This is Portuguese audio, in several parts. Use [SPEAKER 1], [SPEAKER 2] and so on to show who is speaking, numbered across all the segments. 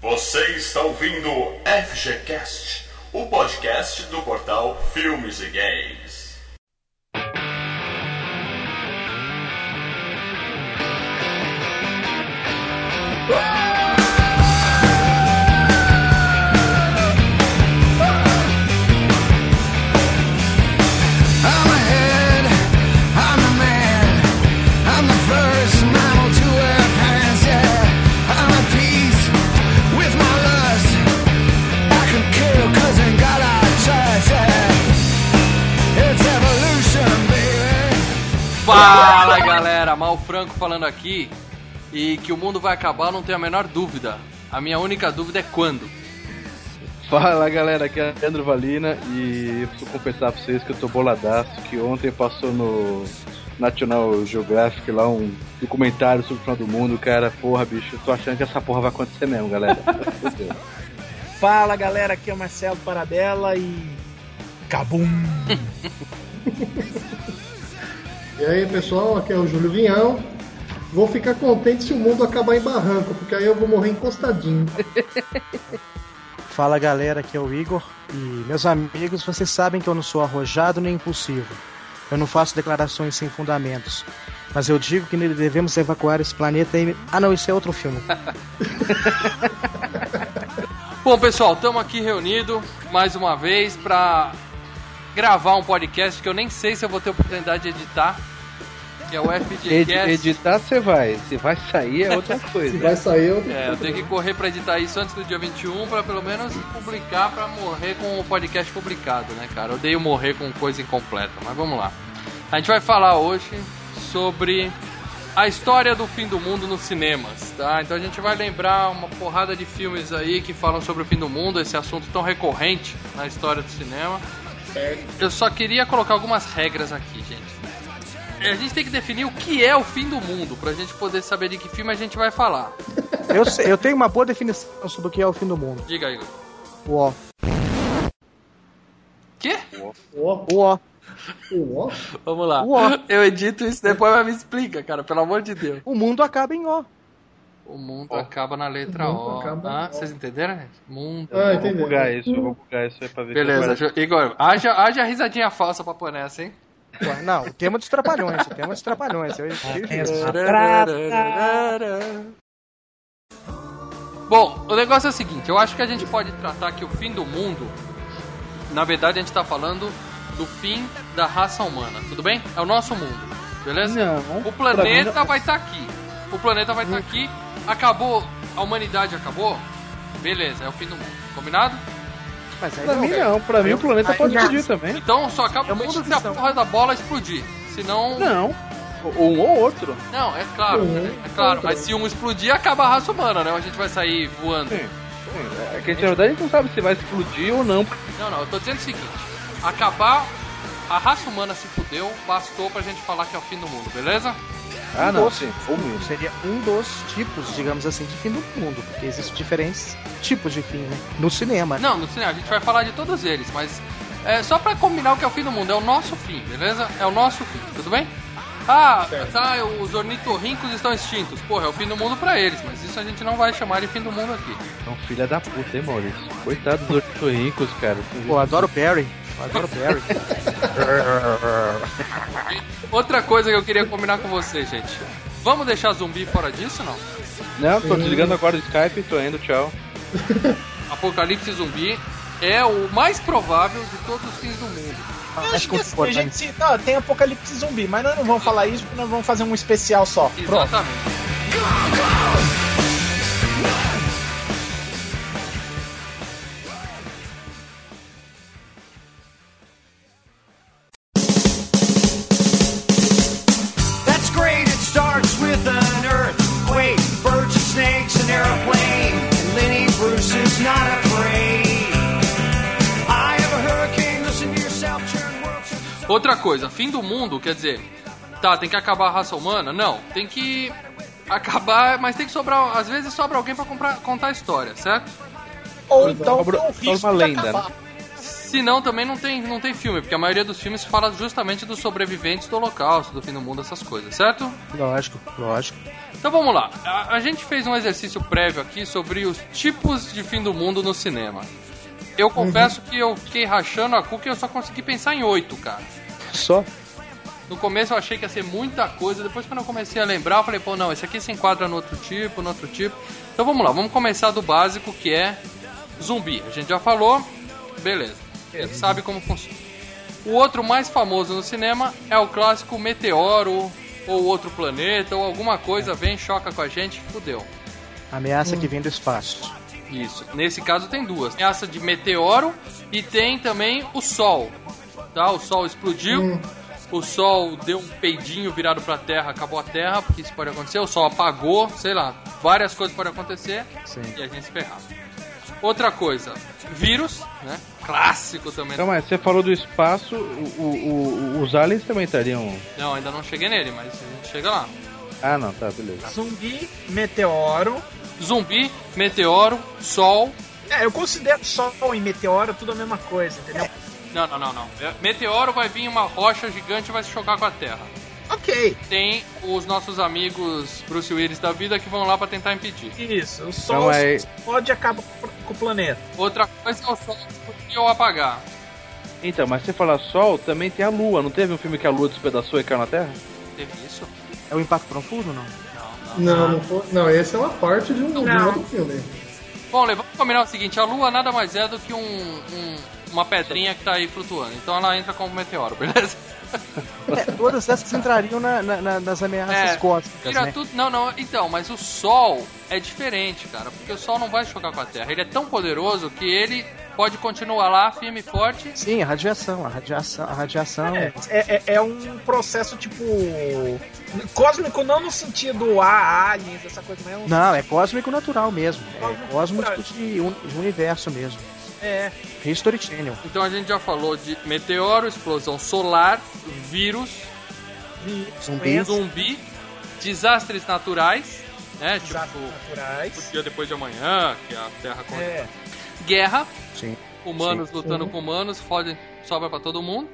[SPEAKER 1] Você está ouvindo FGCast, o podcast do portal Filmes e Games.
[SPEAKER 2] I'm the head, I'm the man, I'm the first, and I will do wear pants, yeah. I'm at peace with my lust. I can kill cause in God I trust, yeah. It's evolution, baby.
[SPEAKER 3] Fala galera, Mal Franco falando aqui e que o mundo vai acabar, eu não tenho a menor dúvida. A minha única dúvida é quando.
[SPEAKER 4] Fala galera, aqui é Leandro Valina e eu preciso confessar pra vocês que eu tô boladaço, que ontem passou no National Geographic lá um documentário sobre o final do mundo, cara, porra bicho, eu tô achando que essa porra vai acontecer mesmo, galera. Meu Deus.
[SPEAKER 5] Fala galera, aqui é o Marcelo Paradela e. Cabum!
[SPEAKER 6] E aí pessoal, aqui é o Júlio Vinhão. Vou ficar contente se o mundo acabar em barranco, porque aí eu vou morrer encostadinho.
[SPEAKER 7] Fala galera, aqui é o Igor e meus amigos, vocês sabem que eu não sou arrojado nem impulsivo. Eu não faço declarações sem fundamentos. Mas eu digo que nele devemos evacuar esse planeta e. Ah não, isso é outro filme.
[SPEAKER 3] Bom pessoal, estamos aqui reunidos mais uma vez para gravar um podcast que eu nem sei se eu vou ter oportunidade de editar, que é o
[SPEAKER 4] Edi-
[SPEAKER 3] FGCast.
[SPEAKER 4] editar você vai, se vai sair é outra coisa.
[SPEAKER 6] Vai sair eu.
[SPEAKER 3] É, eu tenho que correr para editar isso antes do dia 21 para pelo menos publicar para morrer com o podcast publicado, né, cara? Eu odeio morrer com coisa incompleta, mas vamos lá. A gente vai falar hoje sobre a história do fim do mundo nos cinemas, tá? Então a gente vai lembrar uma porrada de filmes aí que falam sobre o fim do mundo, esse assunto tão recorrente na história do cinema. Eu só queria colocar algumas regras aqui, gente. A gente tem que definir o que é o fim do mundo, pra gente poder saber de que filme a gente vai falar.
[SPEAKER 7] Eu, sei- eu tenho uma boa definição sobre o que é o fim do mundo.
[SPEAKER 3] Diga aí.
[SPEAKER 7] Uó.
[SPEAKER 3] Quê?
[SPEAKER 6] Ó,
[SPEAKER 7] Uó.
[SPEAKER 6] ó, ó.
[SPEAKER 3] Vamos lá.
[SPEAKER 7] Uó.
[SPEAKER 3] Eu edito isso depois, mas me explica, cara, pelo amor de Deus.
[SPEAKER 7] O mundo acaba em ó.
[SPEAKER 3] O mundo acaba na letra
[SPEAKER 6] O mundo
[SPEAKER 3] O.
[SPEAKER 6] acaba
[SPEAKER 3] Ah,
[SPEAKER 6] na O.
[SPEAKER 3] vocês entenderam, gente? Mundo.
[SPEAKER 6] Ah,
[SPEAKER 4] Vou
[SPEAKER 6] entendeu.
[SPEAKER 4] bugar isso, eu vou bugar isso aí pra ver se
[SPEAKER 3] Beleza,
[SPEAKER 4] agora-
[SPEAKER 3] Ju- Igor, haja, haja risadinha falsa pra pôr nessa, hein?
[SPEAKER 7] Ué, Não, o tema dos trapalhões, o tema dos trapalhões. Eu, eu-
[SPEAKER 3] Bom, o negócio é o seguinte, eu acho que a gente pode tratar que o fim do mundo, na verdade a gente tá falando do fim da raça humana, tudo bem? É o nosso mundo, beleza?
[SPEAKER 4] Não,
[SPEAKER 3] O
[SPEAKER 4] pra
[SPEAKER 3] planeta
[SPEAKER 4] mim
[SPEAKER 3] vai estar aqui. O planeta vai estar aqui. Acabou, a humanidade acabou. Beleza, é o fim do mundo. Combinado?
[SPEAKER 7] mas aí
[SPEAKER 4] não- pra mim
[SPEAKER 7] não.
[SPEAKER 4] não, pra mim o planeta pode
[SPEAKER 7] Aí-
[SPEAKER 4] explodir também.
[SPEAKER 3] Então só acaba
[SPEAKER 7] É
[SPEAKER 3] o
[SPEAKER 7] uma
[SPEAKER 3] mundo se a
[SPEAKER 7] discussão.
[SPEAKER 3] porra da bola explodir. Senão. Não,
[SPEAKER 4] Não, um ou outro.
[SPEAKER 3] é claro.
[SPEAKER 6] Uhum.
[SPEAKER 3] É claro. Mas se um explodir, acaba a raça humana, né? A gente vai sair voando.
[SPEAKER 4] Sim. É que a gente, na verdade a gente não sabe se vai explodir ou não,
[SPEAKER 3] Não, não, eu tô dizendo o seguinte: acabar. A raça humana se fudeu, bastou pra gente falar que é o fim do mundo, beleza?
[SPEAKER 4] Ah, não, sim. Ou
[SPEAKER 7] Seria um dos tipos, digamos assim, de fim do mundo. Porque existem diferentes tipos de fim, né? No cinema.
[SPEAKER 3] Não, no cinema, a gente vai falar de todos eles, mas é só pra combinar o que é o fim do mundo, é o nosso fim, beleza? É o nosso fim, tudo bem? Ah, tá, os ornitorrincos estão extintos. Porra, é o fim do mundo pra eles, mas isso a gente não vai chamar de fim do mundo aqui.
[SPEAKER 4] Então, filha da puta, hein, Maurício? Coitado dos ornitorrincos, cara.
[SPEAKER 7] Pô, adoro Perry. Adoro Perry.
[SPEAKER 3] Outra coisa que eu queria combinar com vocês, gente. Vamos deixar zumbi fora disso, não?
[SPEAKER 4] Não, né? tô desligando agora o Skype, tô indo, tchau.
[SPEAKER 3] Apocalipse zumbi é o mais provável de todos os fins do mundo.
[SPEAKER 7] Acho que é
[SPEAKER 5] a gente se- não, tem apocalipse zumbi, mas nós não vamos falar isso porque nós vamos fazer um especial só. Pronto.
[SPEAKER 3] Exatamente.
[SPEAKER 2] That's great. It starts with an earthquake, birds and snakes, an airplane. And Lenny Bruce is not afraid. I have a hurricane. Listen to yourself. Churn works.
[SPEAKER 3] Outra coisa, fim do mundo, quer dizer, tá, tem que acabar a raça humana? Não, tem que acabar, mas tem que sobrar, às vezes sobra alguém pra comprar- contar a história, certo?
[SPEAKER 5] Ou então
[SPEAKER 4] Sobre-
[SPEAKER 5] tem o
[SPEAKER 4] sobre
[SPEAKER 5] risco
[SPEAKER 4] é. uma
[SPEAKER 5] de
[SPEAKER 4] lenda, né?
[SPEAKER 5] acabar.
[SPEAKER 3] Se não, também não tem, não tem filme, porque a maioria dos filmes fala justamente dos sobreviventes do holocausto, do fim do mundo, essas coisas, certo?
[SPEAKER 7] Lógico, lógico.
[SPEAKER 3] Então vamos lá. A, a gente fez um exercício prévio aqui sobre os tipos de fim do mundo no cinema. Eu confesso que eu fiquei rachando a cuca e eu só consegui pensar em oito, cara.
[SPEAKER 7] Só?
[SPEAKER 3] No começo eu achei que ia ser muita coisa, depois quando eu comecei a lembrar, eu falei, pô, não, esse aqui se enquadra no outro tipo, no outro tipo. Então vamos lá, vamos começar do básico que é zumbi. A gente já falou, beleza. Ele sabe como funciona. O outro mais famoso no cinema é o clássico meteoro ou outro planeta ou alguma coisa vem, choca com a gente, fudeu.
[SPEAKER 7] Ameaça que vem do espaço.
[SPEAKER 3] Isso. Nesse caso tem duas. Tem essa de meteoro e tem também o sol. Tá? O sol explodiu. O sol deu um peidinho virado pra terra, acabou a terra, porque isso pode acontecer. O sol apagou, sei lá, várias coisas podem acontecer
[SPEAKER 7] Sim.
[SPEAKER 3] e a gente se ferrar. Outra coisa, vírus, né? Clássico também.
[SPEAKER 4] Então, mas você falou do espaço, o- o- o- os aliens também estariam.
[SPEAKER 3] Não, ainda não cheguei nele, mas a gente chega lá.
[SPEAKER 4] Ah, não, tá, beleza.
[SPEAKER 5] Zumbi, meteoro.
[SPEAKER 3] Zumbi, meteoro, sol.
[SPEAKER 5] É, eu considero sol e meteoro tudo a mesma coisa, entendeu?
[SPEAKER 3] Não, não, não, não. É, Meteoro vai vir uma rocha gigante e vai se chocar com a terra.
[SPEAKER 5] Ok.
[SPEAKER 3] tem os nossos amigos Bruce Willis da vida que vão lá pra tentar impedir.
[SPEAKER 5] Isso, o sol
[SPEAKER 4] Então, aí-
[SPEAKER 5] pode acabar com o planeta.
[SPEAKER 3] Outra coisa é o sol explodir ou apagar.
[SPEAKER 4] Então, mas você falar Sol, também tem a Lua. Não teve um filme que a Lua despedaçou e caiu na Terra?
[SPEAKER 3] Teve isso?
[SPEAKER 7] É o impacto profundo, não?
[SPEAKER 3] Não, não.
[SPEAKER 6] Não, não, foi, não, essa é uma parte de um, de um
[SPEAKER 5] Não.
[SPEAKER 6] outro filme.
[SPEAKER 3] Bom, Le, vamos combinar o seguinte: a Lua nada mais é do que um, um- uma pedrinha que tá aí flutuando. Então ela entra como meteoro, beleza?
[SPEAKER 7] É, todas essas entrariam na- na- na- nas ameaças
[SPEAKER 3] É,
[SPEAKER 7] cósmicas,
[SPEAKER 3] Tira
[SPEAKER 7] né?
[SPEAKER 3] tudo. Não, não. Então, mas o Sol é diferente, cara, porque o Sol não vai chocar com a Terra. Ele é tão poderoso que ele pode continuar lá firme e forte.
[SPEAKER 7] Sim, a radiação, a radiação, a radiação.
[SPEAKER 5] É, é, é- é um processo tipo. cósmico, não no sentido ah, aliens, essa coisa, mas é um.
[SPEAKER 7] Não, é cósmico natural mesmo. É
[SPEAKER 5] Cósmico
[SPEAKER 7] cósmico
[SPEAKER 5] natural.
[SPEAKER 7] de, un- de um universo mesmo.
[SPEAKER 5] É,
[SPEAKER 7] History Channel.
[SPEAKER 3] Então a gente já falou de meteoro, explosão solar, vírus,
[SPEAKER 5] vi-
[SPEAKER 7] Zumbi.
[SPEAKER 5] doenças,
[SPEAKER 3] É zumbi, desastres naturais, né?
[SPEAKER 5] desastres
[SPEAKER 3] Tipo, o
[SPEAKER 5] naturais.
[SPEAKER 3] dia depois de amanhã, que a Terra conta.
[SPEAKER 5] É, Uhum.
[SPEAKER 3] Guerra,
[SPEAKER 7] Sim.
[SPEAKER 3] humanos lutando com humanos, fodem, sobra pra todo mundo.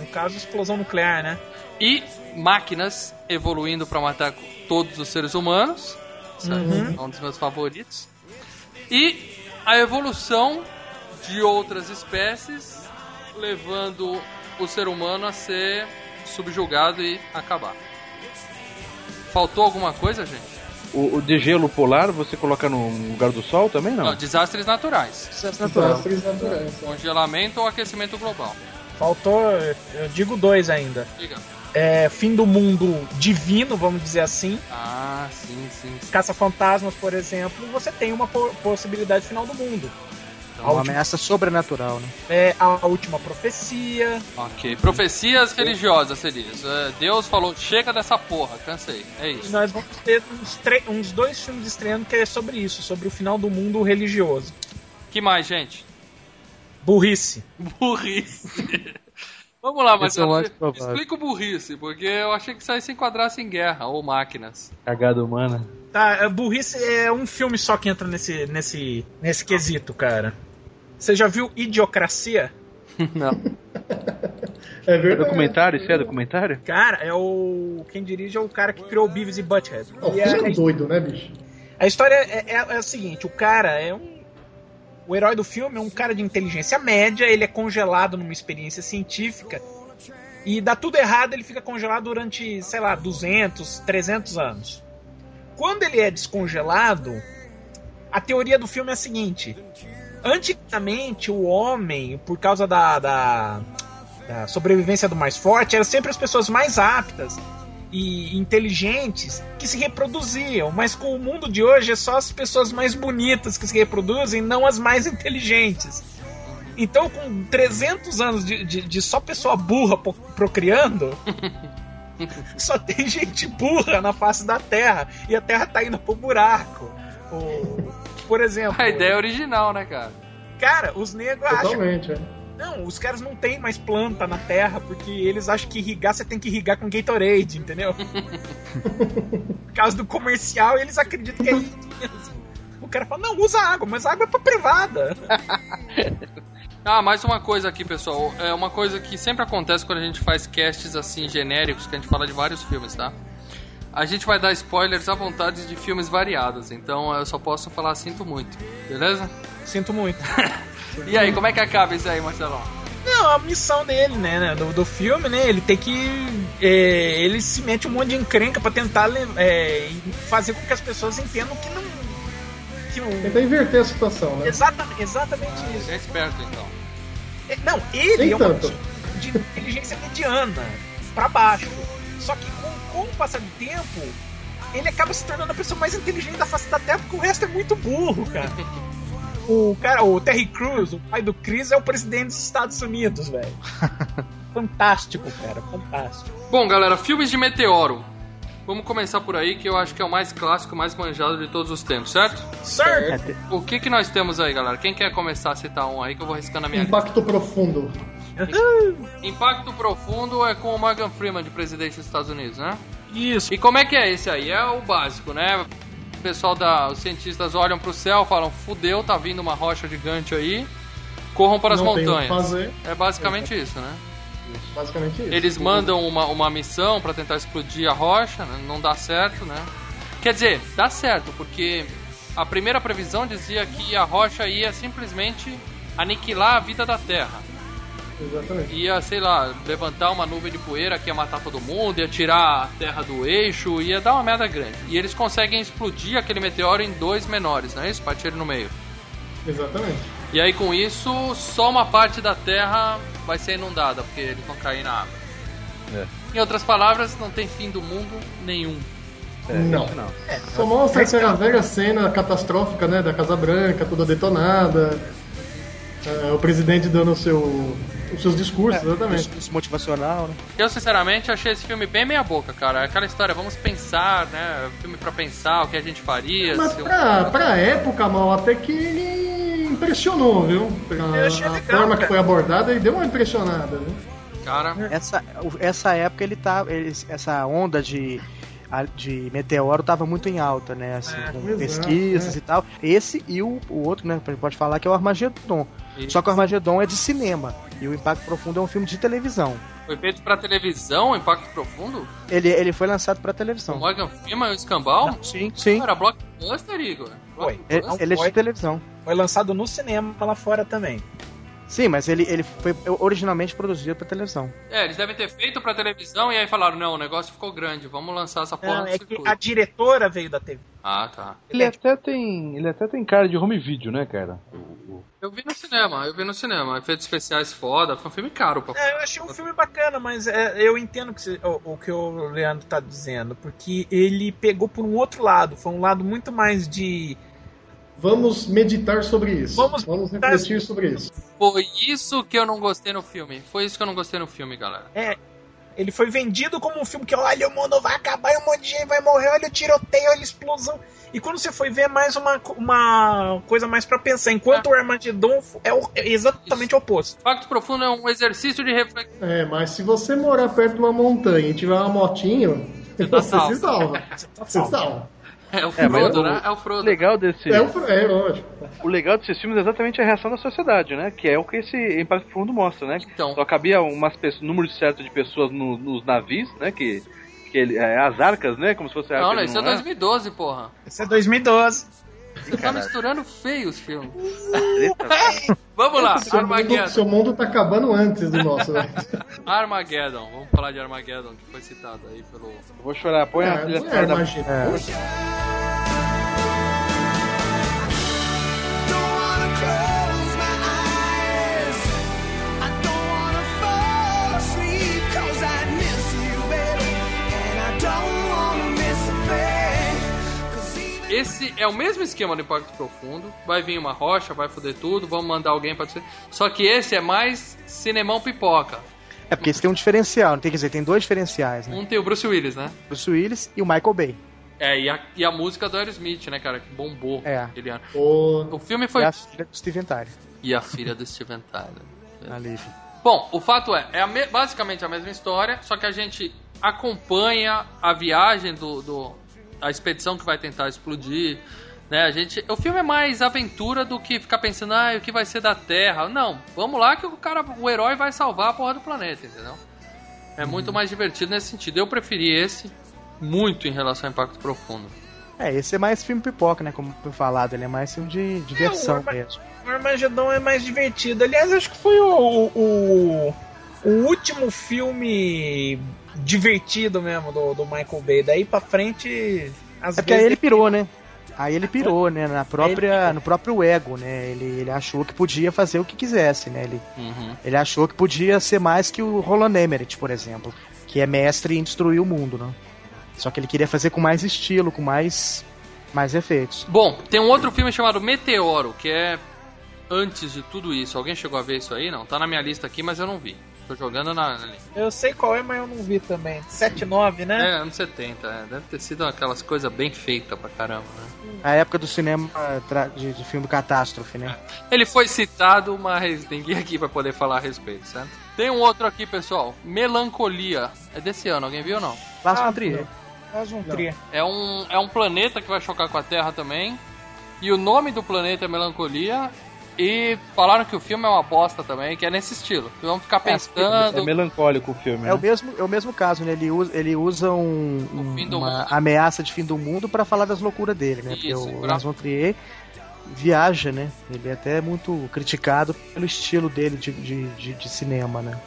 [SPEAKER 5] no caso, explosão nuclear, né?
[SPEAKER 3] E máquinas evoluindo pra matar todos os seres humanos. Isso é
[SPEAKER 5] Uhum.
[SPEAKER 3] um dos meus favoritos. E a evolução de outras espécies levando o ser humano a ser subjugado e acabar. Faltou alguma coisa, gente?
[SPEAKER 4] O, o de gelo polar você coloca no lugar do Sol também? Não.
[SPEAKER 3] Não, desastres naturais. é
[SPEAKER 6] Desastres naturais.
[SPEAKER 3] Congelamento ou aquecimento global.
[SPEAKER 5] Faltou, eu digo dois ainda.
[SPEAKER 3] Diga.
[SPEAKER 5] É, fim do mundo divino, vamos dizer assim.
[SPEAKER 3] Ah, sim, sim. sim.
[SPEAKER 5] Caça-fantasmas, por exemplo, você tem uma po- possibilidade final do mundo.
[SPEAKER 7] É uma ameaça sobrenatural, né?
[SPEAKER 5] É a última profecia.
[SPEAKER 7] Uhum.
[SPEAKER 3] Ok. Profecias religiosas seria isso. É, Deus falou, chega dessa porra, cansei. É
[SPEAKER 5] E
[SPEAKER 3] isso.
[SPEAKER 5] nós vamos ter uns, tre- uns dois filmes estreando que é sobre isso, sobre o final do mundo religioso.
[SPEAKER 3] Que mais, gente?
[SPEAKER 5] Burrice.
[SPEAKER 3] Burrice. Vamos lá,
[SPEAKER 7] Esse é o
[SPEAKER 3] Marcelo.
[SPEAKER 7] mais provável.
[SPEAKER 3] Explica o burrice, porque eu achei que isso aí se enquadrasse em guerra ou máquinas.
[SPEAKER 4] Cagada humana.
[SPEAKER 5] Tá, é, burrice é um filme só que entra nesse, nesse, nesse quesito, cara. Você já viu Idiocracia?
[SPEAKER 3] Não.
[SPEAKER 6] É
[SPEAKER 4] É
[SPEAKER 6] verdade.
[SPEAKER 4] documentário? Isso é documentário?
[SPEAKER 5] Cara, é o. Quem dirige é o cara que criou o Beavis e Butthead.
[SPEAKER 6] Ó,
[SPEAKER 5] E
[SPEAKER 6] filho
[SPEAKER 5] a,
[SPEAKER 6] é doido, né, bicho?
[SPEAKER 5] a história é, é, é o seguinte: o cara é um. O herói do filme é um cara de inteligência média, ele é congelado numa experiência científica. E dá tudo errado, ele fica congelado durante, sei lá, 200, 300 anos. Quando ele é descongelado, a teoria do filme é a seguinte: antigamente o homem, por causa da, da, da sobrevivência do mais forte, eram sempre as pessoas mais aptas e inteligentes que se reproduziam, mas com o mundo de hoje é só as pessoas mais bonitas que se reproduzem, não as mais inteligentes. Então, com 300 anos de, de- de só pessoa burra po- procriando, só tem gente burra na face da Terra. E a Terra tá indo pro buraco. O- por exemplo,
[SPEAKER 3] A ideia é original, né, cara?
[SPEAKER 5] cara, os negros acham
[SPEAKER 6] Totalmente, é.
[SPEAKER 5] Não, os caras não têm mais planta na terra porque eles acham que irrigar você tem que irrigar com Gatorade, entendeu? Por causa do comercial, eles acreditam que é isso mesmo. O cara fala, não, usa água, mas água é pra privada.
[SPEAKER 3] Ah, mais uma coisa aqui, pessoal. É uma coisa que sempre acontece quando a gente faz casts assim genéricos, que a gente fala de vários filmes, tá? A gente vai dar spoilers à vontade de filmes variados, então eu só posso falar sinto muito, beleza?
[SPEAKER 5] Sinto muito.
[SPEAKER 3] E aí, como é que acaba isso aí, Marcelão?
[SPEAKER 5] Não, a missão dele, né, né, do, do filme, né, ele tem que... é, ele se mete um monte de encrenca pra tentar le- é, fazer com que as pessoas entendam que não... Que o,
[SPEAKER 6] Tentar inverter a situação, né?
[SPEAKER 5] exata, exatamente isso.
[SPEAKER 3] É esperto, então.
[SPEAKER 5] É, Não, ele
[SPEAKER 6] Nem
[SPEAKER 5] é uma
[SPEAKER 6] tanto.
[SPEAKER 5] pessoa de inteligência mediana, pra baixo. Só que com, com o passar do tempo, ele acaba se tornando a pessoa mais inteligente da face da Terra, porque o resto é muito burro, cara. O cara, o Terry Crews, o pai do Chris, é o presidente dos Estados Unidos, velho. Fantástico, cara, fantástico.
[SPEAKER 3] Bom, galera, filmes de meteoro. Vamos começar por aí, que eu acho que é o mais clássico, mais manjado de todos os tempos, certo?
[SPEAKER 5] Sir,
[SPEAKER 7] É, te-
[SPEAKER 3] O que que nós temos aí, galera? Quem quer começar a citar um aí que eu vou riscando a minha lista?
[SPEAKER 6] Impacto profundo.
[SPEAKER 3] Impacto Profundo é com o Morgan Freeman de presidente dos Estados Unidos, né?
[SPEAKER 5] isso.
[SPEAKER 3] E como é que é esse aí? É o básico, né? O pessoal da. Os cientistas olham pro céu, falam, fudeu, tá vindo uma rocha gigante aí, corram para as
[SPEAKER 6] não tem o que
[SPEAKER 3] montanhas.
[SPEAKER 6] fazer.
[SPEAKER 3] É basicamente isso, né?
[SPEAKER 6] Basicamente isso.
[SPEAKER 3] Eles mandam uma, uma missão pra tentar explodir a rocha, né? não dá certo, né? Quer dizer, dá certo, porque a primeira previsão dizia que a rocha ia simplesmente aniquilar a vida da Terra.
[SPEAKER 6] Exatamente.
[SPEAKER 3] Ia, sei lá, levantar uma nuvem de poeira que ia matar todo mundo, ia tirar a Terra do eixo, ia dar uma merda grande. E eles conseguem explodir aquele meteoro em dois menores, não é isso? Partir ele no meio.
[SPEAKER 6] Exatamente.
[SPEAKER 3] E aí com isso, só uma parte da terra vai ser inundada, porque eles vão cair na água. Em outras palavras, não tem fim do mundo nenhum.
[SPEAKER 6] não.
[SPEAKER 4] não.
[SPEAKER 6] É, Só mostra a velha cena catastrófica, né? Da Casa Branca, toda detonada. É, o presidente dando o seu, os seus discursos, exatamente.
[SPEAKER 7] Discurso motivacional, né?
[SPEAKER 3] Eu sinceramente achei esse filme bem meia boca, cara. É Aquela história, vamos pensar, né? Filme pra pensar, o que a gente faria.
[SPEAKER 6] Mas
[SPEAKER 3] se um-
[SPEAKER 6] pra, pra época, mal, até que ele impressionou, viu? Pra-
[SPEAKER 5] Eu achei
[SPEAKER 6] a
[SPEAKER 5] legal,
[SPEAKER 6] forma
[SPEAKER 5] cara.
[SPEAKER 6] que foi abordada, ele deu uma impressionada, viu?
[SPEAKER 3] Cara,
[SPEAKER 7] Essa, o- essa época ele tá. ele- essa onda de. a- De meteoro tava muito em alta, né? Assim,
[SPEAKER 5] É,
[SPEAKER 7] com
[SPEAKER 6] pois é,
[SPEAKER 7] pesquisas
[SPEAKER 6] é.
[SPEAKER 7] e tal. Esse e o, o outro, né? Pode falar que é o Armagedon.
[SPEAKER 3] Isso.
[SPEAKER 7] Só que o Armagedon é de cinema e o Impacto Profundo é um filme de televisão.
[SPEAKER 3] foi feito pra televisão, Impacto Profundo?
[SPEAKER 7] Ele, ele foi lançado pra
[SPEAKER 3] O
[SPEAKER 7] televisão. Tá?
[SPEAKER 3] Morgan Freeman e o Escambau?
[SPEAKER 7] Sim, sim.
[SPEAKER 3] Era Blockbuster, Igor?
[SPEAKER 5] Foi. um
[SPEAKER 7] Ele,
[SPEAKER 3] Blockbuster?
[SPEAKER 7] ele é
[SPEAKER 5] foi.
[SPEAKER 7] de televisão.
[SPEAKER 5] Foi lançado no cinema lá fora também.
[SPEAKER 7] Sim, mas ele, ele foi originalmente produzido pra televisão.
[SPEAKER 3] É, eles devem ter feito pra televisão e aí falaram, não, o negócio ficou grande, vamos lançar essa porra
[SPEAKER 5] Não,
[SPEAKER 3] no
[SPEAKER 5] é que
[SPEAKER 3] circuito.
[SPEAKER 5] a diretora veio da TV.
[SPEAKER 3] Ah, tá.
[SPEAKER 4] Ele até tem. Ele até tem cara de home video, né, cara? O- o-
[SPEAKER 3] Eu vi no cinema, eu vi no cinema. Efeitos especiais foda, foi um filme caro, pô.
[SPEAKER 5] É, eu achei um filme bacana, mas é, eu entendo que você- o, o que o Leandro tá dizendo, porque ele pegou por um outro lado, foi um lado muito mais de
[SPEAKER 6] Vamos meditar sobre isso.
[SPEAKER 5] Vamos meditar-
[SPEAKER 6] refletir sobre isso.
[SPEAKER 3] Foi isso que eu não gostei no filme. Foi isso que eu não gostei no filme, galera.
[SPEAKER 5] ele foi vendido como um filme que olha o mundo vai acabar, e um monte de gente vai morrer, olha o tiroteio, olha a explosão. E quando você foi ver é mais uma, co- uma coisa mais pra pensar, enquanto o Armagedon é, o- é exatamente o oposto.
[SPEAKER 3] Impacto Profundo é um exercício de reflexão.
[SPEAKER 6] É, mas se você morar perto de uma montanha e tiver uma motinha,
[SPEAKER 3] Você
[SPEAKER 6] você,
[SPEAKER 3] tá salvo.
[SPEAKER 6] se salva. Você salva.
[SPEAKER 3] É o
[SPEAKER 4] É, mas
[SPEAKER 3] Frodo,
[SPEAKER 4] o-
[SPEAKER 3] né? É o Frodo.
[SPEAKER 4] O legal desse.
[SPEAKER 6] É, um- é, lógico.
[SPEAKER 4] O legal desses filmes é exatamente a reação da sociedade, né? Que é o que esse Impacto Profundo mostra, né?
[SPEAKER 3] Então,
[SPEAKER 4] Só cabia umas pessoas, número certo de pessoas no- nos navios, né? Que, que ele- é, as arcas, né? Como se fosse a arca
[SPEAKER 3] não, não,
[SPEAKER 4] de
[SPEAKER 3] isso é
[SPEAKER 4] Noé.
[SPEAKER 3] 2012, porra.
[SPEAKER 5] Isso é 2012.
[SPEAKER 3] Você tá misturando feio os filmes.
[SPEAKER 4] Treta, cara.
[SPEAKER 3] Vamos
[SPEAKER 4] Ah,
[SPEAKER 3] lá,
[SPEAKER 6] Seu mundo,
[SPEAKER 3] Armageddon.
[SPEAKER 6] seu mundo tá acabando antes do nosso. né?
[SPEAKER 3] Armageddon, vamos falar de Armageddon, que foi citado aí pelo.
[SPEAKER 4] Eu Vou chorar, põe a
[SPEAKER 6] É,
[SPEAKER 4] trilha
[SPEAKER 6] não é,
[SPEAKER 4] sonora da-
[SPEAKER 6] imagina.
[SPEAKER 2] Don't wanna close my eyes. I don't wanna fall asleep 'cause I miss you, baby, and I don't wanna miss a thing. 'Cause even
[SPEAKER 3] Esse é o mesmo esquema do Impacto Profundo. Vai vir uma rocha, vai foder tudo, vamos mandar alguém pra. Só que esse é mais cinemão pipoca.
[SPEAKER 7] É porque esse tem um diferencial, não tem quer dizer, tem dois diferenciais, né?
[SPEAKER 3] Um tem o Bruce Willis, né?
[SPEAKER 7] O Bruce Willis e o Michael Bay.
[SPEAKER 3] É, e a, e a música do Aerosmith, né, cara? Que bombou
[SPEAKER 7] É.
[SPEAKER 3] aquele ano.
[SPEAKER 6] Pô,
[SPEAKER 3] O filme
[SPEAKER 7] Foi.
[SPEAKER 3] foi.
[SPEAKER 7] E a filha do Steven Tyler.
[SPEAKER 3] E a filha do Steven Tyler.
[SPEAKER 7] na Live.
[SPEAKER 3] Bom, o fato é, é a me- basicamente a mesma história, só que a gente acompanha a viagem do, do- a expedição que vai tentar explodir, né? A gente, o filme é mais aventura do que ficar pensando, ah, o que vai ser da Terra? Não, vamos lá que o cara, o herói vai salvar a porra do planeta, entendeu? É muito mais divertido nesse sentido. Eu preferi esse muito em relação ao Impacto Profundo.
[SPEAKER 7] É, esse é mais filme pipoca, né? Como foi falado, ele é mais filme de diversão
[SPEAKER 5] mas-
[SPEAKER 7] mesmo.
[SPEAKER 5] O Armagedon é mais divertido. Aliás, acho que foi o, o, o último filme divertido mesmo do, do Michael Bay. Daí pra frente. Às
[SPEAKER 7] É porque aí
[SPEAKER 5] vezes
[SPEAKER 7] ele pirou, né? Aí ele pirou, né? Na própria, no próprio ego, né? Ele, ele achou que podia fazer o que quisesse, né? Ele,
[SPEAKER 3] Uhum.
[SPEAKER 7] ele achou que podia ser mais que o Roland Emmerich, por exemplo, que é mestre em destruir o mundo, né? Só que ele queria fazer com mais estilo, com mais, mais efeitos.
[SPEAKER 3] Bom, tem um outro filme chamado Meteoro, que é antes de tudo isso. Alguém chegou a ver isso aí? Não, tá na minha lista aqui, mas eu não vi. Tô jogando na, na
[SPEAKER 5] Eu sei qual é, mas eu não vi também. 7-9, né?
[SPEAKER 3] É, anos 70, é. deve ter sido aquelas coisas bem feitas pra caramba, né?
[SPEAKER 7] A época do cinema ah, tra- de, de filme catástrofe, né?
[SPEAKER 3] Ele foi citado, mas ninguém aqui vai poder falar a respeito, certo? Tem um outro aqui, pessoal, Melancolia. É desse ano, alguém viu ou não?
[SPEAKER 7] Lars
[SPEAKER 5] Ah,
[SPEAKER 7] von Trier.
[SPEAKER 5] Faz um tri.
[SPEAKER 3] É um, é um planeta que vai chocar com a Terra também. E o nome do planeta é Melancolia. E falaram que o filme é uma bosta também, que é nesse estilo. Vamos ficar
[SPEAKER 4] É
[SPEAKER 3] pensando.
[SPEAKER 4] melancólico o filme,
[SPEAKER 7] É o
[SPEAKER 4] né?
[SPEAKER 7] mesmo, é o mesmo caso, né? Ele usa, ele usa um- um-
[SPEAKER 3] fim do
[SPEAKER 7] uma
[SPEAKER 3] mundo.
[SPEAKER 7] ameaça de fim do mundo pra falar das loucuras dele, né? Porque
[SPEAKER 3] Isso,
[SPEAKER 7] o
[SPEAKER 3] pra-
[SPEAKER 7] Lars von Trier viaja, né? Ele é até muito criticado pelo estilo dele de, de, de- de cinema, né?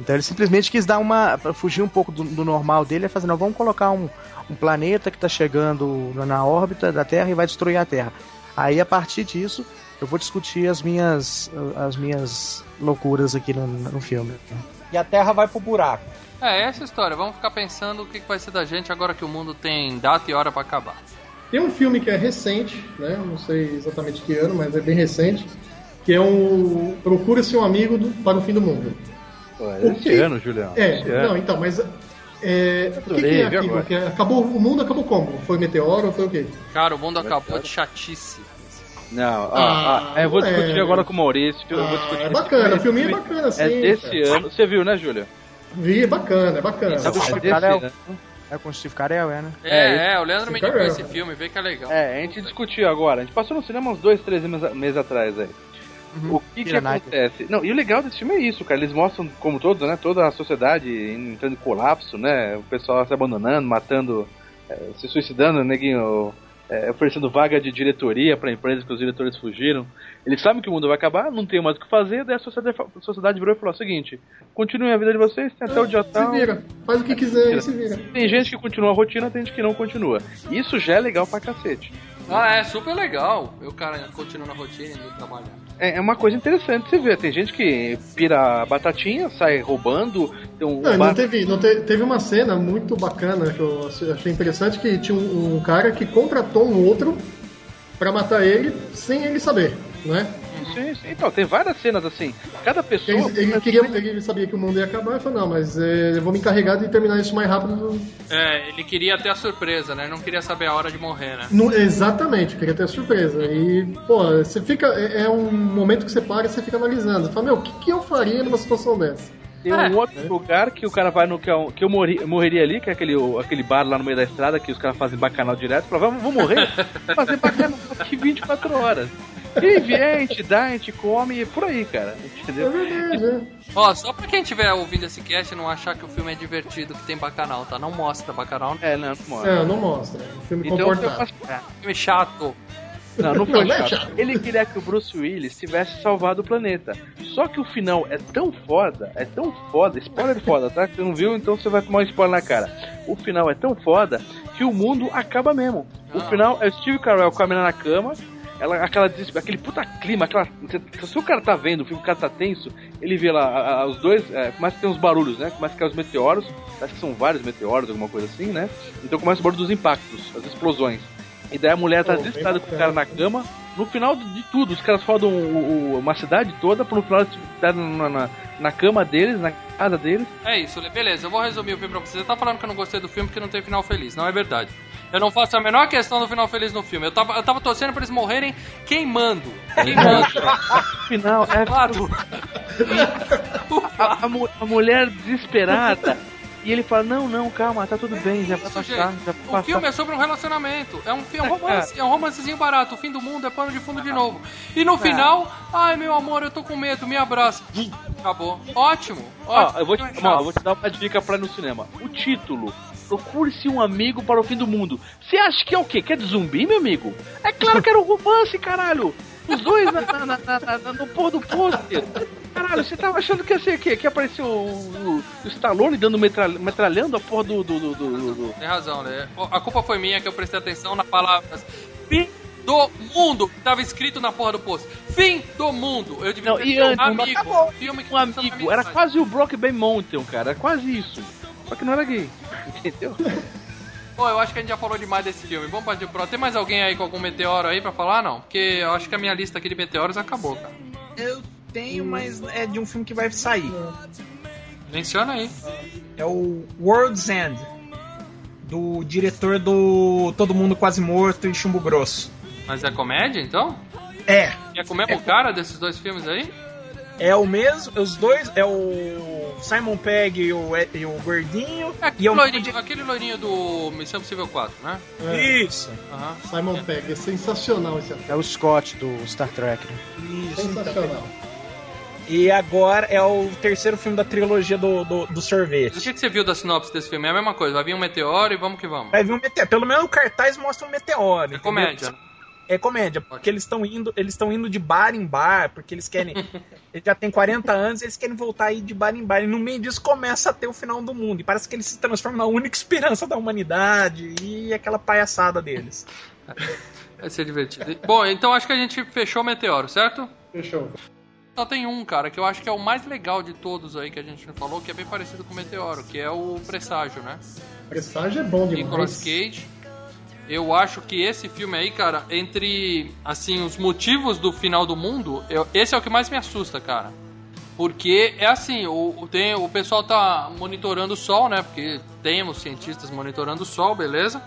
[SPEAKER 7] Então ele simplesmente quis dar uma. pra fugir um pouco do, do normal dele, é fazer, não, vamos colocar um, um planeta que tá chegando na- na órbita da Terra e vai destruir a Terra. Aí a partir disso, eu vou discutir as minhas, as minhas loucuras aqui no, no filme.
[SPEAKER 5] E a Terra vai pro buraco.
[SPEAKER 3] É essa a história. Vamos ficar pensando o que que vai ser da gente agora que o mundo tem data e hora pra acabar.
[SPEAKER 6] Tem um filme que é recente, né? Não sei exatamente que ano, mas é bem recente. Que é um Procura-se um amigo do- para o fim do mundo.
[SPEAKER 4] Pô, é
[SPEAKER 6] o
[SPEAKER 4] Este
[SPEAKER 6] que-
[SPEAKER 4] ano, Julião.
[SPEAKER 6] É,
[SPEAKER 4] este ano.
[SPEAKER 6] não, então, mas. É, o que, que
[SPEAKER 4] Adorei,
[SPEAKER 6] é
[SPEAKER 4] viu
[SPEAKER 6] aquilo?
[SPEAKER 4] agora?
[SPEAKER 6] Que é- acabou, o mundo acabou como? Foi meteoro ou foi o quê?
[SPEAKER 3] Cara, o mundo acabou de chatice.
[SPEAKER 4] Não, ó, ó,
[SPEAKER 6] Ah,
[SPEAKER 4] eu vou
[SPEAKER 6] não é.
[SPEAKER 4] discutir agora com o Maurício. eu vou
[SPEAKER 6] Ah,
[SPEAKER 4] discutir
[SPEAKER 6] é
[SPEAKER 4] esse
[SPEAKER 6] bacana,
[SPEAKER 4] filme.
[SPEAKER 6] o filminho é
[SPEAKER 4] Esse filme
[SPEAKER 6] bacana, sim.
[SPEAKER 4] É desse
[SPEAKER 6] cara.
[SPEAKER 4] ano. Você viu, né, Júlia?
[SPEAKER 6] Vi, é bacana, é bacana.
[SPEAKER 4] Sabe o
[SPEAKER 7] Steve
[SPEAKER 4] que é desse
[SPEAKER 7] Carell.
[SPEAKER 4] ano?
[SPEAKER 7] É com o Steve Carell, é, né?
[SPEAKER 3] É, é,
[SPEAKER 4] É,
[SPEAKER 3] o Leandro me
[SPEAKER 6] Sim,
[SPEAKER 3] indicou
[SPEAKER 6] cara.
[SPEAKER 3] esse filme, vê que é legal.
[SPEAKER 4] É, a gente discutiu agora. A gente passou no cinema uns dois, três meses, meses atrás aí. O que, que
[SPEAKER 7] Kira Knightley.
[SPEAKER 4] acontece? Não, e o legal desse filme é isso, cara. Eles mostram, como todos, né? Toda a sociedade entrando em colapso, né? O pessoal se abandonando, matando, eh, se suicidando, neguinho. eh, oferecendo vaga de diretoria pra empresas que os diretores fugiram. Eles sabem que o mundo vai acabar, não tem mais o que fazer, daí a sociedade, a sociedade virou e falou o seguinte: continuem a vida de vocês, tem até o dia
[SPEAKER 6] Se
[SPEAKER 4] tal.
[SPEAKER 6] vira, faz o que quiser e se vira.
[SPEAKER 4] Tem gente que continua a rotina, tem gente que não continua. Isso já é legal pra cacete.
[SPEAKER 3] Ah, é super legal. E o cara continua na rotina de trabalhar.
[SPEAKER 4] É é uma coisa interessante você ver. Tem gente que pira a batatinha, sai roubando. Tem um
[SPEAKER 6] Não, e
[SPEAKER 4] bar-
[SPEAKER 6] não teve, não te- teve uma cena muito bacana que eu achei- achei interessante que tinha um, um cara que contratou um outro pra matar ele sem ele saber, né?
[SPEAKER 4] Sim, sim. Então, tem várias cenas assim. Cada pessoa.
[SPEAKER 6] Ele, ele queria, ele sabia que o mundo ia acabar e falou, não, mas é, eu vou me encarregar de terminar isso o mais rápido.
[SPEAKER 3] É, ele queria ter a surpresa, né? Não queria saber a hora de morrer, né?
[SPEAKER 6] No, exatamente, queria ter a surpresa. E, pô, você fica. É, é um momento que você para e você fica analisando. Você fala, meu, o que, que eu faria numa situação dessa?
[SPEAKER 4] Tem um outro lugar que o cara vai no. Que é um- que eu morri- morreria ali, que é aquele, o- aquele bar lá no meio da estrada que os caras fazem bacanal direto. Fala, vamos, vou morrer? Vou Fazer bacanal aqui 24 horas. Quem vier, a gente dá, a gente come, e por aí, cara.
[SPEAKER 6] É
[SPEAKER 4] Entendeu?
[SPEAKER 6] verdade, né?
[SPEAKER 3] Ó, só pra quem estiver ouvindo esse cast e não achar que o filme é divertido, que tem bacanal, tá? Não mostra bacanal, é
[SPEAKER 4] É, não, não mora.
[SPEAKER 6] Não, não mostra. É um filme
[SPEAKER 4] Então, eu
[SPEAKER 6] comportado.
[SPEAKER 4] faço
[SPEAKER 3] um filme chato.
[SPEAKER 4] Não, não foi
[SPEAKER 6] Não, não é
[SPEAKER 4] chato.
[SPEAKER 6] chato.
[SPEAKER 4] Ele queria que o Bruce Willis tivesse salvado o planeta. Só que o final é tão foda, é tão foda, spoiler foda, tá? Você não viu, então você vai tomar um spoiler na cara. O final é tão foda que o mundo acaba mesmo.
[SPEAKER 3] Ah.
[SPEAKER 4] O final é o Steve Carell com a mina na cama. Ela, aquela, des- aquele puta clima, aquela. Se o cara tá vendo, o filme o cara tá tenso, ele vê lá a- a- os dois, é, começa a ter uns barulhos, né? Começa a ficar os meteoros, acho que são vários meteoros, alguma coisa assim, né? Então começa o barulho dos impactos, as explosões. E daí a mulher tá
[SPEAKER 6] Pô, bem
[SPEAKER 4] desesperada com o cara
[SPEAKER 6] bacana.
[SPEAKER 4] na cama. No final de tudo, os caras rodam o- o- uma cidade toda, pro final eles tá na, na, na cama deles, na casa deles.
[SPEAKER 3] É isso, Le- beleza, eu vou resumir o filme pra você. Você tá falando que eu não gostei do filme porque não tem final feliz. Não é verdade. Eu não faço a menor questão do final feliz no filme. Eu tava, eu tava torcendo pra eles morrerem queimando. Queimando.
[SPEAKER 4] No final, é
[SPEAKER 3] Claro.
[SPEAKER 8] A, a mu- a mulher desesperada. E ele fala, não, não, calma, tá tudo bem, já vai
[SPEAKER 3] Isso,
[SPEAKER 8] passar,
[SPEAKER 3] gente.
[SPEAKER 8] já vai
[SPEAKER 3] O
[SPEAKER 8] passar.
[SPEAKER 3] filme é sobre um relacionamento. É um, fi- é um romance, é um romancezinho barato. O fim do mundo é pano de fundo de novo. E no final, ai meu amor, eu tô com medo, me abraça. Vum, Acabou. Ótimo.
[SPEAKER 8] Ó,
[SPEAKER 3] ótimo. Então é
[SPEAKER 8] eu vou te, ó, eu vou te dar uma dica pra ir no cinema. O título. Procure-se um amigo para o fim do mundo. Você acha que é o quê? Que é de zumbi, meu amigo? É claro que era um romance, caralho! Os dois na, na, na, na- na- no pôr do pôster. Caralho, você tava achando que ia ser o quê? Que apareceu o, o, o Stallone dando metralha- metralhando a porra do. do, do, do- do-
[SPEAKER 3] Tem razão, né? Ó, A culpa foi minha que eu prestei atenção nas palavras. Fim do mundo. que Tava escrito na porra do post. Fim do mundo. Eu devia
[SPEAKER 8] Não,
[SPEAKER 3] ter
[SPEAKER 8] e
[SPEAKER 3] sido um
[SPEAKER 8] antes, mas
[SPEAKER 3] amigo.
[SPEAKER 8] acabou.
[SPEAKER 3] filme que
[SPEAKER 8] Um amigo. Era quase o Brokeback Mountain, cara. Era quase isso. Só que não era gay. Entendeu?
[SPEAKER 3] Pô, eu acho que a gente já falou demais desse filme. Vamos partir pro próximo. Tem mais alguém aí com algum meteoro aí pra falar? Não, porque eu acho que a minha lista aqui de meteoros acabou, cara.
[SPEAKER 5] Eu tenho, mas é de um filme que vai sair.
[SPEAKER 3] Menciona aí.
[SPEAKER 5] É o World's End, do diretor do Todo Mundo Quase Morto e Chumbo Grosso.
[SPEAKER 3] Mas é comédia, então?
[SPEAKER 5] É,
[SPEAKER 3] E é com o mesmo cara desses dois filmes aí?
[SPEAKER 5] é o mesmo, os dois, é o Simon Pegg e o, Ed- e o Gordinho.
[SPEAKER 3] É aquele,
[SPEAKER 8] um
[SPEAKER 5] e é o
[SPEAKER 3] loirinho, aquele loirinho do Missão Possível 4, né?
[SPEAKER 6] É,
[SPEAKER 5] Isso,
[SPEAKER 3] Aham.
[SPEAKER 6] Simon Pegg, é sensacional esse ator.
[SPEAKER 7] É o Scott do Star Trek. né?
[SPEAKER 5] isso.
[SPEAKER 4] tá
[SPEAKER 5] então.
[SPEAKER 6] Sensacional.
[SPEAKER 5] E agora é o terceiro filme da trilogia do, do, do
[SPEAKER 3] Mas O
[SPEAKER 5] sorvete.
[SPEAKER 3] que que você viu da sinopse desse filme? É a mesma coisa, vai vir um meteoro e vamos que vamos.
[SPEAKER 5] Vai vir um meteoro. Pelo menos o cartaz mostra um meteoro.
[SPEAKER 3] É
[SPEAKER 5] entendeu?
[SPEAKER 3] comédia. né?
[SPEAKER 5] É comédia, porque eles estão indo, eles estão indo de bar em bar, porque eles querem. eles já têm 40 anos, eles querem voltar aí de bar em bar. E no meio disso começa a ter o final do mundo. E parece que eles se transformam na única esperança da humanidade. E aquela palhaçada deles.
[SPEAKER 3] Vai ser divertido. Bom, então acho que a gente fechou o meteoro, certo?
[SPEAKER 6] Fechou.
[SPEAKER 3] Só tem um, cara, que eu acho que é o mais legal de todos aí que a gente não falou, que é bem parecido com o Meteoro, que é o Presságio, né?
[SPEAKER 6] Presságio é bom
[SPEAKER 3] Nicolas
[SPEAKER 6] demais.
[SPEAKER 3] Cage. Eu acho que esse filme aí, cara, entre assim os motivos do final do mundo, eu- esse é o que mais me assusta, cara. Porque é assim, o, o- tem, o pessoal tá monitorando o sol, né? Porque temos cientistas monitorando o sol, beleza?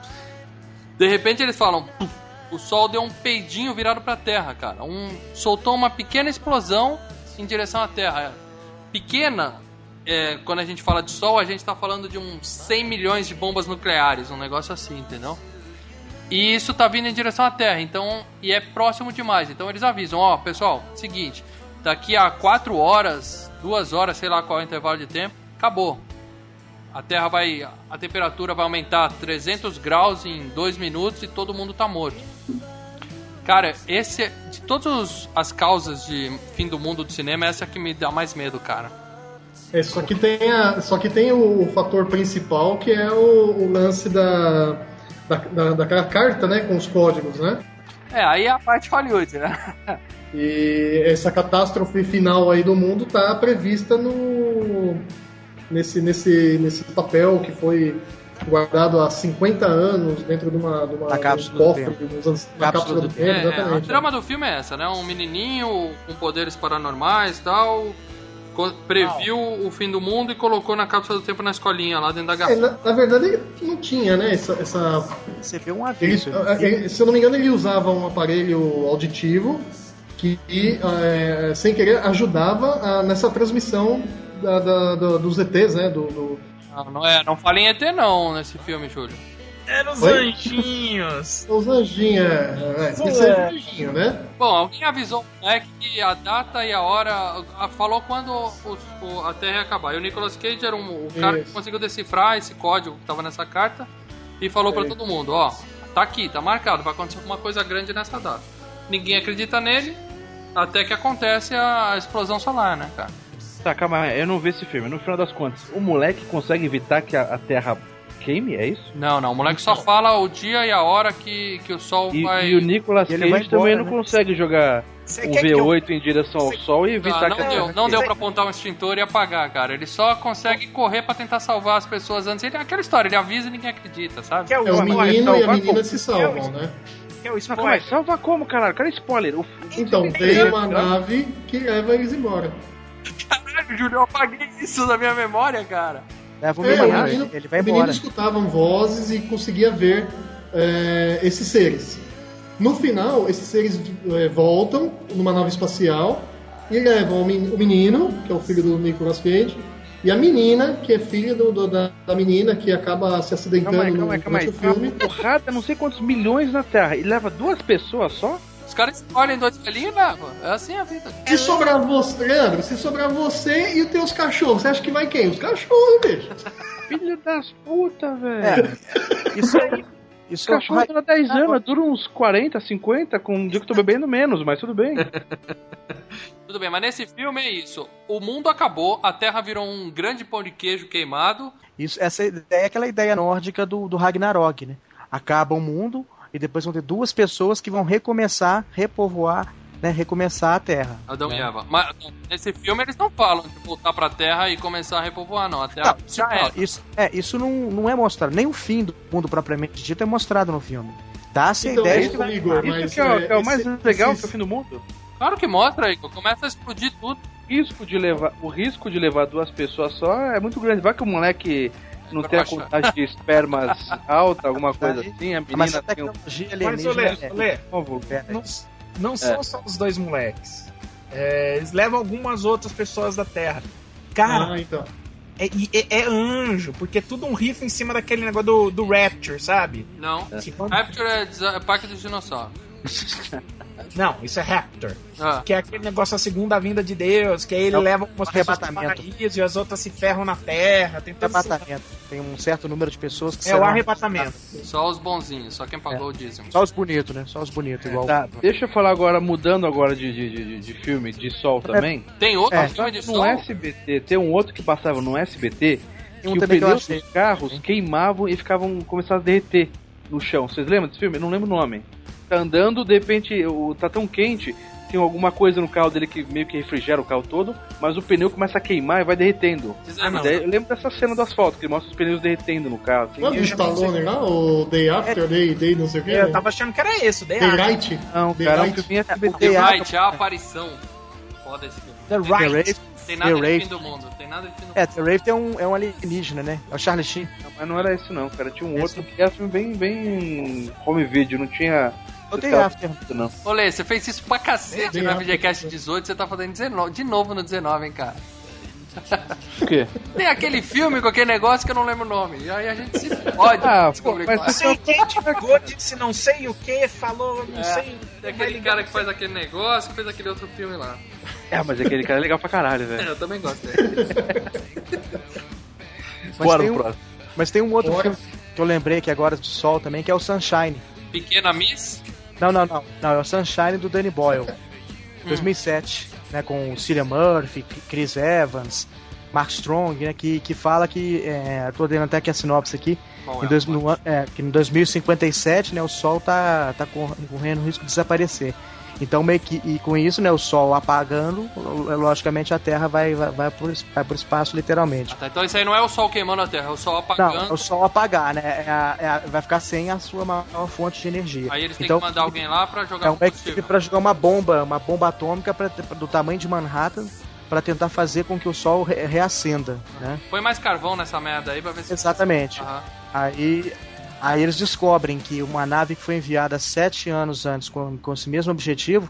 [SPEAKER 3] De repente eles falam, "Puf", o sol deu um peidinho virado pra terra, cara. Um, soltou uma pequena explosão em direção à terra. Pequena, é, quando a gente fala de sol, a gente tá falando de uns 100 milhões de bombas nucleares, um negócio assim, entendeu? E isso tá vindo em direção à Terra, então, e é próximo demais. Então eles avisam, ó, pessoal, seguinte, daqui a 4 horas, 2 horas, sei lá qual é o intervalo de tempo, acabou. A Terra vai, a temperatura vai aumentar 300 graus em 2 minutos e todo mundo tá morto. Cara, esse é- de todas as causas de fim do mundo do cinema, essa é a que me dá mais medo, cara.
[SPEAKER 6] É, só que tem, a, só que tem o fator principal que é o, o lance da, da, da, daquela carta, né, com os códigos, né?
[SPEAKER 3] É, aí é a parte Hollywood, né?
[SPEAKER 6] E essa catástrofe final aí do mundo tá prevista no nesse nesse nesse papel que foi guardado há 50 anos dentro de uma de uma
[SPEAKER 7] Na
[SPEAKER 6] de um
[SPEAKER 7] cápsula do
[SPEAKER 6] cofre,
[SPEAKER 7] tempo.
[SPEAKER 6] nos anos- na
[SPEAKER 7] Cápsula
[SPEAKER 6] cápsula
[SPEAKER 7] do
[SPEAKER 6] do
[SPEAKER 3] É,
[SPEAKER 6] tempo,
[SPEAKER 3] a
[SPEAKER 6] exatamente.
[SPEAKER 3] trama do filme é essa, né? Um menininho com poderes paranormais e tal, co- previu o fim do mundo e colocou na cápsula do tempo na escolinha, lá dentro da
[SPEAKER 6] É,
[SPEAKER 3] garrafa.
[SPEAKER 6] na, na verdade não tinha, né, essa, essa
[SPEAKER 7] Você vê um
[SPEAKER 6] Ele-
[SPEAKER 7] aviso.
[SPEAKER 6] eh, eh, se eu não me engano, ele usava um aparelho auditivo que, eh, sem querer, ajudava a- nessa transmissão da- da- da- dos ETs, né? Do, do-
[SPEAKER 3] Não, não, é, não fala em ET não nesse filme, Júlio.
[SPEAKER 5] Eram os
[SPEAKER 6] Oi?
[SPEAKER 5] anjinhos.
[SPEAKER 6] dos anjinhos. É, é, tem que ser anjinho, né?
[SPEAKER 3] Bom, alguém avisou o moleque que a data e a hora a- falou quando o- o- a Terra ia acabar. E o Nicolas Cage era um, o cara que
[SPEAKER 6] Isso.
[SPEAKER 3] conseguiu decifrar esse código que tava nessa carta e falou pra todo mundo, ó, tá aqui, tá marcado, vai acontecer alguma coisa grande nessa data. Ninguém acredita nele, até que acontece a a explosão solar, né, cara?
[SPEAKER 4] Tá, calma, eu não vi esse filme. No final das contas, o moleque consegue evitar que a, a Terra queime, é isso?
[SPEAKER 3] Não, não. O moleque só fala o dia e a hora que, que o sol
[SPEAKER 4] Então. E,
[SPEAKER 3] vai.
[SPEAKER 4] e o Nicolas
[SPEAKER 7] E
[SPEAKER 4] Cage
[SPEAKER 7] ele vai embora,
[SPEAKER 4] também não
[SPEAKER 7] né?
[SPEAKER 4] consegue jogar
[SPEAKER 5] Você
[SPEAKER 4] um
[SPEAKER 5] quer que eu
[SPEAKER 4] V8 em direção ao
[SPEAKER 5] Você-
[SPEAKER 4] Sol e
[SPEAKER 3] Ah,
[SPEAKER 4] evitar
[SPEAKER 3] não
[SPEAKER 4] que a
[SPEAKER 3] deu,
[SPEAKER 4] Terra...
[SPEAKER 3] não deu pra apontar um extintor e apagar, cara. Ele só consegue correr pra tentar salvar as pessoas antes. Ele, aquela história, ele avisa e ninguém acredita, sabe?
[SPEAKER 5] quer o,
[SPEAKER 6] É o
[SPEAKER 5] spoiler?
[SPEAKER 6] menino e a
[SPEAKER 4] salvar
[SPEAKER 6] menina
[SPEAKER 4] como?
[SPEAKER 6] se salvam, né?
[SPEAKER 5] Quer o
[SPEAKER 4] Não, mas
[SPEAKER 5] spoiler?
[SPEAKER 4] salva como, caralho? Cara, spoiler. é O né?
[SPEAKER 6] Então, tem uma nave que leva eles embora.
[SPEAKER 3] Caralho, Júlio, eu apaguei isso da minha memória, cara.
[SPEAKER 7] Leva um
[SPEAKER 6] É, o
[SPEAKER 7] menino,
[SPEAKER 6] menino,
[SPEAKER 7] ele vai
[SPEAKER 6] o menino
[SPEAKER 7] embora.
[SPEAKER 6] escutavam vozes e conseguia ver é, esses eh, seres. No final, esses seres é, voltam numa nave espacial e levam o men- o menino, que é o filho do Nicolas Cage, e a menina, que é filha do- do- da, da menina que acaba se acidentando
[SPEAKER 4] Calma aí,
[SPEAKER 6] no,
[SPEAKER 4] calma aí, calma aí.
[SPEAKER 6] durante o filme.
[SPEAKER 4] Uma porrada, não sei quantos milhões na Terra. E leva duas pessoas só?
[SPEAKER 3] Os caras escolhem dois velhinhos, né? pô? É assim a vida.
[SPEAKER 6] Se sobrar você, Leandro, se sobrar você e os teus cachorros, você acha que vai quem? Os cachorros, bicho.
[SPEAKER 4] Filho das putas, velho.
[SPEAKER 7] É. Isso aí. Isso
[SPEAKER 4] Os
[SPEAKER 7] é um
[SPEAKER 4] cachorros
[SPEAKER 7] raio-
[SPEAKER 4] duram 10 anos, dura uns 40, 50, com um dia que eu tô bebendo menos, mas tudo bem.
[SPEAKER 3] Tudo bem, mas nesse filme é isso. O mundo acabou, a Terra virou um grande pão de queijo queimado.
[SPEAKER 7] Isso, essa ideia é aquela ideia nórdica do, do Ragnarok, né? Acaba o mundo e depois vão ter duas pessoas que vão recomeçar, repovoar, né? Recomeçar a Terra.
[SPEAKER 3] Adão
[SPEAKER 7] É.
[SPEAKER 3] e Eva. Mas não, nesse filme eles não falam de voltar pra Terra e começar a repovoar, não. A Terra
[SPEAKER 7] Não,
[SPEAKER 3] já
[SPEAKER 7] não,
[SPEAKER 3] é.
[SPEAKER 7] isso, é, isso não, não é mostrado. Nem o fim do mundo propriamente dito é mostrado no filme. Dá-se
[SPEAKER 6] Então,
[SPEAKER 7] a ideia
[SPEAKER 6] é
[SPEAKER 7] de
[SPEAKER 6] isso, Igor, mas,
[SPEAKER 4] Isso que é, o- que é o
[SPEAKER 6] esse-
[SPEAKER 4] mais legal
[SPEAKER 6] esse-
[SPEAKER 4] que é o fim do mundo.
[SPEAKER 3] Claro que mostra, Igor. Começa a explodir tudo.
[SPEAKER 4] risco de levar, o risco de levar duas pessoas só é muito grande. Vai que o moleque não tem a contagem de espermas alta, alguma coisa assim, a
[SPEAKER 7] Ah, Mas
[SPEAKER 4] menina
[SPEAKER 7] a
[SPEAKER 4] tem um
[SPEAKER 7] tecnologia
[SPEAKER 5] Mas, ô,
[SPEAKER 7] alienígena
[SPEAKER 5] Lê,
[SPEAKER 7] é-
[SPEAKER 5] Lê,
[SPEAKER 4] óvulo.
[SPEAKER 7] é-
[SPEAKER 5] não- não são só os dois moleques. É, eles levam algumas outras pessoas da Terra. Cara,
[SPEAKER 6] Ah, então.
[SPEAKER 5] é, e- é- é anjo, porque é tudo um riff em cima daquele negócio do, do Rapture, sabe?
[SPEAKER 3] Não.
[SPEAKER 5] Tipo,
[SPEAKER 3] Rapture é, desa- é Parque dos Dinossauros.
[SPEAKER 5] não, isso é Rapture.
[SPEAKER 3] Ah,
[SPEAKER 5] Que é aquele negócio a segunda vinda de Deus, que aí ele
[SPEAKER 7] É o
[SPEAKER 5] leva umas pessoas pro
[SPEAKER 7] arrebatamento. É
[SPEAKER 5] paraíso e as outras se ferram na terra. Tem todo esse-
[SPEAKER 7] arrebatamento. Tem um certo número de pessoas que
[SPEAKER 5] então, É o
[SPEAKER 7] serão
[SPEAKER 5] arrebatamento.
[SPEAKER 3] só os bonzinhos, só quem pagou o
[SPEAKER 7] É.
[SPEAKER 3] dízimo.
[SPEAKER 7] Só os bonitos, né? Só os bonitos,
[SPEAKER 5] É,
[SPEAKER 7] igual.
[SPEAKER 4] Tá, deixa eu falar agora, mudando agora de, de, de, de filme, de sol também.
[SPEAKER 3] Tem outro
[SPEAKER 7] É,
[SPEAKER 3] filme de
[SPEAKER 4] no
[SPEAKER 3] sol?
[SPEAKER 4] SBT, tem um outro que passava no SBT, que
[SPEAKER 7] Tem um
[SPEAKER 4] o
[SPEAKER 7] também que eu
[SPEAKER 4] pneu
[SPEAKER 7] achei.
[SPEAKER 4] dos carros queimavam e ficavam, começavam a derreter no chão. Vocês lembram desse filme? Eu não lembro o nome. Tá andando, de repente, o, tá tão quente, tem alguma coisa no carro dele que meio que refrigera o carro todo, mas o pneu começa a queimar e vai derretendo.
[SPEAKER 3] Vocês
[SPEAKER 5] Ah,
[SPEAKER 3] lembram?
[SPEAKER 5] não.
[SPEAKER 4] Daí eu lembro dessa cena do asfalto, que mostra os pneus derretendo no carro. assim.
[SPEAKER 6] Não é do Stallone lá? O Day After, Day, Day não sei o que?
[SPEAKER 5] É. Eu tava assim, ah, achando que era esse, o The
[SPEAKER 6] Day
[SPEAKER 5] Right.
[SPEAKER 6] Right?
[SPEAKER 7] Não,
[SPEAKER 6] The
[SPEAKER 4] Cara, é um
[SPEAKER 6] Right.
[SPEAKER 4] filme SBT.
[SPEAKER 3] The
[SPEAKER 7] The
[SPEAKER 3] Right, a aparição. Foda esse filme.
[SPEAKER 5] The
[SPEAKER 7] É. The
[SPEAKER 5] Right.
[SPEAKER 7] Rave,
[SPEAKER 3] Tem nada de
[SPEAKER 7] Raid.
[SPEAKER 3] fim do mundo. Tem nada de fim do mundo.
[SPEAKER 7] é, The Rave é um, é um alienígena, né? É o Charlie Sheen.
[SPEAKER 4] Não, Mas não era esse não, cara. Tinha um outro que era filme bem, bem home video, não tinha...
[SPEAKER 7] Eu
[SPEAKER 9] Tá.
[SPEAKER 7] tenho
[SPEAKER 4] Cara,
[SPEAKER 7] after.
[SPEAKER 4] Não.
[SPEAKER 3] Olê, você fez isso pra cacete
[SPEAKER 6] Bem,
[SPEAKER 3] no
[SPEAKER 6] bem,
[SPEAKER 3] FGCast 18, você tá fazendo 19 de novo no 19, hein, cara.
[SPEAKER 4] O quê?
[SPEAKER 3] Tem aquele filme com aquele negócio que eu não lembro o nome. E aí a gente se pode
[SPEAKER 4] Ah,
[SPEAKER 3] descobrir
[SPEAKER 4] pô, mas
[SPEAKER 3] qual é.
[SPEAKER 5] Não sei quem te pegou, disse não sei o que, falou não sei.
[SPEAKER 3] Tem É, aquele cara que faz aquele negócio, fez aquele outro filme lá.
[SPEAKER 4] É, mas aquele cara é legal pra caralho, velho.
[SPEAKER 3] É, eu também gosto dele.
[SPEAKER 7] Mas,
[SPEAKER 9] Bora
[SPEAKER 7] tem
[SPEAKER 9] pro
[SPEAKER 7] um,
[SPEAKER 9] próximo.
[SPEAKER 7] mas tem um outro
[SPEAKER 6] Bora.
[SPEAKER 7] filme que eu lembrei que agora do Sol também, que é o Sunshine.
[SPEAKER 3] Pequena Miss?
[SPEAKER 7] Não, não, não. Não, é o Sunshine do Danny Boyle.
[SPEAKER 9] Hum.
[SPEAKER 7] 2007, né? Com o Cillian Murphy, Chris Evans, Mark Strong, né? Que, que fala que. É, tô lendo até aqui a sinopse aqui.
[SPEAKER 3] Bom,
[SPEAKER 7] Em
[SPEAKER 3] é,
[SPEAKER 7] dois,
[SPEAKER 3] pode.
[SPEAKER 7] no, an- é, que em 2057, né, o Sol tá, tá cor- correndo o risco de desaparecer. Então, meio que, e com isso, né, o Sol apagando, lo- logicamente a Terra vai, vai, vai, pro, es- vai pro espaço, literalmente.
[SPEAKER 3] Ah, tá, então isso aí não é o sol queimando a terra, é o sol
[SPEAKER 7] Não, é
[SPEAKER 3] apagando.
[SPEAKER 7] o Sol apagar, né? é a- é a- vai ficar sem a sua maior fonte de energia.
[SPEAKER 3] Aí eles têm
[SPEAKER 7] então,
[SPEAKER 3] que mandar alguém lá pra jogar
[SPEAKER 7] É uma equipe
[SPEAKER 3] combustível.
[SPEAKER 7] pra jogar uma bomba, uma bomba atômica pra, pra- do tamanho de Manhattan para tentar fazer com que o Sol re- reacenda, né?
[SPEAKER 3] Põe mais carvão nessa merda aí pra ver se.
[SPEAKER 7] Exatamente.
[SPEAKER 3] Aham.
[SPEAKER 7] Aí, aí eles descobrem que uma nave que foi enviada sete anos antes com, com esse mesmo objetivo,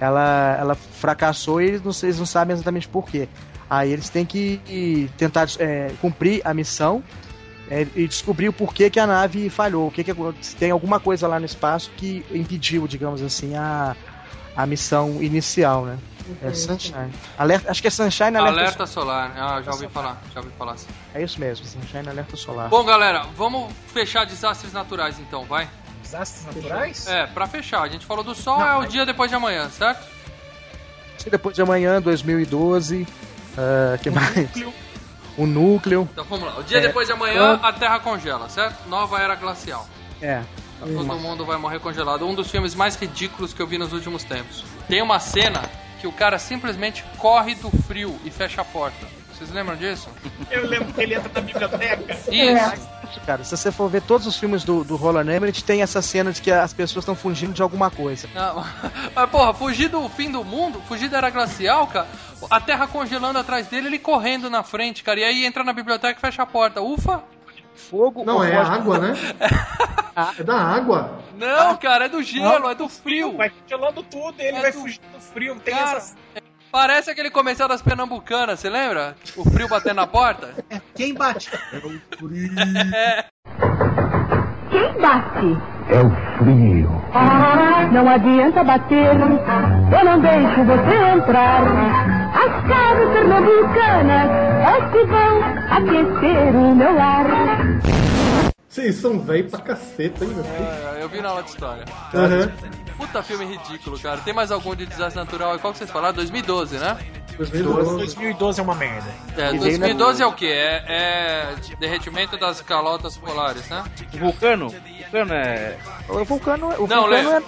[SPEAKER 7] ela, ela fracassou e eles não, eles não sabem exatamente por quê. Aí eles têm que tentar é, cumprir a missão é, e descobrir o porquê que a nave falhou, o que, que se tem alguma coisa lá no espaço que impediu, digamos assim, a, a missão inicial, né? É Sunshine. Alerta, acho que é Sunshine Alerta,
[SPEAKER 3] Alerta solar, ah, já ouvi falar, já ouvi falar sim.
[SPEAKER 7] Solar. É isso mesmo, Sunshine Alerta Solar.
[SPEAKER 3] Bom, galera, vamos fechar desastres naturais então, vai?
[SPEAKER 5] Desastres naturais?
[SPEAKER 3] É, pra fechar, a gente falou do sol,
[SPEAKER 5] Não,
[SPEAKER 3] é o
[SPEAKER 5] mas-
[SPEAKER 3] dia depois de amanhã, certo?
[SPEAKER 7] Se depois de amanhã, 2012, ah, que mais? O núcleo.
[SPEAKER 3] Então vamos lá. O dia
[SPEAKER 7] É.
[SPEAKER 3] depois de amanhã, a Terra congela, certo? Nova era glacial. Tá,
[SPEAKER 7] É.
[SPEAKER 5] Hum.
[SPEAKER 3] Todo mundo vai morrer congelado. Um dos filmes mais ridículos que eu vi nos últimos tempos. Tem uma cena que o cara simplesmente corre do frio e fecha a porta. Vocês lembram disso?
[SPEAKER 5] Eu lembro que ele entra na biblioteca.
[SPEAKER 3] Isso.
[SPEAKER 7] Isso, Cara, se você for ver todos os filmes do, do Roland Emmerich, tem essa cena de que as pessoas estão fugindo de alguma coisa.
[SPEAKER 3] Não, mas porra, fugir do fim do mundo, fugir da era glacial, cara. A Terra congelando atrás dele, ele correndo na frente, cara. E aí entra na biblioteca e fecha a porta. Ufa!
[SPEAKER 7] Fogo
[SPEAKER 6] Não,
[SPEAKER 7] ou
[SPEAKER 6] é
[SPEAKER 7] foge-
[SPEAKER 6] água, né? É da água.
[SPEAKER 3] Não, cara, é do gelo, é do frio.
[SPEAKER 5] Vai congelando tudo, ele
[SPEAKER 3] É
[SPEAKER 5] vai
[SPEAKER 3] do-
[SPEAKER 5] fugir do frio. Tem
[SPEAKER 3] Cara,
[SPEAKER 5] essas.
[SPEAKER 3] Parece aquele comercial das Pernambucanas, você lembra? O frio batendo na porta?
[SPEAKER 5] É, quem bate?
[SPEAKER 10] Quem bate?
[SPEAKER 2] É o frio.
[SPEAKER 10] Não adianta bater, eu não deixo você entrar. As casas pernambucanas é que vão aquecer o meu ar.
[SPEAKER 6] Vocês são velho pra caceta, hein, velho?
[SPEAKER 3] É, Eu vi na aula de história.
[SPEAKER 6] Aham.
[SPEAKER 3] Puta filme ridículo, cara. Tem mais algum de desastre natural? E qual que vocês falaram? 2012, né?
[SPEAKER 6] 2012.
[SPEAKER 5] 2012 é uma merda.
[SPEAKER 3] É, 2012 é o quê? É, é derretimento das calotas polares, né?
[SPEAKER 8] Vulcano? Vulcano é.
[SPEAKER 7] O vulcano, o
[SPEAKER 3] Não,
[SPEAKER 7] vulcano
[SPEAKER 3] Léo.
[SPEAKER 7] é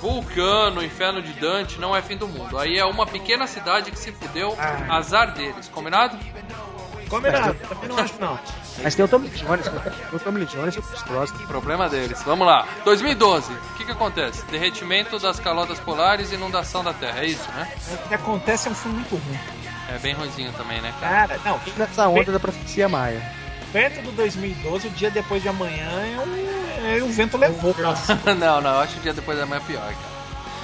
[SPEAKER 3] Vulcano, Inferno de Dante, não é fim do mundo. Aí é uma pequena cidade que se fudeu, azar deles, combinado?
[SPEAKER 5] Combinado,
[SPEAKER 3] É.
[SPEAKER 5] também não acho não.
[SPEAKER 7] Mas tem o Tom Lee Jones, cara. O Tom Lee Jones e o Chris Cross.
[SPEAKER 3] Problema deles. Vamos lá. 2012. O que que acontece? Derretimento das calotas polares e inundação da Terra. É isso, né?
[SPEAKER 5] O que acontece é um filme muito ruim.
[SPEAKER 3] É bem ruimzinho também, né, cara?
[SPEAKER 5] Cara, não,
[SPEAKER 7] Nessa onda da profecia maia.
[SPEAKER 5] perto do 2012, o dia depois de amanhã, é um- é, o vento levou.
[SPEAKER 3] não, não. Eu acho que o dia depois da manhã é pior, cara.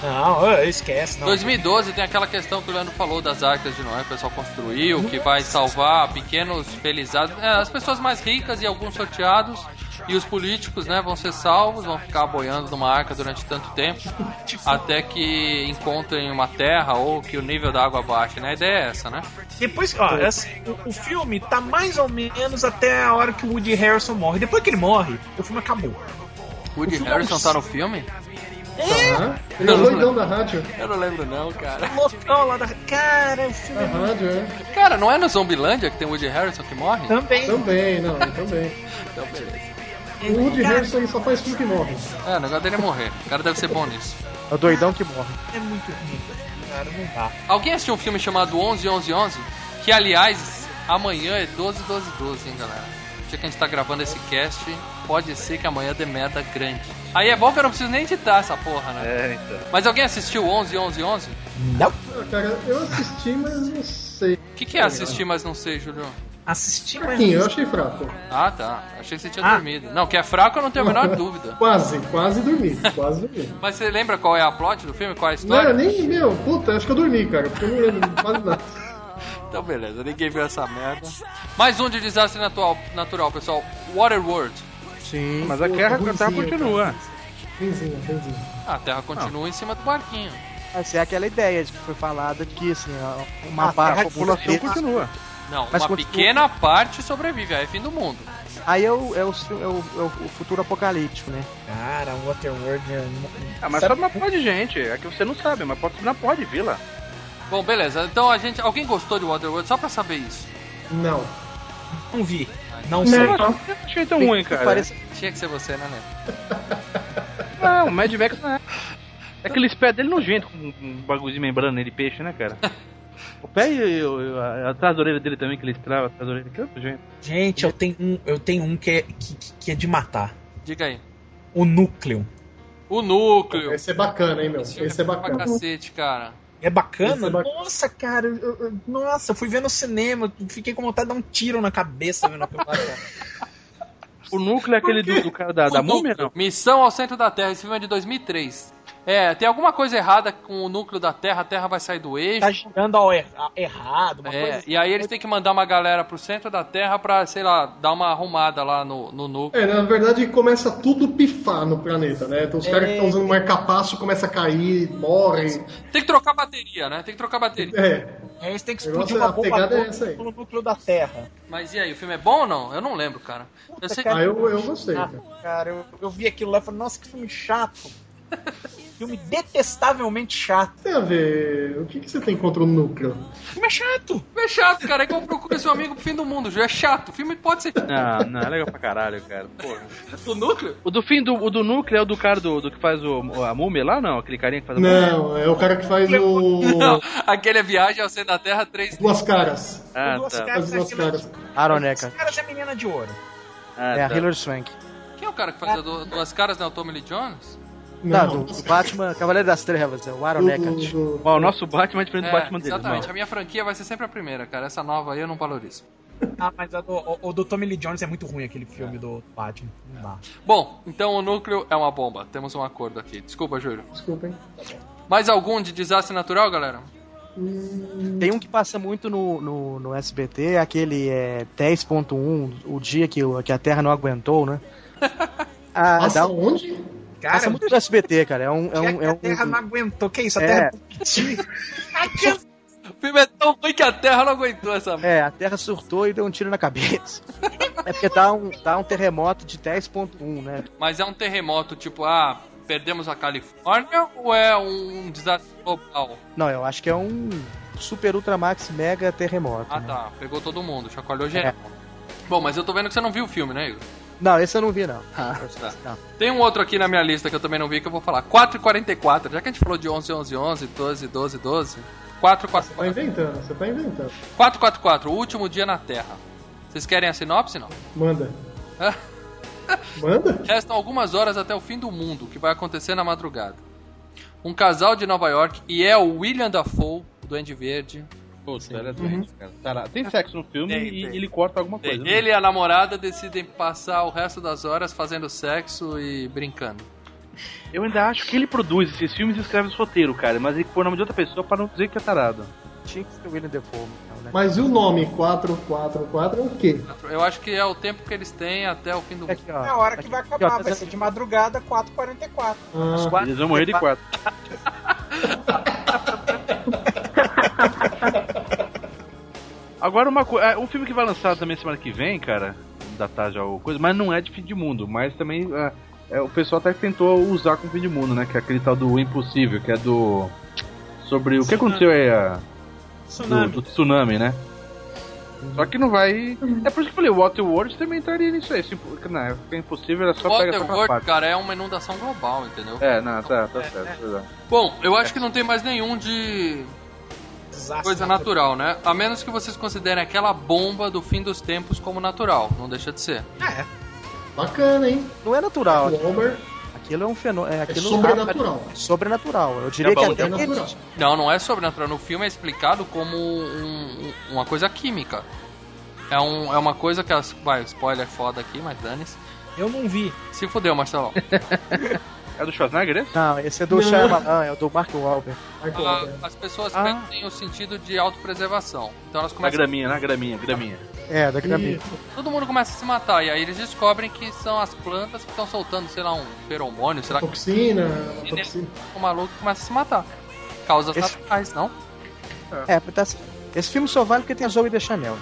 [SPEAKER 5] Não, eu- eu esquece, não.
[SPEAKER 3] Então, 2012 tem aquela questão que o Leandro falou das arcas de Noé, que o pessoal construiu, que vai salvar pequenos felizados, é, as pessoas mais ricas e alguns sorteados, e os políticos, né, vão ser salvos, vão ficar boiando numa arca durante tanto tempo, até que encontrem uma terra ou que o nível da água baixe, né? A ideia é essa, né?
[SPEAKER 5] Depois, ó, assim, o, o filme tá mais ou menos até a hora que o Woody Harrison morre. Depois que ele morre, o filme acabou.
[SPEAKER 3] Woody
[SPEAKER 5] filme é um
[SPEAKER 3] Harrison tá no filme?
[SPEAKER 6] Tá. Ele é o doidão da rádio.
[SPEAKER 3] Eu não lembro não, cara.
[SPEAKER 5] Loucão lá da. Cara, o
[SPEAKER 6] A
[SPEAKER 5] filme
[SPEAKER 6] rádio, é.
[SPEAKER 3] Cara, não é no Zombilândia que tem Woody Harrison que morre?
[SPEAKER 5] também.
[SPEAKER 6] Também, não, também.
[SPEAKER 3] Então, beleza.
[SPEAKER 6] O Woody Harrison só faz filme que morre.
[SPEAKER 3] É, o negócio dele é morrer. O cara deve ser bom nisso.
[SPEAKER 7] É o doidão que morre.
[SPEAKER 5] É muito ruim. Cara, não dá.
[SPEAKER 3] Alguém assistiu um filme chamado 11 11 11? Que, aliás, amanhã é 12 12 12, hein, galera? Já que a gente tá gravando esse cast, pode ser que amanhã dê merda grande. Aí é bom que eu não preciso nem editar essa porra, né?
[SPEAKER 4] É, então.
[SPEAKER 3] Mas alguém assistiu 11 11 11?
[SPEAKER 6] Ah, Cara, eu assisti, mas não sei.
[SPEAKER 3] O que, que é assistir, mas não sei, Julio?
[SPEAKER 5] Assistir mais.
[SPEAKER 6] Fraquinho, eu achei fraco.
[SPEAKER 3] Ah, tá. Achei que você tinha
[SPEAKER 5] Ah.
[SPEAKER 3] dormido. Não, que é fraco eu não tenho a menor dúvida.
[SPEAKER 6] Quase, quase dormi, quase dormi.
[SPEAKER 3] Mas você lembra qual é a plot do filme? Qual é a
[SPEAKER 6] Não
[SPEAKER 3] história?
[SPEAKER 6] era nem, meu, puta, acho que eu dormi, cara, porque eu não lembro quase nada.
[SPEAKER 3] Então, beleza. Ninguém viu essa merda. Mais um de desastre natural, natural pessoal. Waterworld.
[SPEAKER 7] Sim.
[SPEAKER 4] Mas a guerra
[SPEAKER 6] Ruizinho,
[SPEAKER 8] tá,
[SPEAKER 4] cantar continua.
[SPEAKER 6] Benzinho, benzinho.
[SPEAKER 3] Ah, A Terra continua em cima do barquinho.
[SPEAKER 7] Mas é aquela ideia de que foi falada de que assim, ó,
[SPEAKER 6] Ah,
[SPEAKER 7] uma
[SPEAKER 4] A parte
[SPEAKER 7] parte
[SPEAKER 4] da população continua.
[SPEAKER 3] Não,
[SPEAKER 7] Mas
[SPEAKER 3] uma
[SPEAKER 7] continua.
[SPEAKER 3] pequena parte sobrevive, aí é fim do mundo.
[SPEAKER 7] Aí é o, é, o, é o- é o futuro apocalíptico, né?
[SPEAKER 5] Cara, um Waterworld é.
[SPEAKER 8] Ah, mas sabe uma pó de gente. É que você não sabe, mas pode na pó de vila.
[SPEAKER 3] Bom, beleza. Então a gente. Alguém gostou de Waterworld? Só pra saber isso.
[SPEAKER 6] Não.
[SPEAKER 5] Não vi. Não sei.
[SPEAKER 8] Eu achei tão ruim, cara.
[SPEAKER 7] Parece-
[SPEAKER 3] Tinha que ser você, né, Neto?
[SPEAKER 8] Não, o Mad Max não é. É aqueles pés dele nojento, com um bagulho de membrana nele, peixe, né, cara? O pé e, e- e a- atrás da orelha dele também, que ele estrava atrás da orelha. Que é outro jeito.
[SPEAKER 5] Gente, eu tenho um, eu tenho um que, é, que, que- que é de matar.
[SPEAKER 3] Diga aí.
[SPEAKER 5] O núcleo.
[SPEAKER 3] O núcleo.
[SPEAKER 6] Esse é bacana, hein, meu?
[SPEAKER 3] Esse filme
[SPEAKER 6] Esse é
[SPEAKER 3] bom pra
[SPEAKER 6] bacana.
[SPEAKER 3] cacete, cara.
[SPEAKER 5] É
[SPEAKER 6] Esse
[SPEAKER 5] bacana?
[SPEAKER 6] é bacana.
[SPEAKER 5] Nossa, cara, eu- eu- nossa, eu fui ver no cinema, eu fiquei com vontade de dar um tiro na cabeça vendo aquilo lá, cara.
[SPEAKER 8] O núcleo é aquele do, do cara da, da
[SPEAKER 3] O
[SPEAKER 8] múmia,
[SPEAKER 3] núcleo.
[SPEAKER 8] não?
[SPEAKER 3] Missão ao centro da Terra. Esse filme é de 2003. É, tem alguma coisa errada com o núcleo da Terra. A Terra vai sair do eixo.
[SPEAKER 5] Tá girando ao er- a- errado, uma coisa
[SPEAKER 3] É,
[SPEAKER 5] assim.
[SPEAKER 3] e aí eles têm que mandar uma galera pro centro da Terra pra, sei lá, dar uma arrumada lá no, no núcleo.
[SPEAKER 6] É, na verdade começa tudo pifar no planeta, né? Então os caras que estão usando marca-passo começam a cair, morrem.
[SPEAKER 3] Tem que trocar bateria, né? Tem que trocar bateria.
[SPEAKER 6] É,
[SPEAKER 5] Aí eles têm que
[SPEAKER 6] O negócio
[SPEAKER 5] explodir
[SPEAKER 6] é-
[SPEAKER 5] uma
[SPEAKER 6] a
[SPEAKER 5] bomba
[SPEAKER 6] pegada é
[SPEAKER 5] atômica
[SPEAKER 6] essa aí.
[SPEAKER 5] no núcleo da Terra.
[SPEAKER 3] Mas e aí, o filme é bom ou não? Eu não lembro, cara. Eu sei-
[SPEAKER 6] ah, eu, eu gostei.
[SPEAKER 5] Ah,
[SPEAKER 6] cara.
[SPEAKER 5] cara, eu, eu vi aquilo lá e falei, nossa, que filme chato. filme detestavelmente chato.
[SPEAKER 6] Tem a ver, o que, que você tem contra o núcleo?
[SPEAKER 5] Filme é chato.
[SPEAKER 3] Filme é chato, cara. É como procura seu amigo pro fim do mundo, Ju. É chato. O filme pode ser
[SPEAKER 8] Não, não, é legal pra caralho, cara. Porra.
[SPEAKER 3] do núcleo.
[SPEAKER 8] O do fim do, o do núcleo é o do cara do, do que faz o, a múmia lá, não? Aquele carinha que faz a múmia?
[SPEAKER 6] Não, é o cara que faz o...
[SPEAKER 3] Não, aquele é viagem ao centro da Terra 3
[SPEAKER 6] Duas caras.
[SPEAKER 8] Ah,
[SPEAKER 5] Duas
[SPEAKER 8] tá.
[SPEAKER 5] caras. né?
[SPEAKER 6] Faz duas caras.
[SPEAKER 7] Aroneca.
[SPEAKER 5] Os caras é menina de ouro.
[SPEAKER 8] Ah,
[SPEAKER 7] É a
[SPEAKER 8] tá.
[SPEAKER 7] Hilary Swank.
[SPEAKER 3] Quem é o cara que faz a du- duas caras, né? O Tommy Lee Jones?
[SPEAKER 7] Não, do,
[SPEAKER 6] Não,
[SPEAKER 7] Tá, do Batman, Cavaleiro das Trevas, é o Aroneca.
[SPEAKER 6] do- do-
[SPEAKER 8] Ó, o nosso Batman é diferente do Batman dele.
[SPEAKER 3] exatamente.
[SPEAKER 8] Não.
[SPEAKER 3] A minha franquia vai ser sempre a primeira, cara. Essa nova aí eu não valorizo.
[SPEAKER 5] Ah, mas a do- o, o do Tommy Lee Jones é muito ruim, aquele filme do Batman.
[SPEAKER 7] É.
[SPEAKER 5] Não dá.
[SPEAKER 3] Bom, então o núcleo é uma bomba. Temos um acordo aqui. Desculpa, Júlio.
[SPEAKER 6] Desculpa, hein?
[SPEAKER 3] Mais algum de desastre natural, galera?
[SPEAKER 7] Tem um que passa muito no, no, no SBT, aquele é, 10.1, o dia que, o- que a Terra não aguentou, né? Ah,
[SPEAKER 6] Passa
[SPEAKER 7] dá um-
[SPEAKER 6] onde?
[SPEAKER 7] passa
[SPEAKER 5] Cara,
[SPEAKER 7] muito no SBT, cara. É um. É
[SPEAKER 5] já
[SPEAKER 7] um,
[SPEAKER 5] que
[SPEAKER 7] é
[SPEAKER 5] a
[SPEAKER 7] um-
[SPEAKER 5] Terra não aguentou. Que isso? A
[SPEAKER 7] É.
[SPEAKER 5] Terra competiu.
[SPEAKER 3] O filme é tão ruim que a Terra não aguentou essa merda.
[SPEAKER 7] é, a Terra surtou e deu um tiro na cabeça. É porque dá um, dá um terremoto de 10.1, né?
[SPEAKER 3] Mas é um terremoto, tipo, ah, perdemos a Califórnia ou é um desastre global?
[SPEAKER 7] Não, eu acho que é um super ultra max mega terremoto.
[SPEAKER 3] Ah
[SPEAKER 7] né?
[SPEAKER 3] tá, pegou todo mundo, chacoalhou geral. Bom, mas eu tô vendo que você não viu o filme, né, Igor?
[SPEAKER 7] Não, esse eu não vi, não.
[SPEAKER 3] tá.
[SPEAKER 7] Não.
[SPEAKER 3] Tem um outro aqui na minha lista que eu também não vi que eu vou falar. 4h44, já que a gente falou de 11, 11, 11, 12, 12, 12. 444.
[SPEAKER 6] Tá inventando, você tá inventando.
[SPEAKER 3] 444, o último dia na Terra. Vocês querem a sinopse, não?
[SPEAKER 6] Manda. Manda?
[SPEAKER 3] Restam algumas horas até o fim do mundo, que vai acontecer na madrugada. Um casal de Nova York, e é o William Dafoe, do Duende Verde,
[SPEAKER 4] Putz, ela é
[SPEAKER 7] Uhum.
[SPEAKER 4] doente, cara. Tarado. Uhum. Tem sexo no filme
[SPEAKER 3] Tem,
[SPEAKER 4] e
[SPEAKER 3] tem.
[SPEAKER 4] ele corta alguma coisa. né?
[SPEAKER 3] Ele e a namorada decidem passar o resto das horas fazendo sexo e brincando.
[SPEAKER 4] Eu ainda acho que ele produz esses filmes e escreve os roteiros, cara. Mas ele põe o nome de outra pessoa pra não dizer que é tarado.
[SPEAKER 7] Tinha que ser o William Defoe, então, né?
[SPEAKER 6] Mas e o nome 444 é o quê?
[SPEAKER 3] Eu acho que é o tempo que eles têm até o fim
[SPEAKER 4] É
[SPEAKER 3] do mundo.
[SPEAKER 7] Aqui, ó.
[SPEAKER 5] Na hora que vai
[SPEAKER 7] Aqui,
[SPEAKER 5] acabar,
[SPEAKER 7] ó, tá
[SPEAKER 5] vai ser de madrugada, 4h44.
[SPEAKER 6] Ah,
[SPEAKER 7] Quatro-
[SPEAKER 4] Eles vão morrer de quatro. Agora uma coisa. Um filme que vai lançar também semana que vem, cara. Da tarde ou coisa, mas não é de fim de mundo. Mas também. é, é, o pessoal até tentou usar com fim de mundo, né? Que é aquele tal do Impossível, que é do. Sobre o que aconteceu aí. a-
[SPEAKER 5] Tsunami.
[SPEAKER 4] do, do tsunami, né? Só que não vai. É por isso que eu falei, o Waterworld também entraria nisso aí. Se, não, é porque é impossível, era só pegar essa
[SPEAKER 3] Waterworld,
[SPEAKER 4] parte.
[SPEAKER 3] cara, é uma inundação global, entendeu?
[SPEAKER 4] É, não, tá, tá certo. tá certo.
[SPEAKER 3] Bom, eu acho que não tem mais nenhum de
[SPEAKER 5] Desastre.
[SPEAKER 3] coisa natural, né? A menos que vocês considerem aquela bomba do fim dos tempos como natural. Não deixa de ser.
[SPEAKER 6] Ah, bacana, hein?
[SPEAKER 7] Não é natural.
[SPEAKER 6] O Albert
[SPEAKER 7] Aquilo é um fenômeno. É,
[SPEAKER 6] é
[SPEAKER 7] aquilo
[SPEAKER 6] sobrenatural.
[SPEAKER 7] É sobrenatural. Eu diria
[SPEAKER 3] Tá bom,
[SPEAKER 7] que
[SPEAKER 6] É
[SPEAKER 7] até
[SPEAKER 6] natural.
[SPEAKER 3] Não, não é sobrenatural. No filme é explicado como um- um- uma coisa química. É, um, é uma coisa que as. Vai, spoiler foda aqui, mas dane-se.
[SPEAKER 5] Eu não vi.
[SPEAKER 3] Se fudeu, Marcelão.
[SPEAKER 4] É do Schwarzenegger? esse?
[SPEAKER 7] Não, esse é do
[SPEAKER 6] Não.
[SPEAKER 7] Shyamalan, é o do Mark Wahlberg.
[SPEAKER 6] Marco
[SPEAKER 3] Ah,
[SPEAKER 6] Albert.
[SPEAKER 3] as pessoas
[SPEAKER 7] Ah.
[SPEAKER 3] perdem o sentido de autopreservação. Então elas
[SPEAKER 4] Na
[SPEAKER 3] começam.
[SPEAKER 4] graminha, na graminha, graminha.
[SPEAKER 7] É, da Grammy.
[SPEAKER 6] Isso.
[SPEAKER 3] Todo mundo começa a se matar. E aí eles descobrem que são as plantas que estão soltando, sei lá, um feromônio, sei lá, que
[SPEAKER 6] Toxina, toxina.
[SPEAKER 3] o maluco começa a se matar. Causas
[SPEAKER 7] Esse-
[SPEAKER 3] naturais, não?
[SPEAKER 7] É, tá certo. Esse filme só vale porque tem a Zoe né? de Chanel.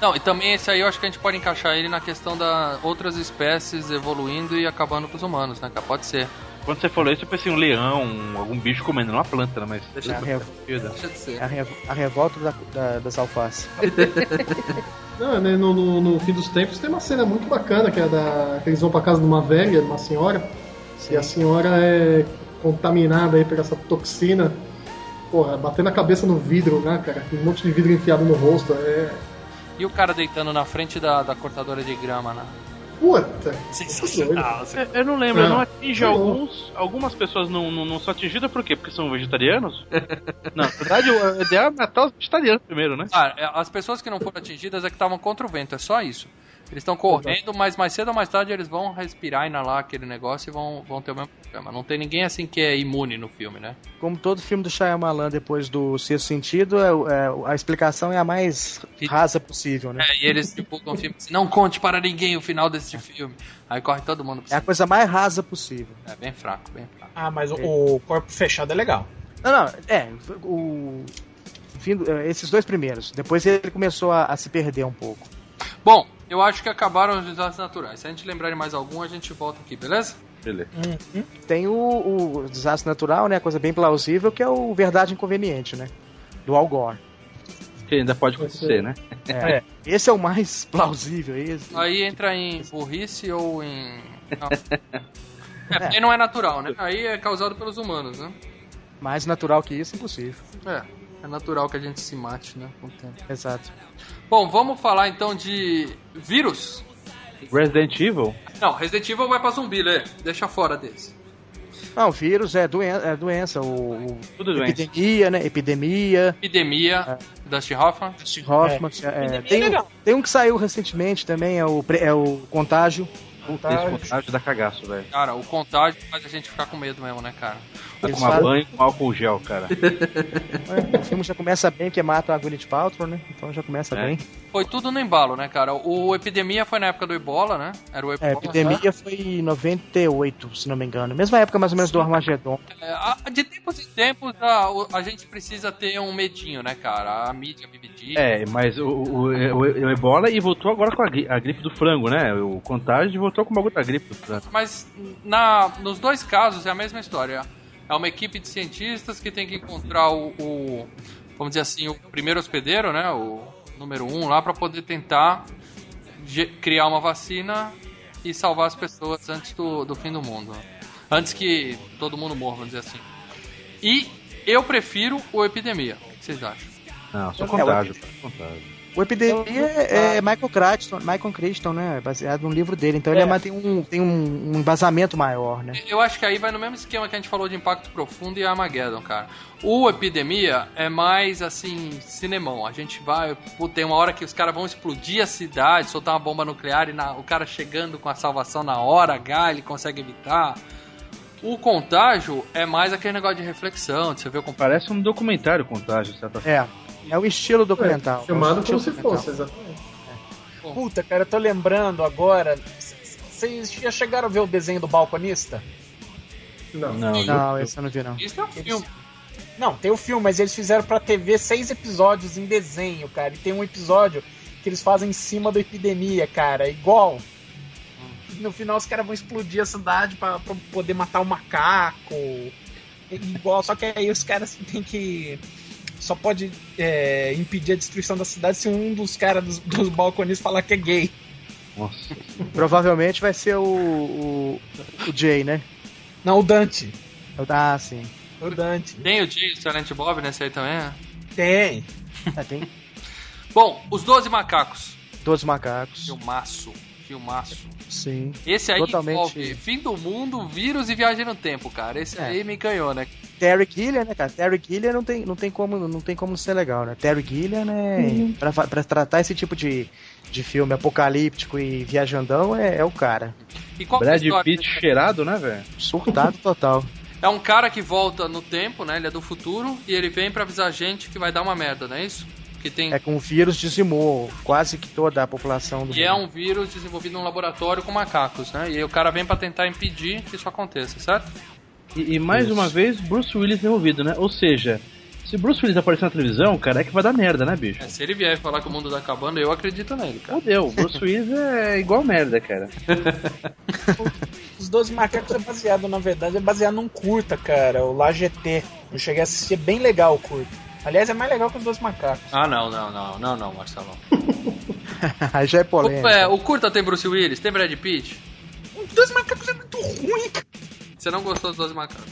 [SPEAKER 3] Não, e também esse aí eu acho que a gente pode encaixar ele na questão da outras espécies evoluindo e acabando com os humanos, né? cara? Pode ser.
[SPEAKER 4] Quando você falou isso, eu pensei um leão, um- algum bicho comendo uma planta, né? Mas.
[SPEAKER 7] É a, rev-
[SPEAKER 3] Deixa de ser.
[SPEAKER 7] é a, rev- a revolta da, da- das alfaces.
[SPEAKER 6] Não, né, no, no- no fim dos tempos tem uma cena muito bacana que é da. que eles vão pra casa de uma velha, de uma senhora, e a senhora é contaminada aí por essa toxina. Porra, batendo a cabeça no vidro, né, cara? Tem um monte de vidro enfiado no rosto. É.
[SPEAKER 3] E o cara deitando na frente da, da cortadora de grama, né?
[SPEAKER 6] Puta! é
[SPEAKER 3] Sensacional.
[SPEAKER 4] Eu, eu não lembro,
[SPEAKER 6] Ah,
[SPEAKER 4] não atinge
[SPEAKER 6] tá bom.
[SPEAKER 4] alguns. Algumas pessoas não, não, não são atingidas por quê? Porque são vegetarianos? não, na verdade, o ideal é matar os vegetarianos primeiro, né?
[SPEAKER 3] Ah, é, as pessoas que não foram atingidas é que estavam contra o vento, é só isso. Eles estão correndo, mas mais cedo ou mais tarde eles vão respirar, inalar aquele negócio e vão, vão ter o mesmo problema. Não tem ninguém assim que é imune no filme, né?
[SPEAKER 7] Como todo filme do Shyamalan depois do Sexto Sentido, é o- é- a explicação é a mais rasa possível, né?
[SPEAKER 3] É, e eles divulgam o filme assim, não conte para ninguém o final desse filme. Aí corre todo mundo
[SPEAKER 7] É
[SPEAKER 3] pra cima.
[SPEAKER 7] a coisa mais rasa possível.
[SPEAKER 3] É bem fraco, bem fraco.
[SPEAKER 5] Ah, mas o, o corpo fechado é legal.
[SPEAKER 7] Não, não, é, o... Fim do- é, esses dois primeiros. Depois ele começou a, a se perder um pouco.
[SPEAKER 3] Bom, eu acho que acabaram os desastres naturais. Se a gente lembrar de mais algum, a gente volta aqui, beleza?
[SPEAKER 4] Beleza.
[SPEAKER 7] Tem o, o desastre natural, né? A coisa bem plausível, que é o Verdade Inconveniente, né? Do Al Gore.
[SPEAKER 4] Que ainda pode acontecer, né?
[SPEAKER 7] É. Esse é o mais plausível. é Esse.
[SPEAKER 3] Aí entra em burrice ou em. Não. É, porque não é natural, né? Aí é causado pelos humanos, né?
[SPEAKER 7] Mais natural que isso, impossível.
[SPEAKER 3] É, é natural que a gente se mate, né? Com o tempo.
[SPEAKER 7] Exato.
[SPEAKER 3] Bom, vamos falar então de vírus.
[SPEAKER 4] Resident Evil?
[SPEAKER 3] Não, Resident Evil vai pra zumbi, né? Deixa fora desse.
[SPEAKER 7] Não, o vírus é, doen é doença. O, o-
[SPEAKER 4] Tudo doença.
[SPEAKER 7] epidemia, né? Epidemia.
[SPEAKER 3] Epidemia, Dustin Hoffman.
[SPEAKER 7] Hoffman. é, tem, um- tem um que saiu recentemente também, é o, pre- é o Contágio.
[SPEAKER 4] Puta, esse contágio dá cagaço, velho.
[SPEAKER 3] Cara, o contágio faz a gente ficar com medo mesmo, né, cara?
[SPEAKER 4] Vai
[SPEAKER 7] Eles
[SPEAKER 4] tomar
[SPEAKER 7] falam-
[SPEAKER 4] banho Tá com álcool gel, cara.
[SPEAKER 7] O filme já começa bem, porque mata a Gwyneth Paltrow, né? Então já começa
[SPEAKER 4] É.
[SPEAKER 7] bem.
[SPEAKER 3] Foi tudo no embalo, né, cara? O Epidemia foi na época do Ebola, né? Era o
[SPEAKER 7] É,
[SPEAKER 3] Ebola.
[SPEAKER 7] a epidemia foi em 98, se não me engano. Mesma época, mais ou menos, do Armagedon.
[SPEAKER 3] É, a- de tempos em tempos, a, o- a gente precisa ter um medinho, né, cara? A mídia vive disso.
[SPEAKER 4] É, mas o, o, o- o Ebola e voltou agora com a, gri- a gripe do frango, né? O contágio voltou com o bagulho da gripe do frango.
[SPEAKER 3] Mas na, nos dois casos é a mesma história. É uma equipe de cientistas que tem que encontrar o, o- vamos dizer assim, o primeiro hospedeiro, né? O número um lá para poder tentar ge- criar uma vacina e salvar as pessoas antes do, do fim do mundo. Antes que todo mundo morra, vamos dizer assim. E eu prefiro o epidemia. O que vocês acham?
[SPEAKER 4] Não, só
[SPEAKER 7] É,
[SPEAKER 4] contágio. só contágio.
[SPEAKER 7] O Epidemia é é Michael Crichton, Michael Crichton, né? É Baseado num livro dele. Então ele
[SPEAKER 5] É.
[SPEAKER 7] ama- tem, um, tem um, um embasamento maior, né?
[SPEAKER 3] Eu acho que aí vai no mesmo esquema que a gente falou de Impacto Profundo e Armageddon, cara. O Epidemia é mais, assim, cinemão. A gente vai... pô, Tem uma hora que os caras vão explodir a cidade, soltar uma bomba nuclear e na- o cara chegando com a salvação na hora, H, ele consegue evitar. O Contágio é mais aquele negócio de reflexão, de você ver o... compa-
[SPEAKER 4] Parece um documentário contágio, certa
[SPEAKER 7] É. É o estilo documental.
[SPEAKER 6] É, filmado
[SPEAKER 7] é o estilo
[SPEAKER 6] como se
[SPEAKER 7] documental.
[SPEAKER 6] fosse, exatamente.
[SPEAKER 3] É.
[SPEAKER 5] Puta, cara, eu tô lembrando agora. c- c- Vocês já chegaram a ver o desenho do balconista?
[SPEAKER 6] Não.
[SPEAKER 4] Não,
[SPEAKER 7] Não, esse eu não vi, não.
[SPEAKER 3] Isso é um filme.
[SPEAKER 5] Não, tem o filme, mas eles fizeram pra TV seis episódios em desenho, cara. E tem um episódio que eles fazem em cima da epidemia, cara. Igual. No final os caras vão explodir a cidade pra, pra poder matar o macaco. E- Igual, só que aí os caras têm que. Só pode é, impedir a destruição da cidade se um dos caras dos, dos balconistas falar que é gay.
[SPEAKER 4] Nossa.
[SPEAKER 7] Provavelmente vai ser o, o, o Jay, né?
[SPEAKER 5] Não, o Dante.
[SPEAKER 7] Eu- Ah, sim.
[SPEAKER 5] O Dante.
[SPEAKER 3] Tem o Jay, o Silent Bob nesse aí também, né?
[SPEAKER 5] Tem.
[SPEAKER 7] É, tem
[SPEAKER 3] Bom, Os Doze Macacos.
[SPEAKER 7] 12 macacos.
[SPEAKER 3] Filmaço. Filmaço.
[SPEAKER 7] Sim.
[SPEAKER 3] Esse aí
[SPEAKER 7] Totalmente.
[SPEAKER 3] envolve fim do mundo, vírus e viagem no tempo, cara. Esse
[SPEAKER 7] É.
[SPEAKER 3] aí me ganhou, né?
[SPEAKER 7] Terry Gilliam, né, cara? Terry Gilliam não tem, não tem, como, não tem como ser legal, né? Terry Gilliam, né? Pra, fa- pra tratar esse tipo de, de filme apocalíptico e viajandão, é, é o cara.
[SPEAKER 3] E qual que é a
[SPEAKER 4] Brad
[SPEAKER 3] história
[SPEAKER 4] Pitt
[SPEAKER 3] desse-
[SPEAKER 4] cheirado, né, velho?
[SPEAKER 7] Surtado total.
[SPEAKER 3] É um cara que volta no tempo, né? Ele é do futuro e ele vem pra avisar a gente que vai dar uma merda, não é isso? Que tem
[SPEAKER 7] É com o vírus dizimou quase que toda a população do
[SPEAKER 3] e é
[SPEAKER 7] mundo.
[SPEAKER 3] um vírus desenvolvido num laboratório com macacos, né? E aí o cara vem pra tentar impedir que isso aconteça, certo?
[SPEAKER 4] E, e mais uma vez, Bruce Willis envolvido, né? Ou seja, se Bruce Willis aparecer na televisão, cara, é que vai dar merda, né, bicho?
[SPEAKER 3] É, se ele vier falar que o mundo tá acabando, eu acredito nele, cara.
[SPEAKER 4] Fudeu, Bruce Willis é igual merda, cara.
[SPEAKER 5] Os 12 Macacos é baseado, na verdade, é baseado num curta, cara, o La GT. Eu cheguei a assistir, é bem legal o curta. Aliás, é mais legal que os 12 Macacos.
[SPEAKER 3] Ah, não, não, não, não, não, Marcelão.
[SPEAKER 7] Aí já é
[SPEAKER 3] O,
[SPEAKER 7] polêmico.
[SPEAKER 3] é, o curta tem Bruce Willis, tem Brad Pitt.
[SPEAKER 5] Os 12 Macacos é muito ruim, cara.
[SPEAKER 3] Você não gostou dos dois macacos?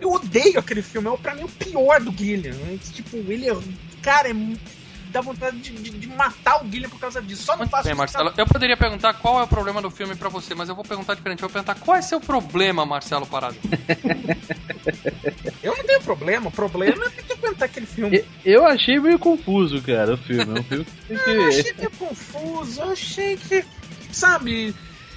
[SPEAKER 5] Eu odeio aquele filme, é pra mim o pior do Guilherme. né? Tipo, ele é. Cara, é. mu- Dá vontade de, de- de matar o Guilherme por causa disso. Só não
[SPEAKER 3] Muito
[SPEAKER 5] faço
[SPEAKER 3] bem,
[SPEAKER 5] isso,
[SPEAKER 3] Marcelo. Eu poderia perguntar qual é o problema do filme pra você, mas eu vou perguntar diferente. Eu vou perguntar qual é seu problema, Marcelo Parado.
[SPEAKER 5] cara. Eu não tenho problema. O problema é ter que aguentar aquele filme.
[SPEAKER 4] E- Eu achei meio confuso, cara, o filme. É um filme que tem
[SPEAKER 5] Eu
[SPEAKER 4] que.
[SPEAKER 5] achei meio confuso, eu achei que. Sabe,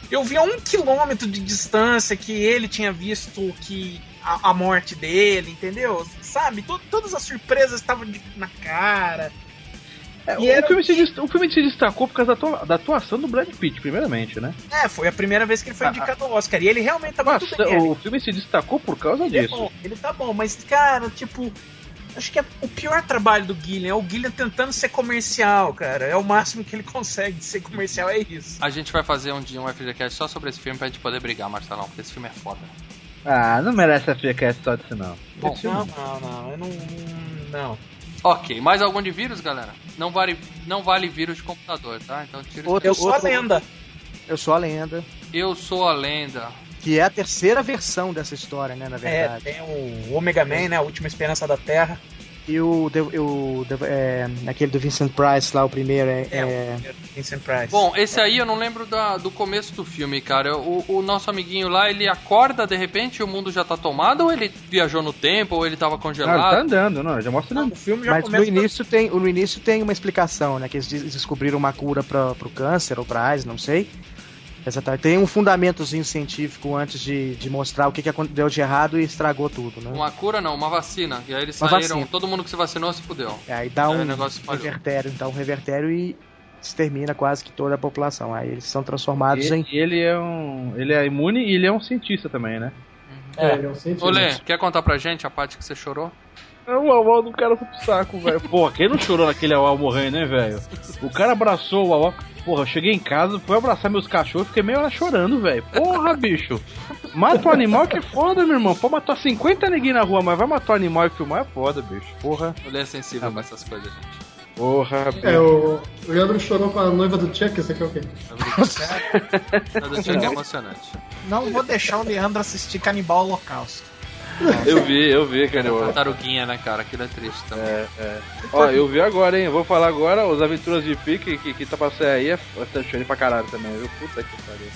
[SPEAKER 5] eu vi a um quilômetro de distância que ele tinha visto que a, a morte dele, entendeu? Sabe, to- todas as surpresas estavam de- na cara.
[SPEAKER 4] É,
[SPEAKER 5] E era-
[SPEAKER 4] o, filme se, dest- o filme se destacou por causa da, atua- da atuação do Brad Pitt, primeiramente, né?
[SPEAKER 5] É, foi a primeira vez que ele foi
[SPEAKER 4] Ah,
[SPEAKER 5] indicado ao Oscar. E ele realmente tá muito
[SPEAKER 4] Nossa,
[SPEAKER 5] bem.
[SPEAKER 4] o filme se destacou por causa
[SPEAKER 5] Ele, ele é
[SPEAKER 4] disso.
[SPEAKER 5] bom, ele tá bom, mas, cara, tipo. Acho que é o pior trabalho do Guilherme é o Guilherme tentando ser comercial, cara. É o máximo que ele consegue de ser comercial, é isso.
[SPEAKER 3] A gente vai fazer um dia um FGCast só sobre esse filme pra gente poder brigar, Marcelão, porque esse filme é foda.
[SPEAKER 4] Ah, não merece a ficar só disso, não.
[SPEAKER 3] Bom,
[SPEAKER 4] Esse filme-
[SPEAKER 5] Não, não, não. Eu não. Não.
[SPEAKER 3] Ok, mais algum de vírus, galera? Não vale, não vale vírus de computador, tá? Então tira isso.
[SPEAKER 7] Outro-
[SPEAKER 5] Eu sou a
[SPEAKER 7] outro-
[SPEAKER 5] lenda.
[SPEAKER 7] Eu sou a lenda.
[SPEAKER 3] Eu sou a lenda.
[SPEAKER 7] Que é a terceira versão dessa história, né, na
[SPEAKER 5] É,
[SPEAKER 7] verdade.
[SPEAKER 5] tem o Omega Man, né? A Última Esperança da Terra.
[SPEAKER 7] E o, de- o de- é, aquele do Vincent Price lá, o primeiro, é,
[SPEAKER 5] É,
[SPEAKER 7] é-
[SPEAKER 5] Vincent Price.
[SPEAKER 3] Bom, esse aí eu não lembro da- do começo do filme, cara. O, o nosso amiguinho lá, ele acorda de repente e o mundo já tá tomado, ou ele viajou no tempo, ou ele tava
[SPEAKER 4] Não, ele tá
[SPEAKER 3] congelado.
[SPEAKER 4] andando, não, já mostra
[SPEAKER 5] Não,
[SPEAKER 4] não.
[SPEAKER 5] o filme já
[SPEAKER 7] Mas no
[SPEAKER 5] começa.
[SPEAKER 7] início, tem, no início tem uma explicação, né? Que eles des- descobriram uma cura pra, pro câncer ou pra AIDS, não sei. Exatamente. Tem um fundamentozinho científico antes de, de mostrar o que, que acon- deu de errado e estragou tudo, né?
[SPEAKER 3] Uma cura não, uma vacina. E aí eles
[SPEAKER 7] Uma
[SPEAKER 3] saíram,
[SPEAKER 7] vacina.
[SPEAKER 3] todo mundo que se vacinou se fudeu.
[SPEAKER 7] É, Aí dá
[SPEAKER 3] Aí o
[SPEAKER 7] um
[SPEAKER 3] negócio falhou.
[SPEAKER 7] revertério, então um revertério e extermina quase que toda a população. Aí eles são transformados em.
[SPEAKER 11] E, e ele é um. Ele é imune e ele é um cientista também, né?
[SPEAKER 6] É, ele é um cientista.
[SPEAKER 3] Ô, Lê, quer contar pra gente a parte que você chorou?
[SPEAKER 11] O Uauau É um do cara foi pro saco, velho. Porra, quem não chorou naquele Uauau morrendo, hein, velho? O cara abraçou o Uauau. Porra, eu cheguei em casa, fui abraçar meus cachorros, fiquei meia hora chorando, velho. Porra, bicho. Mata o animal que é foda, meu irmão. Pode matar 50 neguinhos na rua, mas vai matar o animal e filmar é foda, bicho. Porra.
[SPEAKER 3] Mulher é sensível com essas coisas, gente.
[SPEAKER 11] Porra,
[SPEAKER 6] É, o o Leandro chorou com a noiva do Chuck, esse aqui é o quê?
[SPEAKER 3] Mas eu tinha que é emocionante.
[SPEAKER 5] Não vou deixar o Leandro assistir Canibal Holocausto.
[SPEAKER 11] Eu vi, eu vi, cara.
[SPEAKER 3] A taruguinha, né, cara? Aquilo é triste também.
[SPEAKER 11] Ó, eu vi agora, hein? Eu vou falar agora, os Aventuras de Pique, que, que tá pra sair aí, é f- tá chorando pra caralho também, viu? Puta que pariu.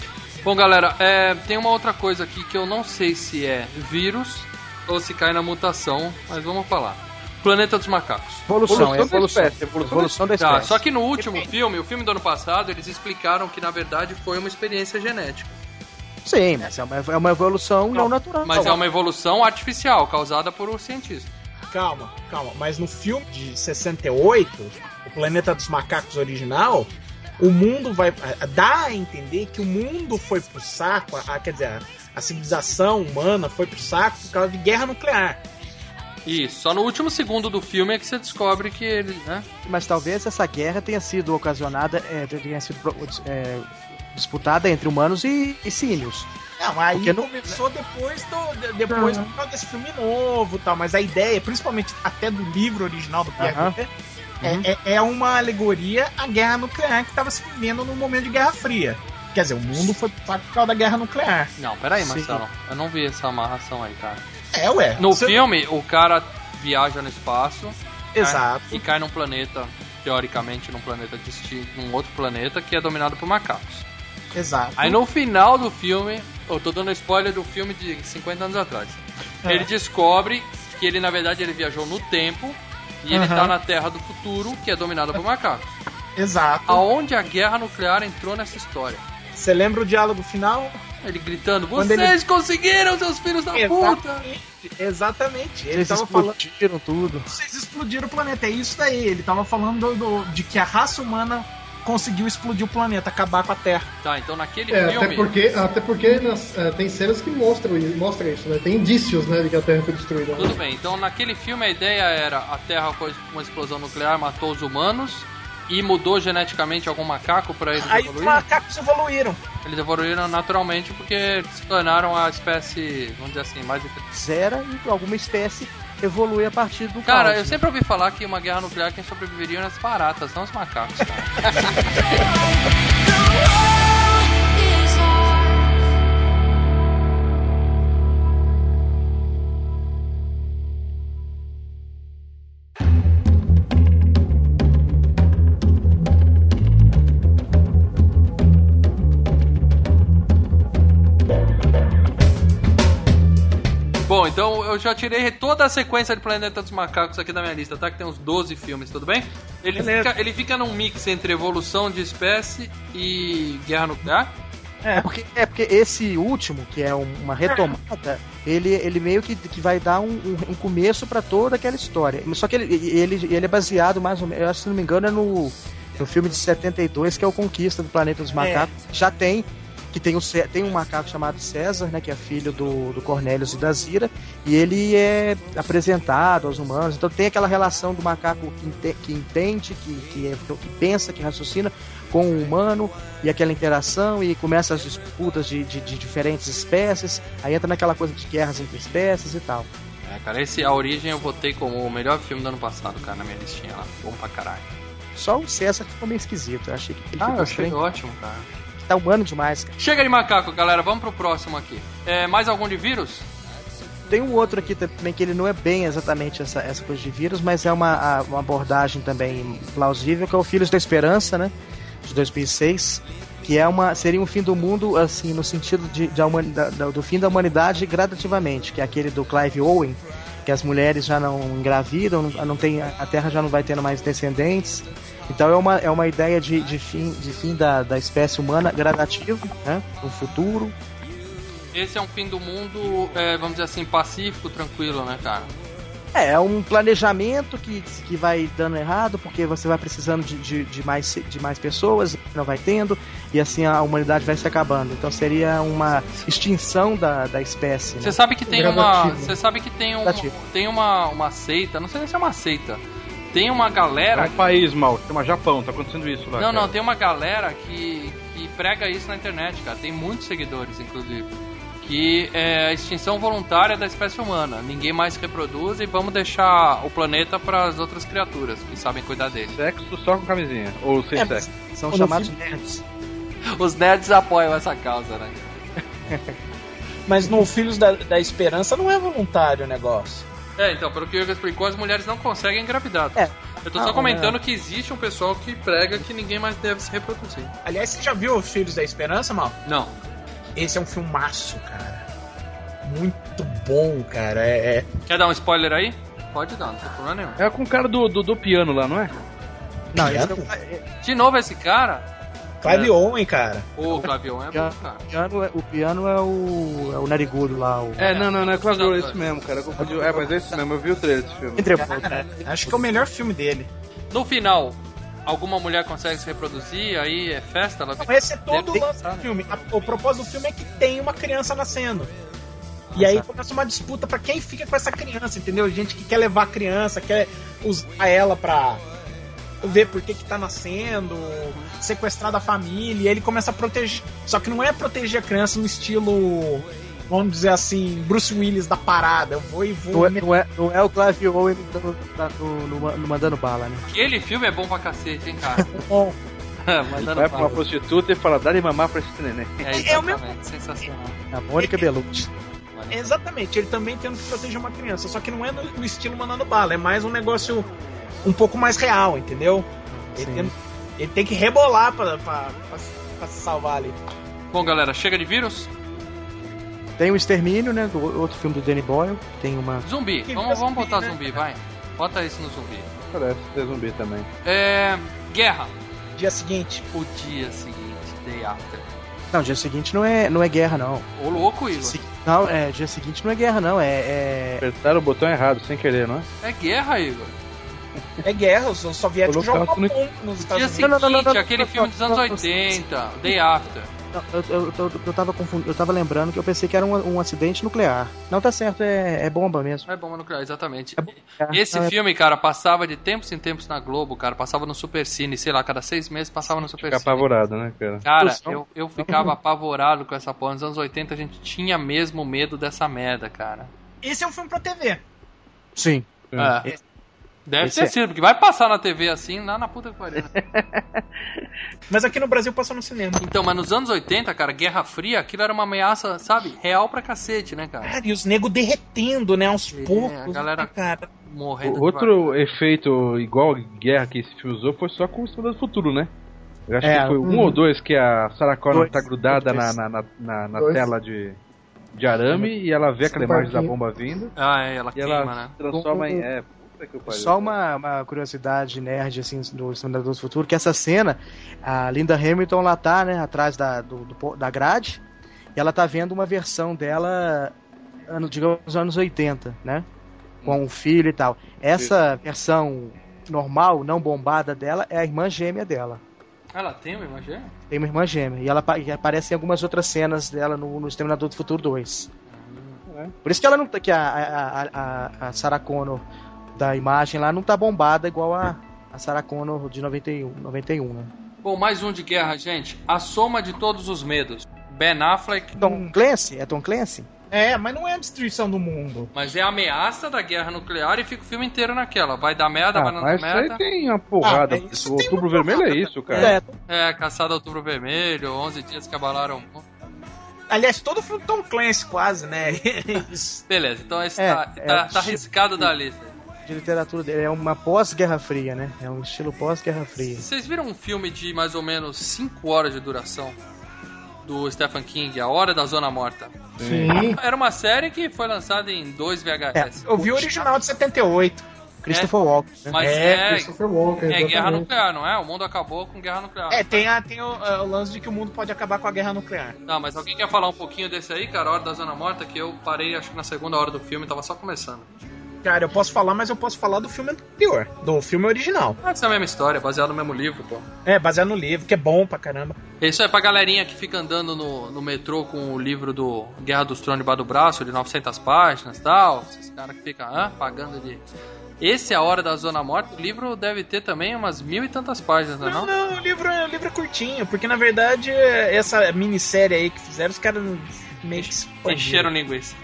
[SPEAKER 3] Bom, galera, é, tem uma outra coisa aqui que eu não sei se é vírus ou se cai na mutação, mas vamos falar. Planeta dos Macacos.
[SPEAKER 7] Evolução,
[SPEAKER 11] Evolução
[SPEAKER 7] é
[SPEAKER 11] da
[SPEAKER 7] evolução.
[SPEAKER 11] espécie, evolução da
[SPEAKER 7] Evolução da
[SPEAKER 3] Tá,
[SPEAKER 7] espécie.
[SPEAKER 3] só que no último filme, o filme do ano passado, eles explicaram que na verdade foi uma experiência genética.
[SPEAKER 7] Sim, mas é uma, é uma evolução não, natural.
[SPEAKER 3] Mas é uma evolução artificial causada por um cientista.
[SPEAKER 5] Calma, calma. Mas no filme de 68, o Planeta dos Macacos original, o mundo vai. a- Dá a entender que o mundo foi pro saco, a, a- quer dizer, a, a civilização humana foi pro saco por causa de guerra nuclear.
[SPEAKER 3] Isso, só no último segundo do filme é que você descobre que ele, né?
[SPEAKER 7] Mas talvez essa guerra tenha sido ocasionada, é, tenha sido pro- é, disputada entre humanos e, e símios.
[SPEAKER 5] Não, aí
[SPEAKER 7] Porque não-
[SPEAKER 5] começou depois do. de- Depois por causa desse filme novo e tal. Mas a ideia, principalmente até do livro original do Pierre
[SPEAKER 7] Aham. Uhum.
[SPEAKER 5] Coutet, é, é- é uma alegoria à guerra nuclear que estava se vivendo no momento de Guerra Fria. Quer dizer, o mundo foi pro saco por causa da guerra nuclear.
[SPEAKER 3] Não, peraí, Marcelo. Eu não vi essa amarração aí, cara.
[SPEAKER 5] É, ué.
[SPEAKER 3] No
[SPEAKER 5] Você-
[SPEAKER 3] filme, o cara viaja no espaço né?
[SPEAKER 7] né?
[SPEAKER 5] Exato.
[SPEAKER 3] e cai num planeta, teoricamente num planeta distinto, num outro planeta que é dominado por macacos.
[SPEAKER 5] Exato.
[SPEAKER 3] Aí no final do filme, eu tô dando spoiler do filme de 50 anos atrás.
[SPEAKER 5] É.
[SPEAKER 3] Ele descobre que ele, na verdade, ele viajou no tempo e ele
[SPEAKER 5] Aham. Hum.
[SPEAKER 3] tá na Terra do Futuro, que é dominada por macacos.
[SPEAKER 5] Exato.
[SPEAKER 3] Aonde a guerra nuclear entrou nessa história?
[SPEAKER 5] Você lembra o diálogo final?
[SPEAKER 3] Ele gritando,
[SPEAKER 5] Quando
[SPEAKER 3] vocês conseguiram, seus filhos da Ah, puta!
[SPEAKER 5] Exatamente. Exatamente. Ele
[SPEAKER 7] Eles
[SPEAKER 5] tava falando.
[SPEAKER 7] explodiram tudo.
[SPEAKER 5] Vocês explodiram o planeta. É isso daí. Ele tava falando do- do- de que a raça humana conseguiu explodir o planeta, acabar com a Terra.
[SPEAKER 3] Tá, então naquele
[SPEAKER 6] É,
[SPEAKER 3] filme...
[SPEAKER 6] até porque, até porque nas- é, tem cenas que mostram, i- mostram isso, né? Tem indícios, né, de que a Terra foi destruída. né?
[SPEAKER 3] Tudo bem, então naquele filme a ideia era a Terra foi uma explosão nuclear, matou os humanos e mudou geneticamente algum macaco pra eles
[SPEAKER 5] Aí os
[SPEAKER 3] evoluírem.
[SPEAKER 5] macacos evoluíram.
[SPEAKER 3] Eles evoluíram naturalmente porque se tornaram a espécie, vamos dizer assim, mais efe-
[SPEAKER 7] Zera e alguma espécie evolui a partir do
[SPEAKER 3] Cara,
[SPEAKER 5] Tá
[SPEAKER 7] caos,
[SPEAKER 3] eu
[SPEAKER 7] né?
[SPEAKER 3] sempre ouvi falar que uma guerra nuclear quem sobreviveria nas baratas, não os macacos. Cara. Bom, então eu já tirei toda a sequência de Planeta dos Macacos aqui da minha lista, tá? Que tem uns 12 filmes, tudo bem? Ele,
[SPEAKER 5] Beleza.
[SPEAKER 3] fica, ele fica num mix entre evolução de espécie e guerra nuclear.
[SPEAKER 7] É porque, é porque esse último, que é um- uma retomada, ele, ele meio que, que vai dar um, um- um começo pra toda aquela história. Só que ele, ele, ele é baseado mais ou menos, eu acho, se não me engano, é no, no filme de 72, que é o Conquista do Planeta dos Macacos. Já tem, que tem um, Cé- tem um macaco chamado César, né, que é filho do, do Cornélios e da Zira, e ele é apresentado aos humanos. Então tem aquela relação do macaco que, inte- que entende, que, que, é- que pensa, que raciocina com o humano e aquela interação e começa as disputas de, de, de diferentes espécies, aí entra naquela coisa de guerras entre espécies e tal.
[SPEAKER 3] É, cara, esse A Origem eu votei como o melhor filme do ano passado, cara, na minha listinha lá. Bom pra caralho.
[SPEAKER 7] Só o César ficou meio esquisito, eu achei que ele
[SPEAKER 3] Ah,
[SPEAKER 7] ficou
[SPEAKER 3] eu achei
[SPEAKER 7] estranho,
[SPEAKER 3] ótimo, cara.
[SPEAKER 7] que tá humano demais, cara.
[SPEAKER 3] Chega de macaco, galera. Vamos pro próximo aqui. É, mais algum de vírus?
[SPEAKER 7] Tem um outro aqui também que ele não é bem exatamente essa, essa coisa de vírus, mas é uma, a- uma abordagem também plausível, que é o Filhos da Esperança, né, de 2006, que é uma, seria um fim do mundo, assim, no sentido de, de a humanida- da- do fim da humanidade gradativamente, que é aquele do Clive Owen, que que as mulheres já não engravidam, não, não tem, a Terra já não vai tendo mais descendentes. Então é uma, é uma ideia de, de fim, de fim da, da espécie humana gradativo, né? No futuro.
[SPEAKER 3] Esse é um fim do mundo, é, vamos dizer assim, pacífico, tranquilo, né, cara?
[SPEAKER 7] É, é um planejamento que, que vai dando errado, porque você vai precisando de, de, de mais, de mais pessoas, não vai tendo, e assim a humanidade vai se acabando. Então seria uma extinção da, da espécie. né?
[SPEAKER 3] Você sabe que tem uma.
[SPEAKER 7] Gradativo.
[SPEAKER 3] Você sabe que tem, um,
[SPEAKER 7] Gradativo.
[SPEAKER 3] tem uma, uma seita, não sei nem se é uma seita. Tem uma
[SPEAKER 11] É
[SPEAKER 3] galera
[SPEAKER 11] um país mal, chama Japão, tá acontecendo isso lá.
[SPEAKER 3] Não,
[SPEAKER 11] cara.
[SPEAKER 3] não, tem uma galera que, que prega isso na internet, cara. Tem muitos seguidores, inclusive. Que é a extinção voluntária da espécie humana. Ninguém mais reproduz e vamos deixar o planeta para as outras criaturas que sabem cuidar dele.
[SPEAKER 11] Sexo só com camisinha. Ou sem
[SPEAKER 7] É,
[SPEAKER 11] sexo.
[SPEAKER 7] mas são chamados nerds.
[SPEAKER 3] Os nerds apoiam essa causa, né?
[SPEAKER 5] Mas no Filhos da, da Esperança não é voluntário o negócio.
[SPEAKER 3] É, então, pelo que o Igor explicou, as mulheres não conseguem engravidar.
[SPEAKER 7] É.
[SPEAKER 3] Eu tô
[SPEAKER 7] Ah,
[SPEAKER 3] só
[SPEAKER 7] é.
[SPEAKER 3] comentando que existe um pessoal que prega que ninguém mais deve se reproduzir.
[SPEAKER 5] Aliás, você já viu Os Filhos da Esperança, Mal?
[SPEAKER 3] Não.
[SPEAKER 5] Esse é um filmaço, cara. Muito bom, cara. É, é-
[SPEAKER 3] Quer dar um spoiler aí? Pode dar, não tem problema nenhum.
[SPEAKER 11] É com o cara do, do, do piano lá, não é?
[SPEAKER 7] Não,
[SPEAKER 5] Piano?
[SPEAKER 7] esse não-
[SPEAKER 3] De novo, esse cara,
[SPEAKER 5] Clive Owen, cara.
[SPEAKER 3] o Gavião é bom, cara.
[SPEAKER 7] o piano, é- o piano é o, é o narigudo lá, o...
[SPEAKER 11] É, não, não, não é com
[SPEAKER 3] Não,
[SPEAKER 11] é
[SPEAKER 3] não.
[SPEAKER 11] isso mesmo, cara. eu confundi. É, mas é isso mesmo, eu vi o trailer desse filme.
[SPEAKER 7] Entre né?
[SPEAKER 5] Acho que é o melhor filme dele.
[SPEAKER 3] No final, alguma mulher consegue se reproduzir, aí é festa, ela
[SPEAKER 5] Então, esse é todo
[SPEAKER 3] Deve
[SPEAKER 5] o lance do filme. A- o propósito do filme é que tem uma criança nascendo. E aí começa uma disputa pra quem fica com essa criança, entendeu? Gente que quer levar a criança, quer usar ela pra ver por que que tá nascendo, sequestrar da família, e aí ele começa a proteger. Só que não é proteger a criança no estilo, vamos dizer assim, Bruce Willis da parada. Eu vou e
[SPEAKER 7] Não
[SPEAKER 5] vou.
[SPEAKER 7] é, não é, não é o Clive Owen do- da- do- no- no mandando bala, né?
[SPEAKER 3] Aquele filme é bom pra cacete, hein, cara?
[SPEAKER 5] Bom,
[SPEAKER 3] Mandando
[SPEAKER 11] Vai pra uma
[SPEAKER 3] bala.
[SPEAKER 11] prostituta e fala, dá-lhe mamar pra esse neném.
[SPEAKER 3] É,
[SPEAKER 5] É o meu-
[SPEAKER 3] exatamente, sensacional.
[SPEAKER 7] É A Mônica Bellucci.
[SPEAKER 5] Exatamente, ele também tendo que proteger uma criança, só que não é no, no estilo mandando bala, é mais um negócio um pouco mais real, entendeu? Ele,
[SPEAKER 7] Sim.
[SPEAKER 5] tem, ele tem que rebolar pra, pra, pra se- pra se salvar ali.
[SPEAKER 3] Bom, galera, chega de vírus?
[SPEAKER 7] Tem o Extermínio, né? Do outro filme do Danny Boyle. Tem uma.
[SPEAKER 3] Zumbi,
[SPEAKER 5] Que
[SPEAKER 3] vamos,
[SPEAKER 5] vírus
[SPEAKER 3] vamos
[SPEAKER 5] zumbi,
[SPEAKER 3] botar
[SPEAKER 5] né?
[SPEAKER 3] zumbi, vai. Bota isso no zumbi.
[SPEAKER 11] Parece ter zumbi também.
[SPEAKER 3] É. Guerra.
[SPEAKER 5] Dia seguinte,
[SPEAKER 3] O dia seguinte, day after.
[SPEAKER 7] Não, dia seguinte não é, não é guerra, não.
[SPEAKER 3] Ô louco, Igor.
[SPEAKER 7] Se- Não, é, dia seguinte não é guerra, não. É. é...
[SPEAKER 11] Apertaram o botão errado, sem querer, não é?
[SPEAKER 3] É guerra, Igor.
[SPEAKER 5] é guerra, os os soviéticos jogam uma
[SPEAKER 11] Holocausto no-
[SPEAKER 5] bomba nos
[SPEAKER 3] Dia
[SPEAKER 5] Estados
[SPEAKER 3] seguinte,
[SPEAKER 5] Unidos.
[SPEAKER 7] não, não, não, não,
[SPEAKER 3] aquele
[SPEAKER 7] não,
[SPEAKER 3] filme
[SPEAKER 7] não,
[SPEAKER 3] dos anos
[SPEAKER 7] não, não,
[SPEAKER 3] 80, Day After.
[SPEAKER 7] não, Eu, eu, eu, eu tava confundindo, eu tava lembrando que eu pensei que era um, um acidente nuclear. Não tá certo, é, é bomba mesmo.
[SPEAKER 3] É bomba nuclear, exatamente.
[SPEAKER 7] É bomba.
[SPEAKER 3] Esse
[SPEAKER 7] Não, é-
[SPEAKER 3] filme, cara, passava de tempos em tempos na Globo, cara. Passava no Supercine, sei lá, cada seis meses passava no
[SPEAKER 11] Fica
[SPEAKER 3] Supercine.
[SPEAKER 11] apavorado, né, cara?
[SPEAKER 3] Cara,
[SPEAKER 7] Não.
[SPEAKER 3] eu, eu ficava apavorado com essa porra. Nos anos 80 a gente tinha mesmo medo dessa merda, cara.
[SPEAKER 5] Esse é um filme pra TV.
[SPEAKER 7] Sim.
[SPEAKER 11] Ah,
[SPEAKER 3] É. Deve
[SPEAKER 7] Esse
[SPEAKER 3] ter
[SPEAKER 7] é.
[SPEAKER 3] sido, porque vai passar na TV assim, lá na puta que pariu. né?
[SPEAKER 5] Mas aqui no Brasil passou no cinema.
[SPEAKER 3] Então, mas nos anos 80, cara, Guerra Fria, aquilo era uma ameaça, sabe? Real pra cacete, né, cara?
[SPEAKER 5] Cara, e os nego derretendo, né? Aos
[SPEAKER 3] É,
[SPEAKER 5] poucos.
[SPEAKER 3] a galera-
[SPEAKER 5] né, cara.
[SPEAKER 3] Morrendo.
[SPEAKER 11] O
[SPEAKER 3] de
[SPEAKER 11] outro efeito igual a guerra que esse filme usou foi só com o Estrela do Futuro, né? Eu acho
[SPEAKER 7] É,
[SPEAKER 11] que foi um
[SPEAKER 7] um-
[SPEAKER 11] ou dois que a Sarah Connor
[SPEAKER 7] Dois.
[SPEAKER 11] tá grudada na,
[SPEAKER 7] Dois.
[SPEAKER 11] na, na, na- na
[SPEAKER 6] Dois.
[SPEAKER 11] tela de, de arame e ela vê aquela
[SPEAKER 6] Um
[SPEAKER 11] imagem da
[SPEAKER 6] barquinho.
[SPEAKER 11] bomba vindo
[SPEAKER 3] Ah, é, ela
[SPEAKER 11] e
[SPEAKER 3] queima,
[SPEAKER 11] ela
[SPEAKER 3] né?
[SPEAKER 11] se transforma em.
[SPEAKER 7] Um-
[SPEAKER 11] É, puta que pariu.
[SPEAKER 7] Só uma, uma curiosidade nerd, assim, do Exterminador do Futuro, que essa cena, a Linda Hamilton lá tá, né, atrás da, do, do po- da grade, e ela tá vendo uma versão dela, ano, digamos, anos 80, né? Com um filho e tal. Essa versão normal, não bombada dela, é a irmã gêmea dela.
[SPEAKER 3] Ah, Ela tem uma imagem?
[SPEAKER 7] Tem uma irmã gêmea. E ela pa- e aparece em algumas outras cenas dela no, no Exterminador do Futuro 2.
[SPEAKER 5] É.
[SPEAKER 7] Por isso que ela não tá- que a, a, a- a, a Sarah Connor da imagem lá não tá bombada igual a, a Sarah Connor de 91, 91 né?
[SPEAKER 3] Bom, mais um de guerra, gente. A soma de todos os medos. Ben Affleck,
[SPEAKER 5] Hum.
[SPEAKER 7] Tom Clancy? É Tom Clancy?
[SPEAKER 5] É, mas não é a destruição do mundo.
[SPEAKER 3] mas é a ameaça da guerra nuclear e fica o filme inteiro naquela. Vai dar merda,
[SPEAKER 11] Ah,
[SPEAKER 3] vai não
[SPEAKER 11] mas
[SPEAKER 3] dar
[SPEAKER 11] isso aí
[SPEAKER 3] merda.
[SPEAKER 11] tem uma porrada.
[SPEAKER 5] Ah, mas
[SPEAKER 11] o
[SPEAKER 5] tem uma
[SPEAKER 11] outubro vermelho é isso, cara.
[SPEAKER 7] É,
[SPEAKER 3] É, Caçada Outubro Vermelho, 11 dias que abalaram o mundo.
[SPEAKER 5] Aliás, todo filme do Tom Clancy, quase, né? Isso.
[SPEAKER 3] Beleza, então esse
[SPEAKER 7] É,
[SPEAKER 3] tá,
[SPEAKER 7] é,
[SPEAKER 3] tá, tá
[SPEAKER 7] tipo-
[SPEAKER 3] arriscado da lista.
[SPEAKER 7] de literatura dele. É uma pós-Guerra Fria, né? É um
[SPEAKER 5] É.
[SPEAKER 7] estilo pós-Guerra Fria.
[SPEAKER 3] Vocês viram um filme de mais ou menos 5 horas de duração? do Stephen King, A Hora da Zona Morta.
[SPEAKER 6] Sim.
[SPEAKER 3] Era uma série que foi lançada em dois VHS.
[SPEAKER 5] Eu vi o original de 78.
[SPEAKER 7] Christopher Walken. né?
[SPEAKER 3] Mas
[SPEAKER 6] É,
[SPEAKER 3] é,
[SPEAKER 6] Christopher Walken,
[SPEAKER 3] é guerra
[SPEAKER 6] exatamente.
[SPEAKER 3] nuclear, não é? O mundo acabou com guerra nuclear.
[SPEAKER 5] É, tem, a, tem o, ah, o lance de que o mundo pode acabar com a guerra nuclear.
[SPEAKER 3] Tá, mas alguém quer falar um pouquinho desse aí, cara? A Hora da Zona Morta, que eu parei acho que na segunda hora do filme, tava só começando.
[SPEAKER 5] Cara, eu posso falar, mas eu posso falar do filme anterior, do filme original.
[SPEAKER 3] Ah, Essa é a mesma história, baseado no mesmo livro, pô.
[SPEAKER 5] É, baseado no livro, que é bom pra caramba.
[SPEAKER 3] Isso é pra galerinha que fica andando no, no metrô com o livro do Guerra dos Tronos debaixo do braço, de 900 páginas e tal. Esses caras que ficam hã, pagando de. Esse é a hora da Zona Morta. O livro deve ter também umas mil e tantas páginas, não é?
[SPEAKER 5] Não,
[SPEAKER 3] Não?
[SPEAKER 5] não, o livro, é- o livro é curtinho, porque na verdade é, essa minissérie aí que fizeram, os caras meio que expandiram.
[SPEAKER 3] Encheram linguiça.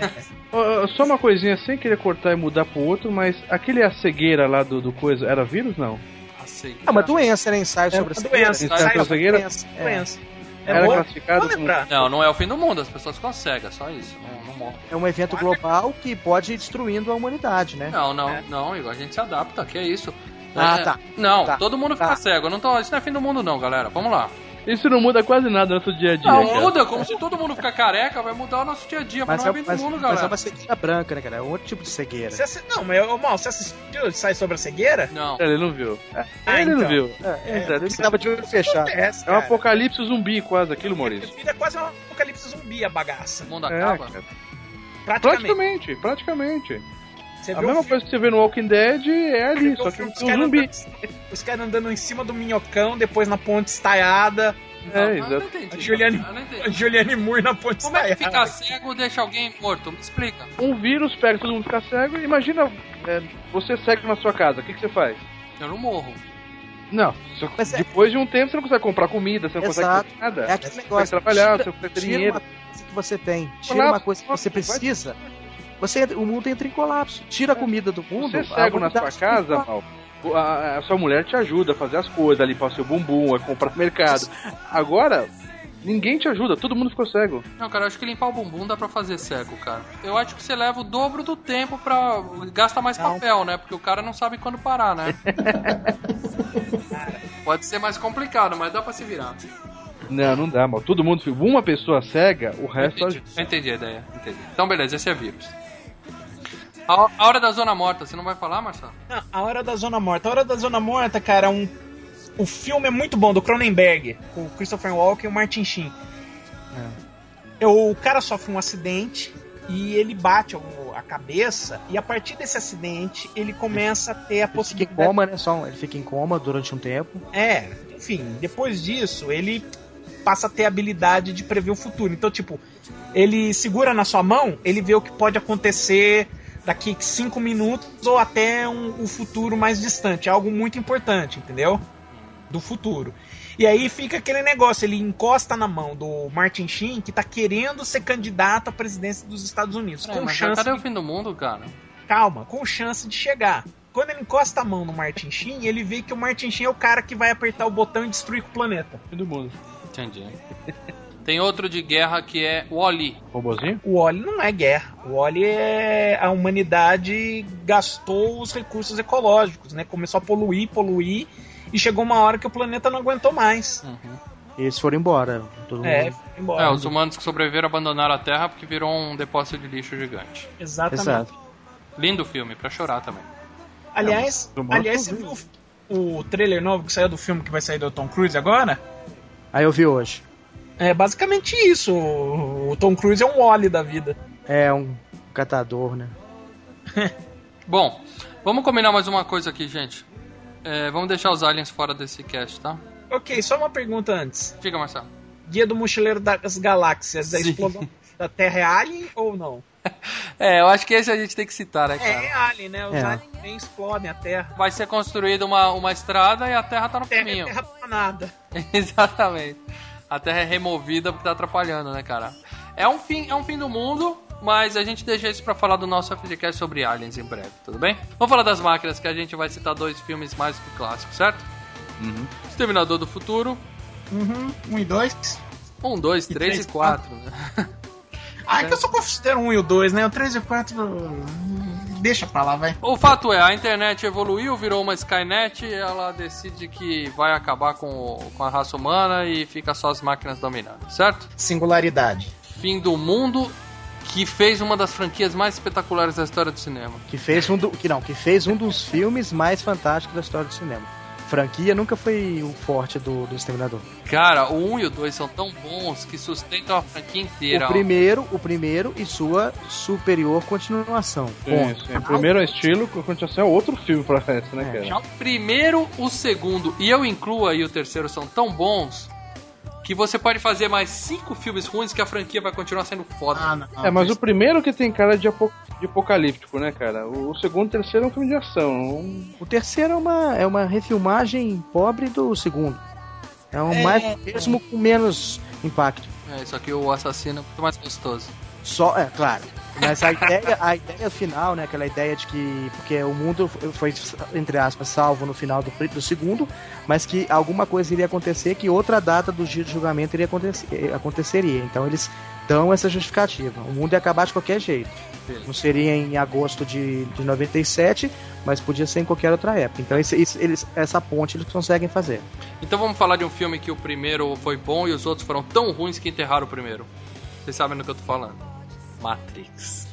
[SPEAKER 11] Ó, Só uma coisinha, sem querer cortar e mudar pro outro, mas aquele é a cegueira lá do, do coisa, era vírus? Não.
[SPEAKER 3] Assim.
[SPEAKER 7] É uma doença, né? Ensaio
[SPEAKER 5] É
[SPEAKER 7] sobre
[SPEAKER 5] uma
[SPEAKER 7] a
[SPEAKER 5] doença,
[SPEAKER 3] né?
[SPEAKER 11] cegueira,
[SPEAKER 5] sai uma
[SPEAKER 11] cegueira.
[SPEAKER 5] doença, doença. É,
[SPEAKER 11] era
[SPEAKER 5] bom,
[SPEAKER 11] classificado
[SPEAKER 5] bom
[SPEAKER 11] como.
[SPEAKER 5] lembrar.
[SPEAKER 3] Não, não é o fim do mundo, as pessoas conseguem, é só isso. Não, não morre.
[SPEAKER 7] É um evento global que pode ir destruindo a humanidade, né?
[SPEAKER 3] Não, não, não, Igor, a gente se adapta, que é isso.
[SPEAKER 7] Ah,
[SPEAKER 3] É,
[SPEAKER 7] tá.
[SPEAKER 3] Não,
[SPEAKER 7] Tá,
[SPEAKER 3] todo mundo fica
[SPEAKER 7] tá.
[SPEAKER 3] cego. Não tô, isso não é fim do mundo, não, galera. Vamos lá.
[SPEAKER 11] Isso não muda quase nada no nosso dia a dia.
[SPEAKER 3] Não,
[SPEAKER 11] cara.
[SPEAKER 3] muda, como se todo mundo ficar careca, vai mudar o nosso dia a dia, mas, não
[SPEAKER 7] Mas, é,
[SPEAKER 3] é fim do
[SPEAKER 7] mas-
[SPEAKER 3] mundo,
[SPEAKER 7] mas
[SPEAKER 3] galera.
[SPEAKER 7] é uma cegueira branca, né, cara? É um outro tipo de cegueira.
[SPEAKER 5] Você assi- Não, mas ô, mal, você assistiu Sai Sobre a Cegueira?
[SPEAKER 3] Não.
[SPEAKER 11] Ele não viu.
[SPEAKER 5] Ah,
[SPEAKER 11] ele não
[SPEAKER 5] então.
[SPEAKER 11] viu.
[SPEAKER 7] É, ele estava de olho fechado.
[SPEAKER 5] Acontece,
[SPEAKER 11] É um
[SPEAKER 5] cara.
[SPEAKER 11] apocalipse zumbi quase, aquilo, Maurício.
[SPEAKER 5] É quase um apocalipse zumbi a bagaça.
[SPEAKER 3] O mundo
[SPEAKER 11] É,
[SPEAKER 3] acaba.
[SPEAKER 11] cara. praticamente,
[SPEAKER 5] Praticamente.
[SPEAKER 11] é praticamente.
[SPEAKER 5] Você
[SPEAKER 11] A
[SPEAKER 5] vê o
[SPEAKER 11] mesma
[SPEAKER 5] filme-
[SPEAKER 11] coisa que você vê no Walking Dead é
[SPEAKER 5] você vê
[SPEAKER 11] ali,
[SPEAKER 5] o
[SPEAKER 11] só que
[SPEAKER 5] filme,
[SPEAKER 11] um zumbi.
[SPEAKER 5] Andando, os caras andando em cima do minhocão, depois na ponte estaiada.
[SPEAKER 3] Não,
[SPEAKER 11] É,
[SPEAKER 3] Ah, eu não
[SPEAKER 11] exato.
[SPEAKER 3] entendi.
[SPEAKER 5] Juliane-
[SPEAKER 3] Eu não
[SPEAKER 5] A
[SPEAKER 3] entendi.
[SPEAKER 5] Juliane Moore na ponte
[SPEAKER 3] Como é que ficar
[SPEAKER 5] estaiada.
[SPEAKER 3] cego deixa alguém morto? Me explica.
[SPEAKER 11] Um vírus pega todo mundo fica cego. Imagina é, você cego na sua casa, o que, que você faz?
[SPEAKER 3] Eu não morro.
[SPEAKER 11] Não, só-
[SPEAKER 7] Mas é-
[SPEAKER 11] depois de um tempo você não consegue comprar comida, você não
[SPEAKER 7] Exato.
[SPEAKER 11] consegue fazer nada.
[SPEAKER 7] É aquele
[SPEAKER 11] Você consegue
[SPEAKER 7] negócio.
[SPEAKER 11] trabalhar,
[SPEAKER 7] tira,
[SPEAKER 11] você consegue ter
[SPEAKER 7] tira
[SPEAKER 11] dinheiro.
[SPEAKER 7] uma coisa que você tem, tira
[SPEAKER 11] Colapso,
[SPEAKER 7] uma coisa que você
[SPEAKER 11] colapso, vai-
[SPEAKER 7] precisa, você, entra- o mundo entra em colapso. Tira a comida do mundo.
[SPEAKER 11] Você é
[SPEAKER 7] a
[SPEAKER 11] cego na sua
[SPEAKER 7] humanidade-
[SPEAKER 11] casa, mal. A, a sua mulher te ajuda a fazer as coisas, a limpar o seu bumbum, a comprar no mercado. Agora, ninguém te ajuda, todo mundo ficou cego.
[SPEAKER 3] Não, cara, eu acho que limpar o bumbum dá pra fazer cego, cara. Eu acho que você leva o dobro do tempo pra. gasta mais
[SPEAKER 5] Não.
[SPEAKER 3] papel, né? Porque o cara não sabe quando parar, né? Pode ser mais complicado, mas dá pra se virar.
[SPEAKER 11] Não, não dá, mal. Todo mundo. Uma pessoa cega, o
[SPEAKER 5] É,
[SPEAKER 3] Eu
[SPEAKER 11] resto
[SPEAKER 3] entendi, eu entendi a ideia. Entendi. Então, beleza, esse é vírus. A, a hora da zona morta, você não vai falar, Marcelo?
[SPEAKER 5] Não, A Hora da Zona Morta. A Hora da Zona Morta, cara, é um... o filme é muito bom, do Cronenberg, com o Christopher Walken e o Martin Sheen. É, O cara sofre um acidente e ele bate o- a cabeça, e a partir desse acidente ele começa a ter a
[SPEAKER 7] Ele fica em
[SPEAKER 5] possibilidade.
[SPEAKER 7] coma, né? Só, ele fica em coma durante um tempo.
[SPEAKER 5] É, enfim, depois disso ele passa a ter a habilidade de prever o futuro. Então, tipo, ele segura na sua mão, ele vê o que pode acontecer daqui cinco minutos ou até um, um futuro mais distante. É algo muito importante, entendeu? Do futuro. E aí fica aquele negócio, ele encosta na mão do Martin Sheen, que tá querendo ser candidato à presidência dos Estados Unidos.
[SPEAKER 3] É,
[SPEAKER 5] com
[SPEAKER 3] mas
[SPEAKER 5] chance
[SPEAKER 3] cadê
[SPEAKER 5] de
[SPEAKER 3] o fim do mundo, cara?
[SPEAKER 5] calma, com chance de chegar. Quando ele encosta a mão no Martin Sheen, ele vê que o Martin Sheen é o cara que vai apertar o botão e destruir o planeta.
[SPEAKER 11] todo mundo.
[SPEAKER 3] Entendi. Tem outro de guerra que é o Oli.
[SPEAKER 11] Robozinho?
[SPEAKER 5] O Oli não é guerra. O Oli é. A humanidade gastou os recursos ecológicos, né? Começou a poluir, poluir. E chegou uma hora que o planeta não aguentou mais.
[SPEAKER 7] E eles foram embora. Todo mundo.
[SPEAKER 5] É, foi embora.
[SPEAKER 3] É, os humanos que sobreviveram abandonaram a Terra porque virou um depósito de lixo gigante.
[SPEAKER 5] Exatamente.
[SPEAKER 7] Exato.
[SPEAKER 3] Lindo filme, pra chorar também.
[SPEAKER 5] Aliás,
[SPEAKER 11] É, mas-
[SPEAKER 5] aliás, você viu o o trailer novo que saiu do filme que vai sair do Tom Cruise agora?
[SPEAKER 7] Aí eu vi hoje.
[SPEAKER 5] É basicamente isso. O o Tom Cruise é um Oli da vida.
[SPEAKER 7] É um catador, né?
[SPEAKER 3] Bom, vamos combinar mais uma coisa aqui, gente. É, vamos deixar os aliens fora desse cast, tá?
[SPEAKER 5] Ok, só uma pergunta antes.
[SPEAKER 3] Diga, Marcelo.
[SPEAKER 5] Guia do Mochileiro das Galáxias, a
[SPEAKER 3] Sim.
[SPEAKER 5] explosão da Terra é Alien ou não?
[SPEAKER 3] É, eu acho que esse a gente tem que citar, né,
[SPEAKER 5] É,
[SPEAKER 3] cara?
[SPEAKER 5] é Alien, né? Os
[SPEAKER 7] É.
[SPEAKER 5] aliens nem explodem a Terra.
[SPEAKER 3] Vai ser construída uma, uma estrada e a Terra tá no
[SPEAKER 5] A Terra é
[SPEAKER 3] caminho.
[SPEAKER 5] terra planada.
[SPEAKER 3] Exatamente. A Terra é removida porque tá atrapalhando, né, cara? É um fim, é um fim do mundo, mas a gente deixa isso pra falar do nosso FGCast sobre aliens em breve, tudo bem? Vamos falar das máquinas, que a gente vai citar dois filmes mais que clássicos, certo? Exterminador do Futuro,
[SPEAKER 5] Uhum, um e dois.
[SPEAKER 3] 1, 2,
[SPEAKER 5] E
[SPEAKER 3] 3 e
[SPEAKER 5] três,
[SPEAKER 3] 4. né?
[SPEAKER 5] Ah, é que eu só considero um e o dois, né? O 3 e o 4. Deixa pra lá, vai.
[SPEAKER 3] O fato é, a internet evoluiu, virou uma Skynet, ela decide que vai acabar com, o- com a raça humana e fica só as máquinas dominando, certo?
[SPEAKER 5] Singularidade.
[SPEAKER 3] Fim do mundo que fez uma das franquias mais espetaculares da história do cinema.
[SPEAKER 7] Que fez um do, que não, que fez um dos filmes mais fantásticos da história do cinema. Franquia nunca foi o forte do, do Exterminador.
[SPEAKER 3] Cara, o 1 e o 2 são tão bons que sustentam a franquia inteira.
[SPEAKER 7] O primeiro, o primeiro e sua superior continuação. Ponto.
[SPEAKER 11] Isso, é. Primeiro é estilo, a continuação é outro filme pra essa, né,
[SPEAKER 7] É,
[SPEAKER 11] cara?
[SPEAKER 3] Já o primeiro, o segundo e eu incluo aí o terceiro são tão bons que você pode fazer mais cinco filmes ruins que a franquia vai continuar sendo foda.
[SPEAKER 5] Ah, não.
[SPEAKER 11] É, mas o primeiro que tem cara de, apo- de apocalíptico, né, cara? O, o segundo e o terceiro é um filme de ação. um-
[SPEAKER 7] O terceiro é uma, é uma refilmagem pobre do segundo. É um
[SPEAKER 5] É.
[SPEAKER 7] mais mesmo com menos impacto.
[SPEAKER 3] É, isso aqui o assassino é muito mais gostoso.
[SPEAKER 7] Só, é claro. Mas a ideia, a ideia final, né? Aquela ideia de que. Porque o mundo foi, entre aspas, salvo no final do, pri- do segundo, mas que alguma coisa iria acontecer, que outra data do dia de julgamento iria acontecer, aconteceria. Então eles dão essa justificativa. O mundo ia acabar de qualquer jeito. Não seria em agosto de, de 97, mas podia ser em qualquer outra época. Então isso- isso- eles, essa ponte eles conseguem fazer.
[SPEAKER 3] Então vamos falar de um filme que o primeiro foi bom e os outros foram tão ruins que enterraram o primeiro. Vocês sabem do que eu tô falando. Matrix.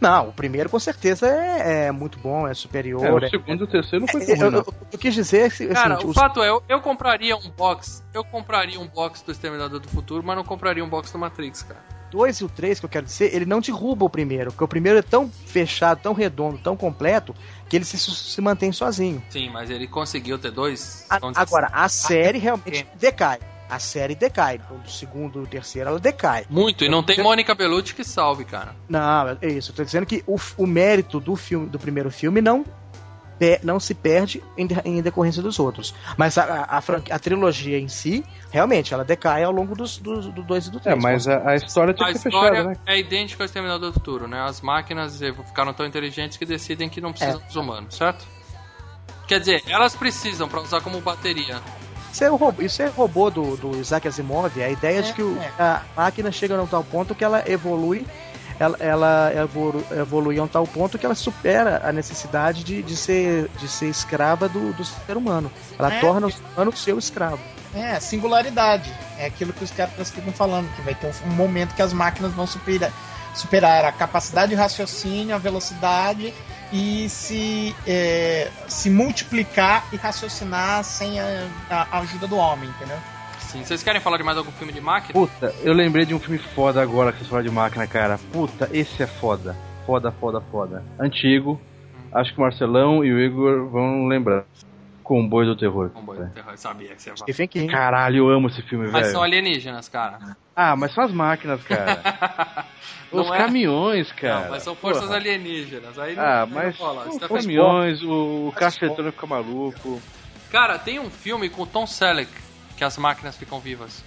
[SPEAKER 7] Não, o primeiro com certeza é, é muito bom, é superior.
[SPEAKER 11] É,
[SPEAKER 7] é-
[SPEAKER 11] o segundo e o terceiro não foi
[SPEAKER 7] Eu,
[SPEAKER 11] tão ruim,
[SPEAKER 7] eu,
[SPEAKER 11] não.
[SPEAKER 7] eu- eu quis dizer assim,
[SPEAKER 3] Cara,
[SPEAKER 7] assim,
[SPEAKER 3] o
[SPEAKER 7] os-
[SPEAKER 3] fato é, eu, eu compraria um box, eu compraria um box do Exterminador do Futuro, mas não compraria um box do Matrix, cara.
[SPEAKER 7] 2 e o 3 que eu quero dizer, ele não derruba o primeiro, porque o primeiro é tão fechado, tão redondo, tão completo, que ele se, su- se mantém sozinho.
[SPEAKER 3] Sim, mas ele conseguiu ter dois.
[SPEAKER 7] A-
[SPEAKER 3] vamos dizer
[SPEAKER 7] agora, a série
[SPEAKER 5] é.
[SPEAKER 7] realmente decai. A série decai. Do segundo, do terceiro, ela decai.
[SPEAKER 3] assim. Muito, e não tem Mônica Bellucci que salve, cara.
[SPEAKER 7] Não, é isso. Eu tô dizendo que o, f- o mérito do filme, do primeiro filme não, pe- não se perde em, de- em decorrência dos outros. Mas a, a, a franqui- a trilogia em si, realmente, ela decai ao longo dos, dos, do 2 e do 3.
[SPEAKER 11] É, mas a, a história tinha
[SPEAKER 3] A
[SPEAKER 11] que ser fechada,
[SPEAKER 3] história
[SPEAKER 11] né?
[SPEAKER 3] é idêntica ao Exterminador do Futuro, né? As máquinas eh, ficaram tão inteligentes que decidem que não precisam dos humanos, certo? Quer dizer, elas precisam pra usar como bateria.
[SPEAKER 7] Isso é o robô, isso é robô do, do Isaac Asimov, a ideia de que o-
[SPEAKER 5] É.
[SPEAKER 7] a máquina chega a um tal ponto que ela evolui, ela, ela evolu- evolui a um tal ponto que ela supera a necessidade de, de, ser, de ser escrava do, do ser humano. Ela
[SPEAKER 5] É.
[SPEAKER 7] torna o ser humano seu escravo.
[SPEAKER 5] É, singularidade. É aquilo que os caras ficam falando, que vai ter um momento que as máquinas vão superar, superar a capacidade de raciocínio, a velocidade e se, é, se multiplicar e raciocinar sem a, a- a ajuda do homem, entendeu?
[SPEAKER 3] Sim, vocês querem falar de mais algum filme de máquina?
[SPEAKER 11] Puta, eu lembrei de um filme foda agora que você fala de máquina, cara. Puta, esse é foda. Foda, foda, foda. Antigo.
[SPEAKER 3] Hum.
[SPEAKER 11] Acho que o Marcelão e o Igor vão lembrar. Comboio do Terror. É.
[SPEAKER 3] Comboio do Terror, eu sabia que você ia falar.
[SPEAKER 7] Stephen King.
[SPEAKER 11] Caralho, eu amo esse filme,
[SPEAKER 3] Mas são
[SPEAKER 11] velho.
[SPEAKER 3] alienígenas, cara.
[SPEAKER 11] Ah, mas são as máquinas, cara.
[SPEAKER 3] Não
[SPEAKER 11] Os
[SPEAKER 3] é-
[SPEAKER 11] caminhões, cara.
[SPEAKER 3] Não, mas são forças
[SPEAKER 11] Porra.
[SPEAKER 3] alienígenas. Aí não-
[SPEAKER 11] Ah,
[SPEAKER 3] aí não
[SPEAKER 11] mas
[SPEAKER 3] rola.
[SPEAKER 11] os
[SPEAKER 3] Stephen
[SPEAKER 11] caminhões, o, o cachetão fica maluco.
[SPEAKER 3] Spock. Cara, tem um filme com o Tom Selleck que as máquinas ficam vivas.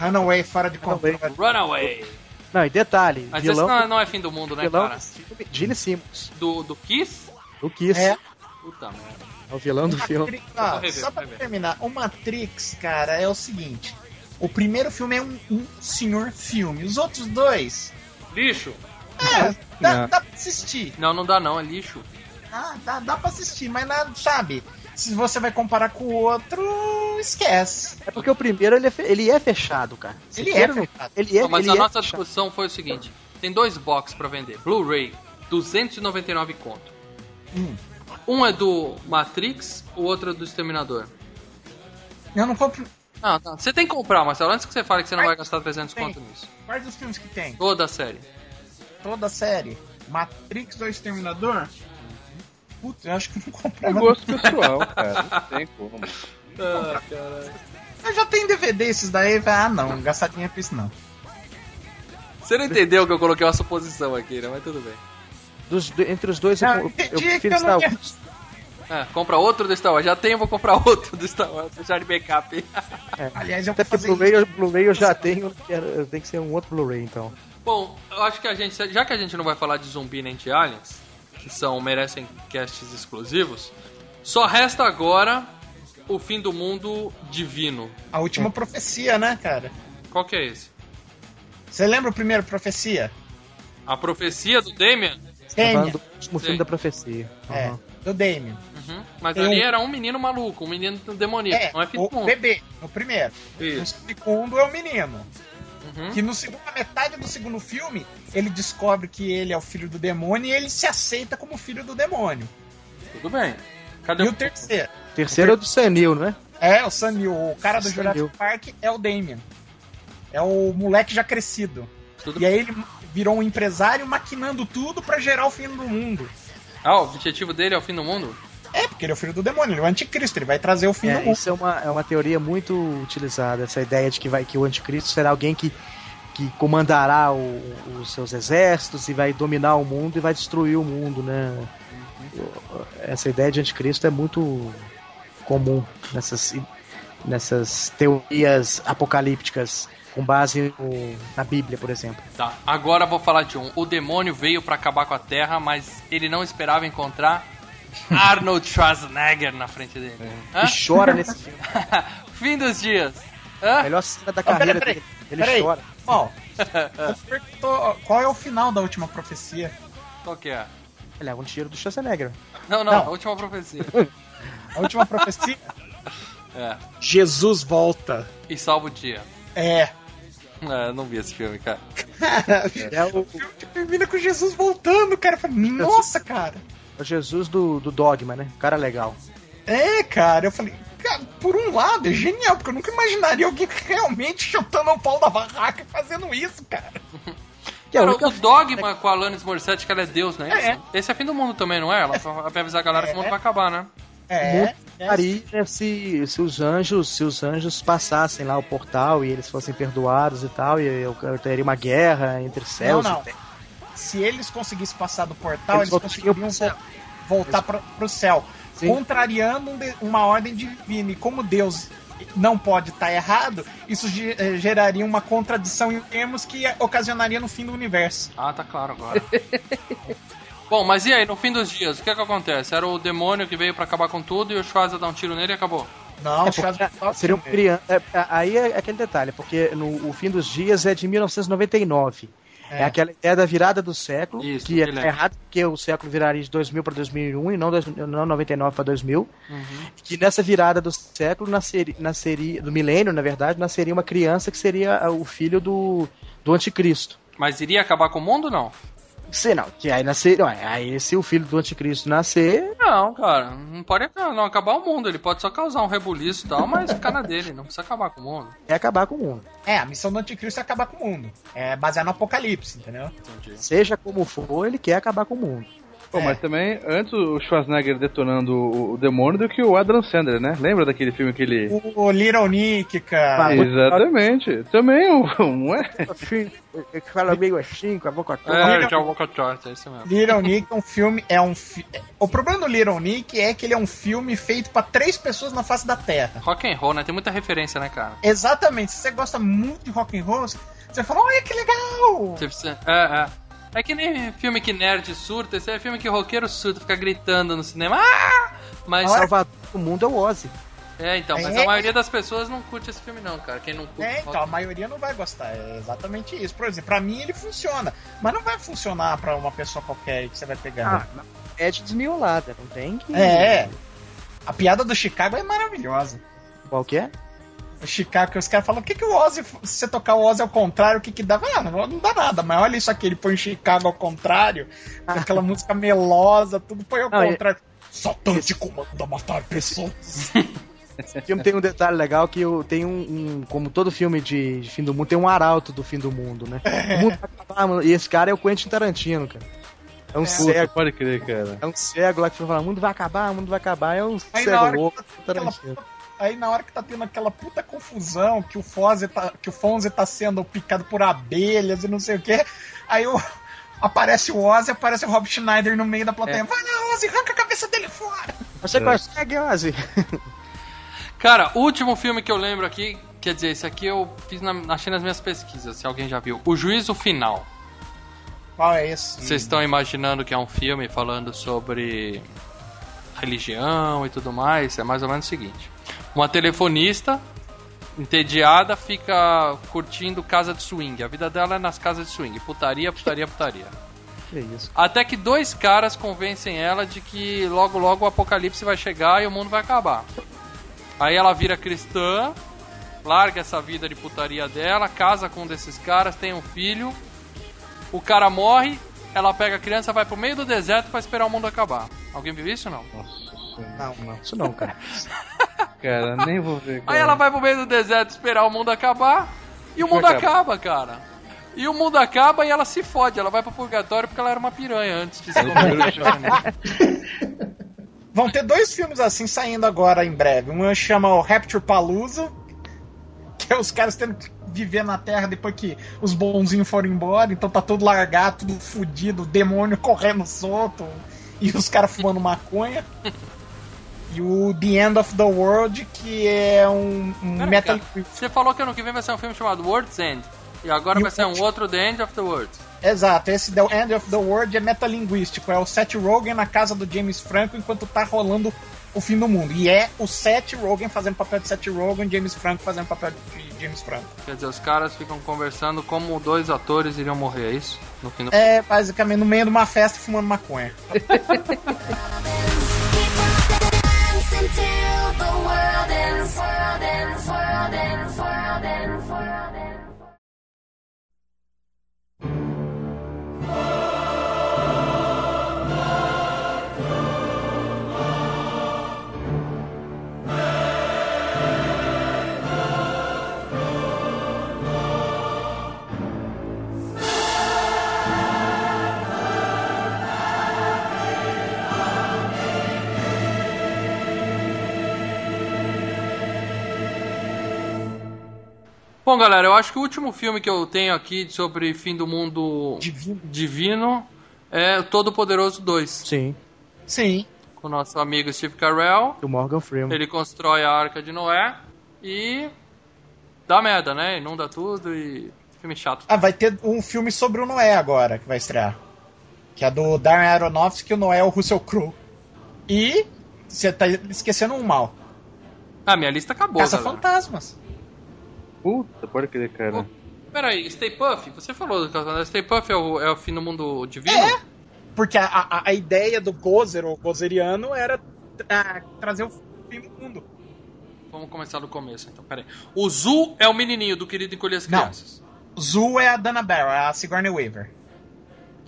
[SPEAKER 5] Runaway fora de controle.
[SPEAKER 3] Runaway!
[SPEAKER 7] Não, e detalhe,
[SPEAKER 3] Mas
[SPEAKER 7] vilão,
[SPEAKER 3] esse não, é- não é fim do mundo, né,
[SPEAKER 7] vilão
[SPEAKER 3] cara?
[SPEAKER 7] desse filme, Gene Simmons,
[SPEAKER 3] Do, do Kiss?
[SPEAKER 7] do Kiss,
[SPEAKER 5] É.
[SPEAKER 7] é.
[SPEAKER 3] Puta merda.
[SPEAKER 7] o vilão do filme.
[SPEAKER 5] Matrix, ó,
[SPEAKER 3] Vou rever,
[SPEAKER 5] só pra
[SPEAKER 3] vou rever.
[SPEAKER 5] terminar, o Matrix, cara, é o seguinte. O primeiro filme é um, um senhor filme. Os outros dois,
[SPEAKER 3] Lixo?
[SPEAKER 5] é, dá,
[SPEAKER 11] Não.
[SPEAKER 5] dá pra assistir.
[SPEAKER 3] Não, não dá não, é lixo.
[SPEAKER 5] Ah, dá, dá pra assistir, mas nada, sabe? Se você vai comparar com o outro, esquece.
[SPEAKER 7] É porque o primeiro ele é, fe- ele é fechado, cara. Se
[SPEAKER 5] Ele é
[SPEAKER 7] queira ou não-
[SPEAKER 5] fechado.
[SPEAKER 7] Ele é,
[SPEAKER 3] Não, mas
[SPEAKER 7] ele
[SPEAKER 3] a
[SPEAKER 7] é
[SPEAKER 3] nossa
[SPEAKER 7] fechado.
[SPEAKER 3] discussão foi o seguinte: tem dois box pra vender, Blu-ray, 299 conto. Um é do Matrix, o outro é do Exterminador.
[SPEAKER 5] Eu não compro
[SPEAKER 3] Não, não, você tem que comprar, Marcelo, antes que você fale que você não vai gastar 300
[SPEAKER 5] Tem.
[SPEAKER 3] conto nisso.
[SPEAKER 5] quais os filmes que tem.
[SPEAKER 3] Toda a série.
[SPEAKER 5] Toda a série. Matrix do Exterminador. Puta, eu acho que eu não
[SPEAKER 11] É
[SPEAKER 5] comprava.
[SPEAKER 11] gosto pessoal, cara. Não tem como.
[SPEAKER 5] Eu já tenho DVD esses daí. vai, Ah, não. Gastar dinheiro com isso, não.
[SPEAKER 3] Você não entendeu que eu coloquei uma suposição aqui, né? Mas tudo bem.
[SPEAKER 7] Dos- do- entre os dois eu,
[SPEAKER 5] Não, né?
[SPEAKER 7] eu,
[SPEAKER 5] entendi
[SPEAKER 7] eu
[SPEAKER 5] que
[SPEAKER 7] prefiro
[SPEAKER 5] eu
[SPEAKER 7] Star
[SPEAKER 5] não
[SPEAKER 7] Wars.
[SPEAKER 5] tinha-
[SPEAKER 3] É, compra outro do Star Wars. Já tem, vou comprar outro do Star Wars, deixar de backup.
[SPEAKER 5] Aliás, eu
[SPEAKER 7] Até porque
[SPEAKER 5] vou fazer
[SPEAKER 7] Blu-ray
[SPEAKER 5] isso.
[SPEAKER 7] eu, Blu-ray eu já tenho, eu quero- eu tenho que ser um outro Blu-ray então.
[SPEAKER 3] Bom, eu acho que a gente, já que a gente não vai falar de zumbi nem de aliens, que são merecem casts exclusivos, só resta agora o fim do mundo divino.
[SPEAKER 5] A última profecia, né, cara?
[SPEAKER 3] Qual que é esse?
[SPEAKER 5] Você lembra o primeiro Profecia?
[SPEAKER 3] A profecia do Damien?
[SPEAKER 7] Tá falando
[SPEAKER 5] Damien.
[SPEAKER 7] do último filme da profecia.
[SPEAKER 5] É,
[SPEAKER 7] Aham.
[SPEAKER 5] do Damien.
[SPEAKER 3] Uhum. Mas
[SPEAKER 5] Tem
[SPEAKER 3] ali
[SPEAKER 5] um-
[SPEAKER 3] era um menino maluco, um menino demoníaco,
[SPEAKER 5] É,
[SPEAKER 3] não é filho do
[SPEAKER 5] o
[SPEAKER 3] mundo.
[SPEAKER 5] bebê, no primeiro. O
[SPEAKER 3] Isso.
[SPEAKER 5] segundo é o menino.
[SPEAKER 3] Uhum.
[SPEAKER 5] Que no segundo, na metade do segundo filme, ele descobre que ele é o filho do demônio e ele se aceita como filho do demônio.
[SPEAKER 3] Tudo bem. Cadê
[SPEAKER 5] E
[SPEAKER 3] o...
[SPEAKER 5] o terceiro?
[SPEAKER 7] Terceiro é do Senil, né?
[SPEAKER 5] É, o Sanil, o cara do
[SPEAKER 7] Sanil.
[SPEAKER 5] Jurassic Park é o Damien. É o moleque já crescido.
[SPEAKER 3] Tudo
[SPEAKER 5] E aí ele virou um empresário maquinando tudo pra gerar o fim do mundo.
[SPEAKER 3] Ah, o objetivo dele é o fim do mundo?
[SPEAKER 5] É, porque ele é o filho do demônio, ele é o anticristo, ele vai trazer o fim do
[SPEAKER 7] É,
[SPEAKER 5] mundo.
[SPEAKER 7] isso é uma, é uma teoria muito utilizada, essa ideia de que, vai, que o anticristo será alguém que, que comandará o- os seus exércitos e vai dominar o mundo e vai destruir o mundo, né? Essa ideia de anticristo é muito comum nessas, nessas teorias apocalípticas com base no- na Bíblia, por exemplo.
[SPEAKER 3] Tá, agora eu vou falar de um. O demônio veio pra acabar com a Terra, mas ele não esperava encontrar Arnold Schwarzenegger na frente dele. Hã?
[SPEAKER 7] E chora nesse filme.
[SPEAKER 3] Fim dos dias. Hã?
[SPEAKER 7] Melhor cena da
[SPEAKER 5] peraí,
[SPEAKER 7] carreira
[SPEAKER 5] peraí,
[SPEAKER 7] dele. Ele
[SPEAKER 5] peraí.
[SPEAKER 7] chora.
[SPEAKER 5] Bom, você perguntou qual é o final da última profecia?
[SPEAKER 3] Qual que é?
[SPEAKER 7] Ele é um tiro do Schwarzenegger.
[SPEAKER 3] Não, não,
[SPEAKER 5] Não.
[SPEAKER 3] a última profecia.
[SPEAKER 5] A última profecia?
[SPEAKER 3] É.
[SPEAKER 5] Jesus volta.
[SPEAKER 3] E salva o dia.
[SPEAKER 5] É.
[SPEAKER 3] É, eu não vi esse filme, cara.
[SPEAKER 7] É o,
[SPEAKER 5] O filme termina com Jesus voltando, cara. Eu falei, Nossa, cara.
[SPEAKER 7] o Jesus do, do Dogma, né? Cara legal.
[SPEAKER 5] É, cara. Eu falei, cara, por um lado é genial, porque eu nunca imaginaria alguém realmente chutando o pau da barraca e fazendo isso, cara.
[SPEAKER 7] Que é a
[SPEAKER 3] Cara,
[SPEAKER 7] única
[SPEAKER 3] o dogma com a Alanis Morissette, que ela é Deus, né?
[SPEAKER 5] É.
[SPEAKER 3] Esse, esse é fim do mundo também, não é? Ela só vai avisar a galera que o mundo vai acabar, né?
[SPEAKER 5] É.
[SPEAKER 7] faria né, se, se os anjos se os anjos passassem lá o portal e eles fossem perdoados e tal, e eu, eu teria uma guerra entre
[SPEAKER 5] Não,
[SPEAKER 7] céus.
[SPEAKER 5] não. Se eles conseguissem passar do portal,
[SPEAKER 7] Eles
[SPEAKER 5] eles,
[SPEAKER 7] conseguiam
[SPEAKER 5] conseguiriam
[SPEAKER 7] pro céu.
[SPEAKER 5] vo- voltar pro, pro céu.
[SPEAKER 7] Sim.
[SPEAKER 5] Contrariando um de- uma ordem divina. E como Deus não pode estar errado, isso ge- eh, geraria uma contradição em termos que ocasionaria no fim do universo.
[SPEAKER 3] Ah, tá claro agora. Bom, mas e aí, no fim dos dias, o que é que acontece? Era o demônio que veio pra acabar com tudo e o Schwarza dá um tiro nele e acabou.
[SPEAKER 5] Não,
[SPEAKER 7] É
[SPEAKER 5] o Charles
[SPEAKER 7] porque
[SPEAKER 5] Manson-
[SPEAKER 7] seriam crianças. aí é aquele detalhe, porque no, o fim dos dias é de 1999. É,
[SPEAKER 5] É.
[SPEAKER 7] aquela ideia da virada do século,
[SPEAKER 3] Isso,
[SPEAKER 7] que é
[SPEAKER 3] ele é.
[SPEAKER 7] errado, porque o século viraria de 2000 para 2001 e não, dois, não 99 para 2000. Que nessa virada do século, nasceria, nasceria, do milênio, na verdade, nasceria uma criança que seria ah, o filho do, do anticristo.
[SPEAKER 3] Mas iria acabar com o mundo ou não?
[SPEAKER 7] Sei não, que aí nascer, não, aí se o filho do anticristo nascer,
[SPEAKER 3] Não, cara, não pode ac- não acabar o mundo. Ele pode só causar um rebuliço e tal, mas ficar na dele, não precisa acabar com o mundo.
[SPEAKER 7] é acabar com o mundo.
[SPEAKER 5] É, a missão do anticristo é acabar com o mundo. É baseado no apocalipse, entendeu?
[SPEAKER 7] Seja como for, ele quer acabar com o mundo.
[SPEAKER 4] Pô, mas
[SPEAKER 3] É.
[SPEAKER 4] também, antes o Schwarzenegger detonando o, o demônio do que o Adam Sandler, né? Lembra daquele filme que ele...
[SPEAKER 5] O, o Little Nick, cara.
[SPEAKER 4] Exatamente. Também um... um é.
[SPEAKER 7] Assim, ele fala meio assim, com a boca
[SPEAKER 3] É, já vou cortar, é isso mesmo.
[SPEAKER 5] Little Nick é um filme. É um fi- O problema do Little Nick é que ele é um filme feito pra três pessoas na face da Terra.
[SPEAKER 3] Rock and roll, né? Tem muita referência, né, cara?
[SPEAKER 5] Exatamente. Se você gosta muito de rock and roll, você fala, olha que legal!
[SPEAKER 3] Você precisa- É, é. É que nem filme que nerd surta, esse é filme que roqueiro surta, fica gritando no cinema. "Ah!" Mas,
[SPEAKER 7] Salvador do mundo é o Ozzy.
[SPEAKER 3] é, então, mas
[SPEAKER 5] É.
[SPEAKER 3] a maioria das pessoas não curte esse filme, não, cara. Quem não curte.
[SPEAKER 5] É, então, a maioria não vai gostar. É exatamente isso. Por exemplo, pra mim ele funciona. Mas não vai funcionar pra uma pessoa qualquer que você vai pegar.
[SPEAKER 7] É de desmiolada, não tem que.
[SPEAKER 5] é, é. A piada do Chicago é maravilhosa.
[SPEAKER 7] Qualquer?
[SPEAKER 5] o Chicago, que os caras falam, o que, que o Ozzy, se você tocar o Ozzy ao contrário, o que que dá? Ah, não, não dá nada, mas olha isso aqui, ele põe Chicago ao contrário, com aquela música melosa, tudo põe ao
[SPEAKER 7] Ah. Não, e-
[SPEAKER 5] contrário. Satã te comanda matar pessoas.
[SPEAKER 7] O filme tem um detalhe legal que eu- tem um, um- Como todo filme de, de fim do mundo, tem um arauto do fim do mundo, né? O mundo vai acabar, mano. E esse cara é o Quentin Tarantino, cara. É um
[SPEAKER 4] Puta,
[SPEAKER 7] cego.
[SPEAKER 4] pode crer, cara.
[SPEAKER 7] É um cego lá que fala, o mundo vai acabar, o mundo vai acabar. É um
[SPEAKER 5] Aí
[SPEAKER 7] cego
[SPEAKER 5] na hora que tá
[SPEAKER 7] louco, tá Tarantino.
[SPEAKER 5] Aquela- Aí na hora que tá tendo aquela puta confusão que o Fonze tá, que o Fonze tá sendo picado por abelhas e não sei o que, aí o- aparece o Ozzy, aparece o Rob Schneider no meio da
[SPEAKER 7] É.
[SPEAKER 5] plateia. Vai lá, Ozzy, arranca a cabeça dele fora!
[SPEAKER 7] Você
[SPEAKER 4] É.
[SPEAKER 7] consegue, Ozzy?
[SPEAKER 3] Cara, último filme que eu lembro aqui, quer dizer, esse aqui eu fiz na, achei nas minhas pesquisas, se alguém já viu. O Juízo Final.
[SPEAKER 5] Qual é esse?
[SPEAKER 3] Vocês estão imaginando que é um filme falando sobre religião e tudo mais? É mais ou menos o seguinte: uma telefonista entediada, fica curtindo casa de swing. A vida dela é nas casas de swing. Putaria, putaria, putaria.
[SPEAKER 7] Que isso.
[SPEAKER 3] Até que dois caras convencem ela de que logo logo o apocalipse vai chegar e o mundo vai acabar. Aí ela vira cristã, larga essa vida de putaria dela, casa com um desses caras, tem um filho. O cara morre, ela pega a criança, vai pro meio do deserto pra esperar o mundo acabar. Alguém viu isso ou não?
[SPEAKER 5] Tá
[SPEAKER 7] Não, não, isso não, cara.
[SPEAKER 4] Cara, nem vou ver.
[SPEAKER 3] Aí
[SPEAKER 4] Cara.
[SPEAKER 3] ela vai pro meio do deserto esperar o mundo acabar. E o
[SPEAKER 5] é
[SPEAKER 3] mundo acaba, cara. E o mundo acaba e ela se fode. Ela vai pro purgatório porque ela era uma piranha antes de ser
[SPEAKER 5] Vão ter dois filmes assim saindo agora em breve. Um chama o Rapture Palooza, que é os caras tendo que viver na Terra depois que os bonzinhos foram embora, então tá tudo largado, tudo fudido, demônio correndo solto e os caras fumando maconha. E o The End of the World, que é um, um
[SPEAKER 3] Pera,
[SPEAKER 5] metal.
[SPEAKER 3] cara, Você falou que ano que vem vai ser um filme chamado World's End. E agora
[SPEAKER 5] E
[SPEAKER 3] vai
[SPEAKER 5] o
[SPEAKER 3] ser um
[SPEAKER 5] último-
[SPEAKER 3] outro The End of the World.
[SPEAKER 5] Exato, esse The End of the World é metalinguístico. É o Seth Rogen na casa do James Franco enquanto tá rolando o fim do mundo. E é o Seth Rogen fazendo papel de Seth Rogen, James Franco fazendo papel de James Franco.
[SPEAKER 3] Quer dizer, os caras ficam conversando como dois atores iriam morrer, é isso? No fim do...
[SPEAKER 5] É, basicamente, no meio de uma festa fumando maconha.
[SPEAKER 3] Bom, galera, eu acho que o último filme que eu tenho aqui sobre fim do mundo
[SPEAKER 5] Divino.
[SPEAKER 3] divino é Todo Poderoso 2,
[SPEAKER 7] Sim,
[SPEAKER 5] Sim.
[SPEAKER 3] com o nosso amigo Steve Carell.
[SPEAKER 7] do Morgan Freeman.
[SPEAKER 3] Ele constrói a Arca de Noé e dá merda, né? Inunda tudo e filme chato.
[SPEAKER 5] Ah, vai ter um filme sobre o Noé agora, que vai estrear. Que é do Darren Aronofsky, o Noé é o Russell Crowe. E você tá esquecendo um mal.
[SPEAKER 3] Ah, minha lista acabou,
[SPEAKER 5] Caça
[SPEAKER 3] galera.
[SPEAKER 5] Fantasmas.
[SPEAKER 4] Puta, pode crer, cara.
[SPEAKER 3] Peraí, Stay Puff, você falou do Caça Fantasma. Stay Puff é o, é o fim do mundo divino?
[SPEAKER 5] É. Porque a, a, a ideia do Gozer, ou Gozeriano, era tra- trazer o fim do mundo.
[SPEAKER 3] Vamos começar do começo, então, peraí. O Zul é o menininho do Querido Encolher as
[SPEAKER 5] Não.
[SPEAKER 3] Crianças.
[SPEAKER 5] Zul é a Dana Barrow, é a Sigourney Weaver.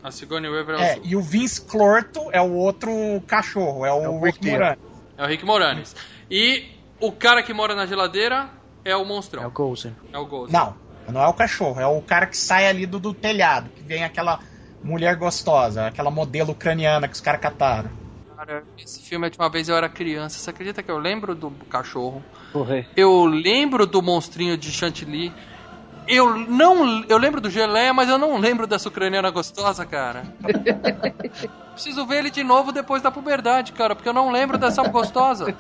[SPEAKER 3] A Sigourney Weaver é,
[SPEAKER 5] É,
[SPEAKER 3] o Zul.
[SPEAKER 5] e o Vince Clorto é o outro cachorro, é o,
[SPEAKER 7] É o
[SPEAKER 5] Rick
[SPEAKER 7] porteiro.
[SPEAKER 5] Moran.
[SPEAKER 3] É o Rick Moranis. E o cara que mora na geladeira é o monstrão.
[SPEAKER 7] É o Golden.
[SPEAKER 3] É o Ghost.
[SPEAKER 5] Não, não é o cachorro, é o cara que sai ali do, do telhado, que vem aquela mulher gostosa, aquela modelo ucraniana que os caras cataram.
[SPEAKER 3] Cara, esse filme, a última vez eu era criança. Você acredita que eu lembro do cachorro?
[SPEAKER 11] Porra.
[SPEAKER 3] Eu lembro do monstrinho de Chantilly. Eu não. Eu lembro do geleia, mas eu não lembro dessa ucraniana gostosa, cara. Preciso ver ele de novo depois da puberdade, cara, porque eu não lembro dessa gostosa.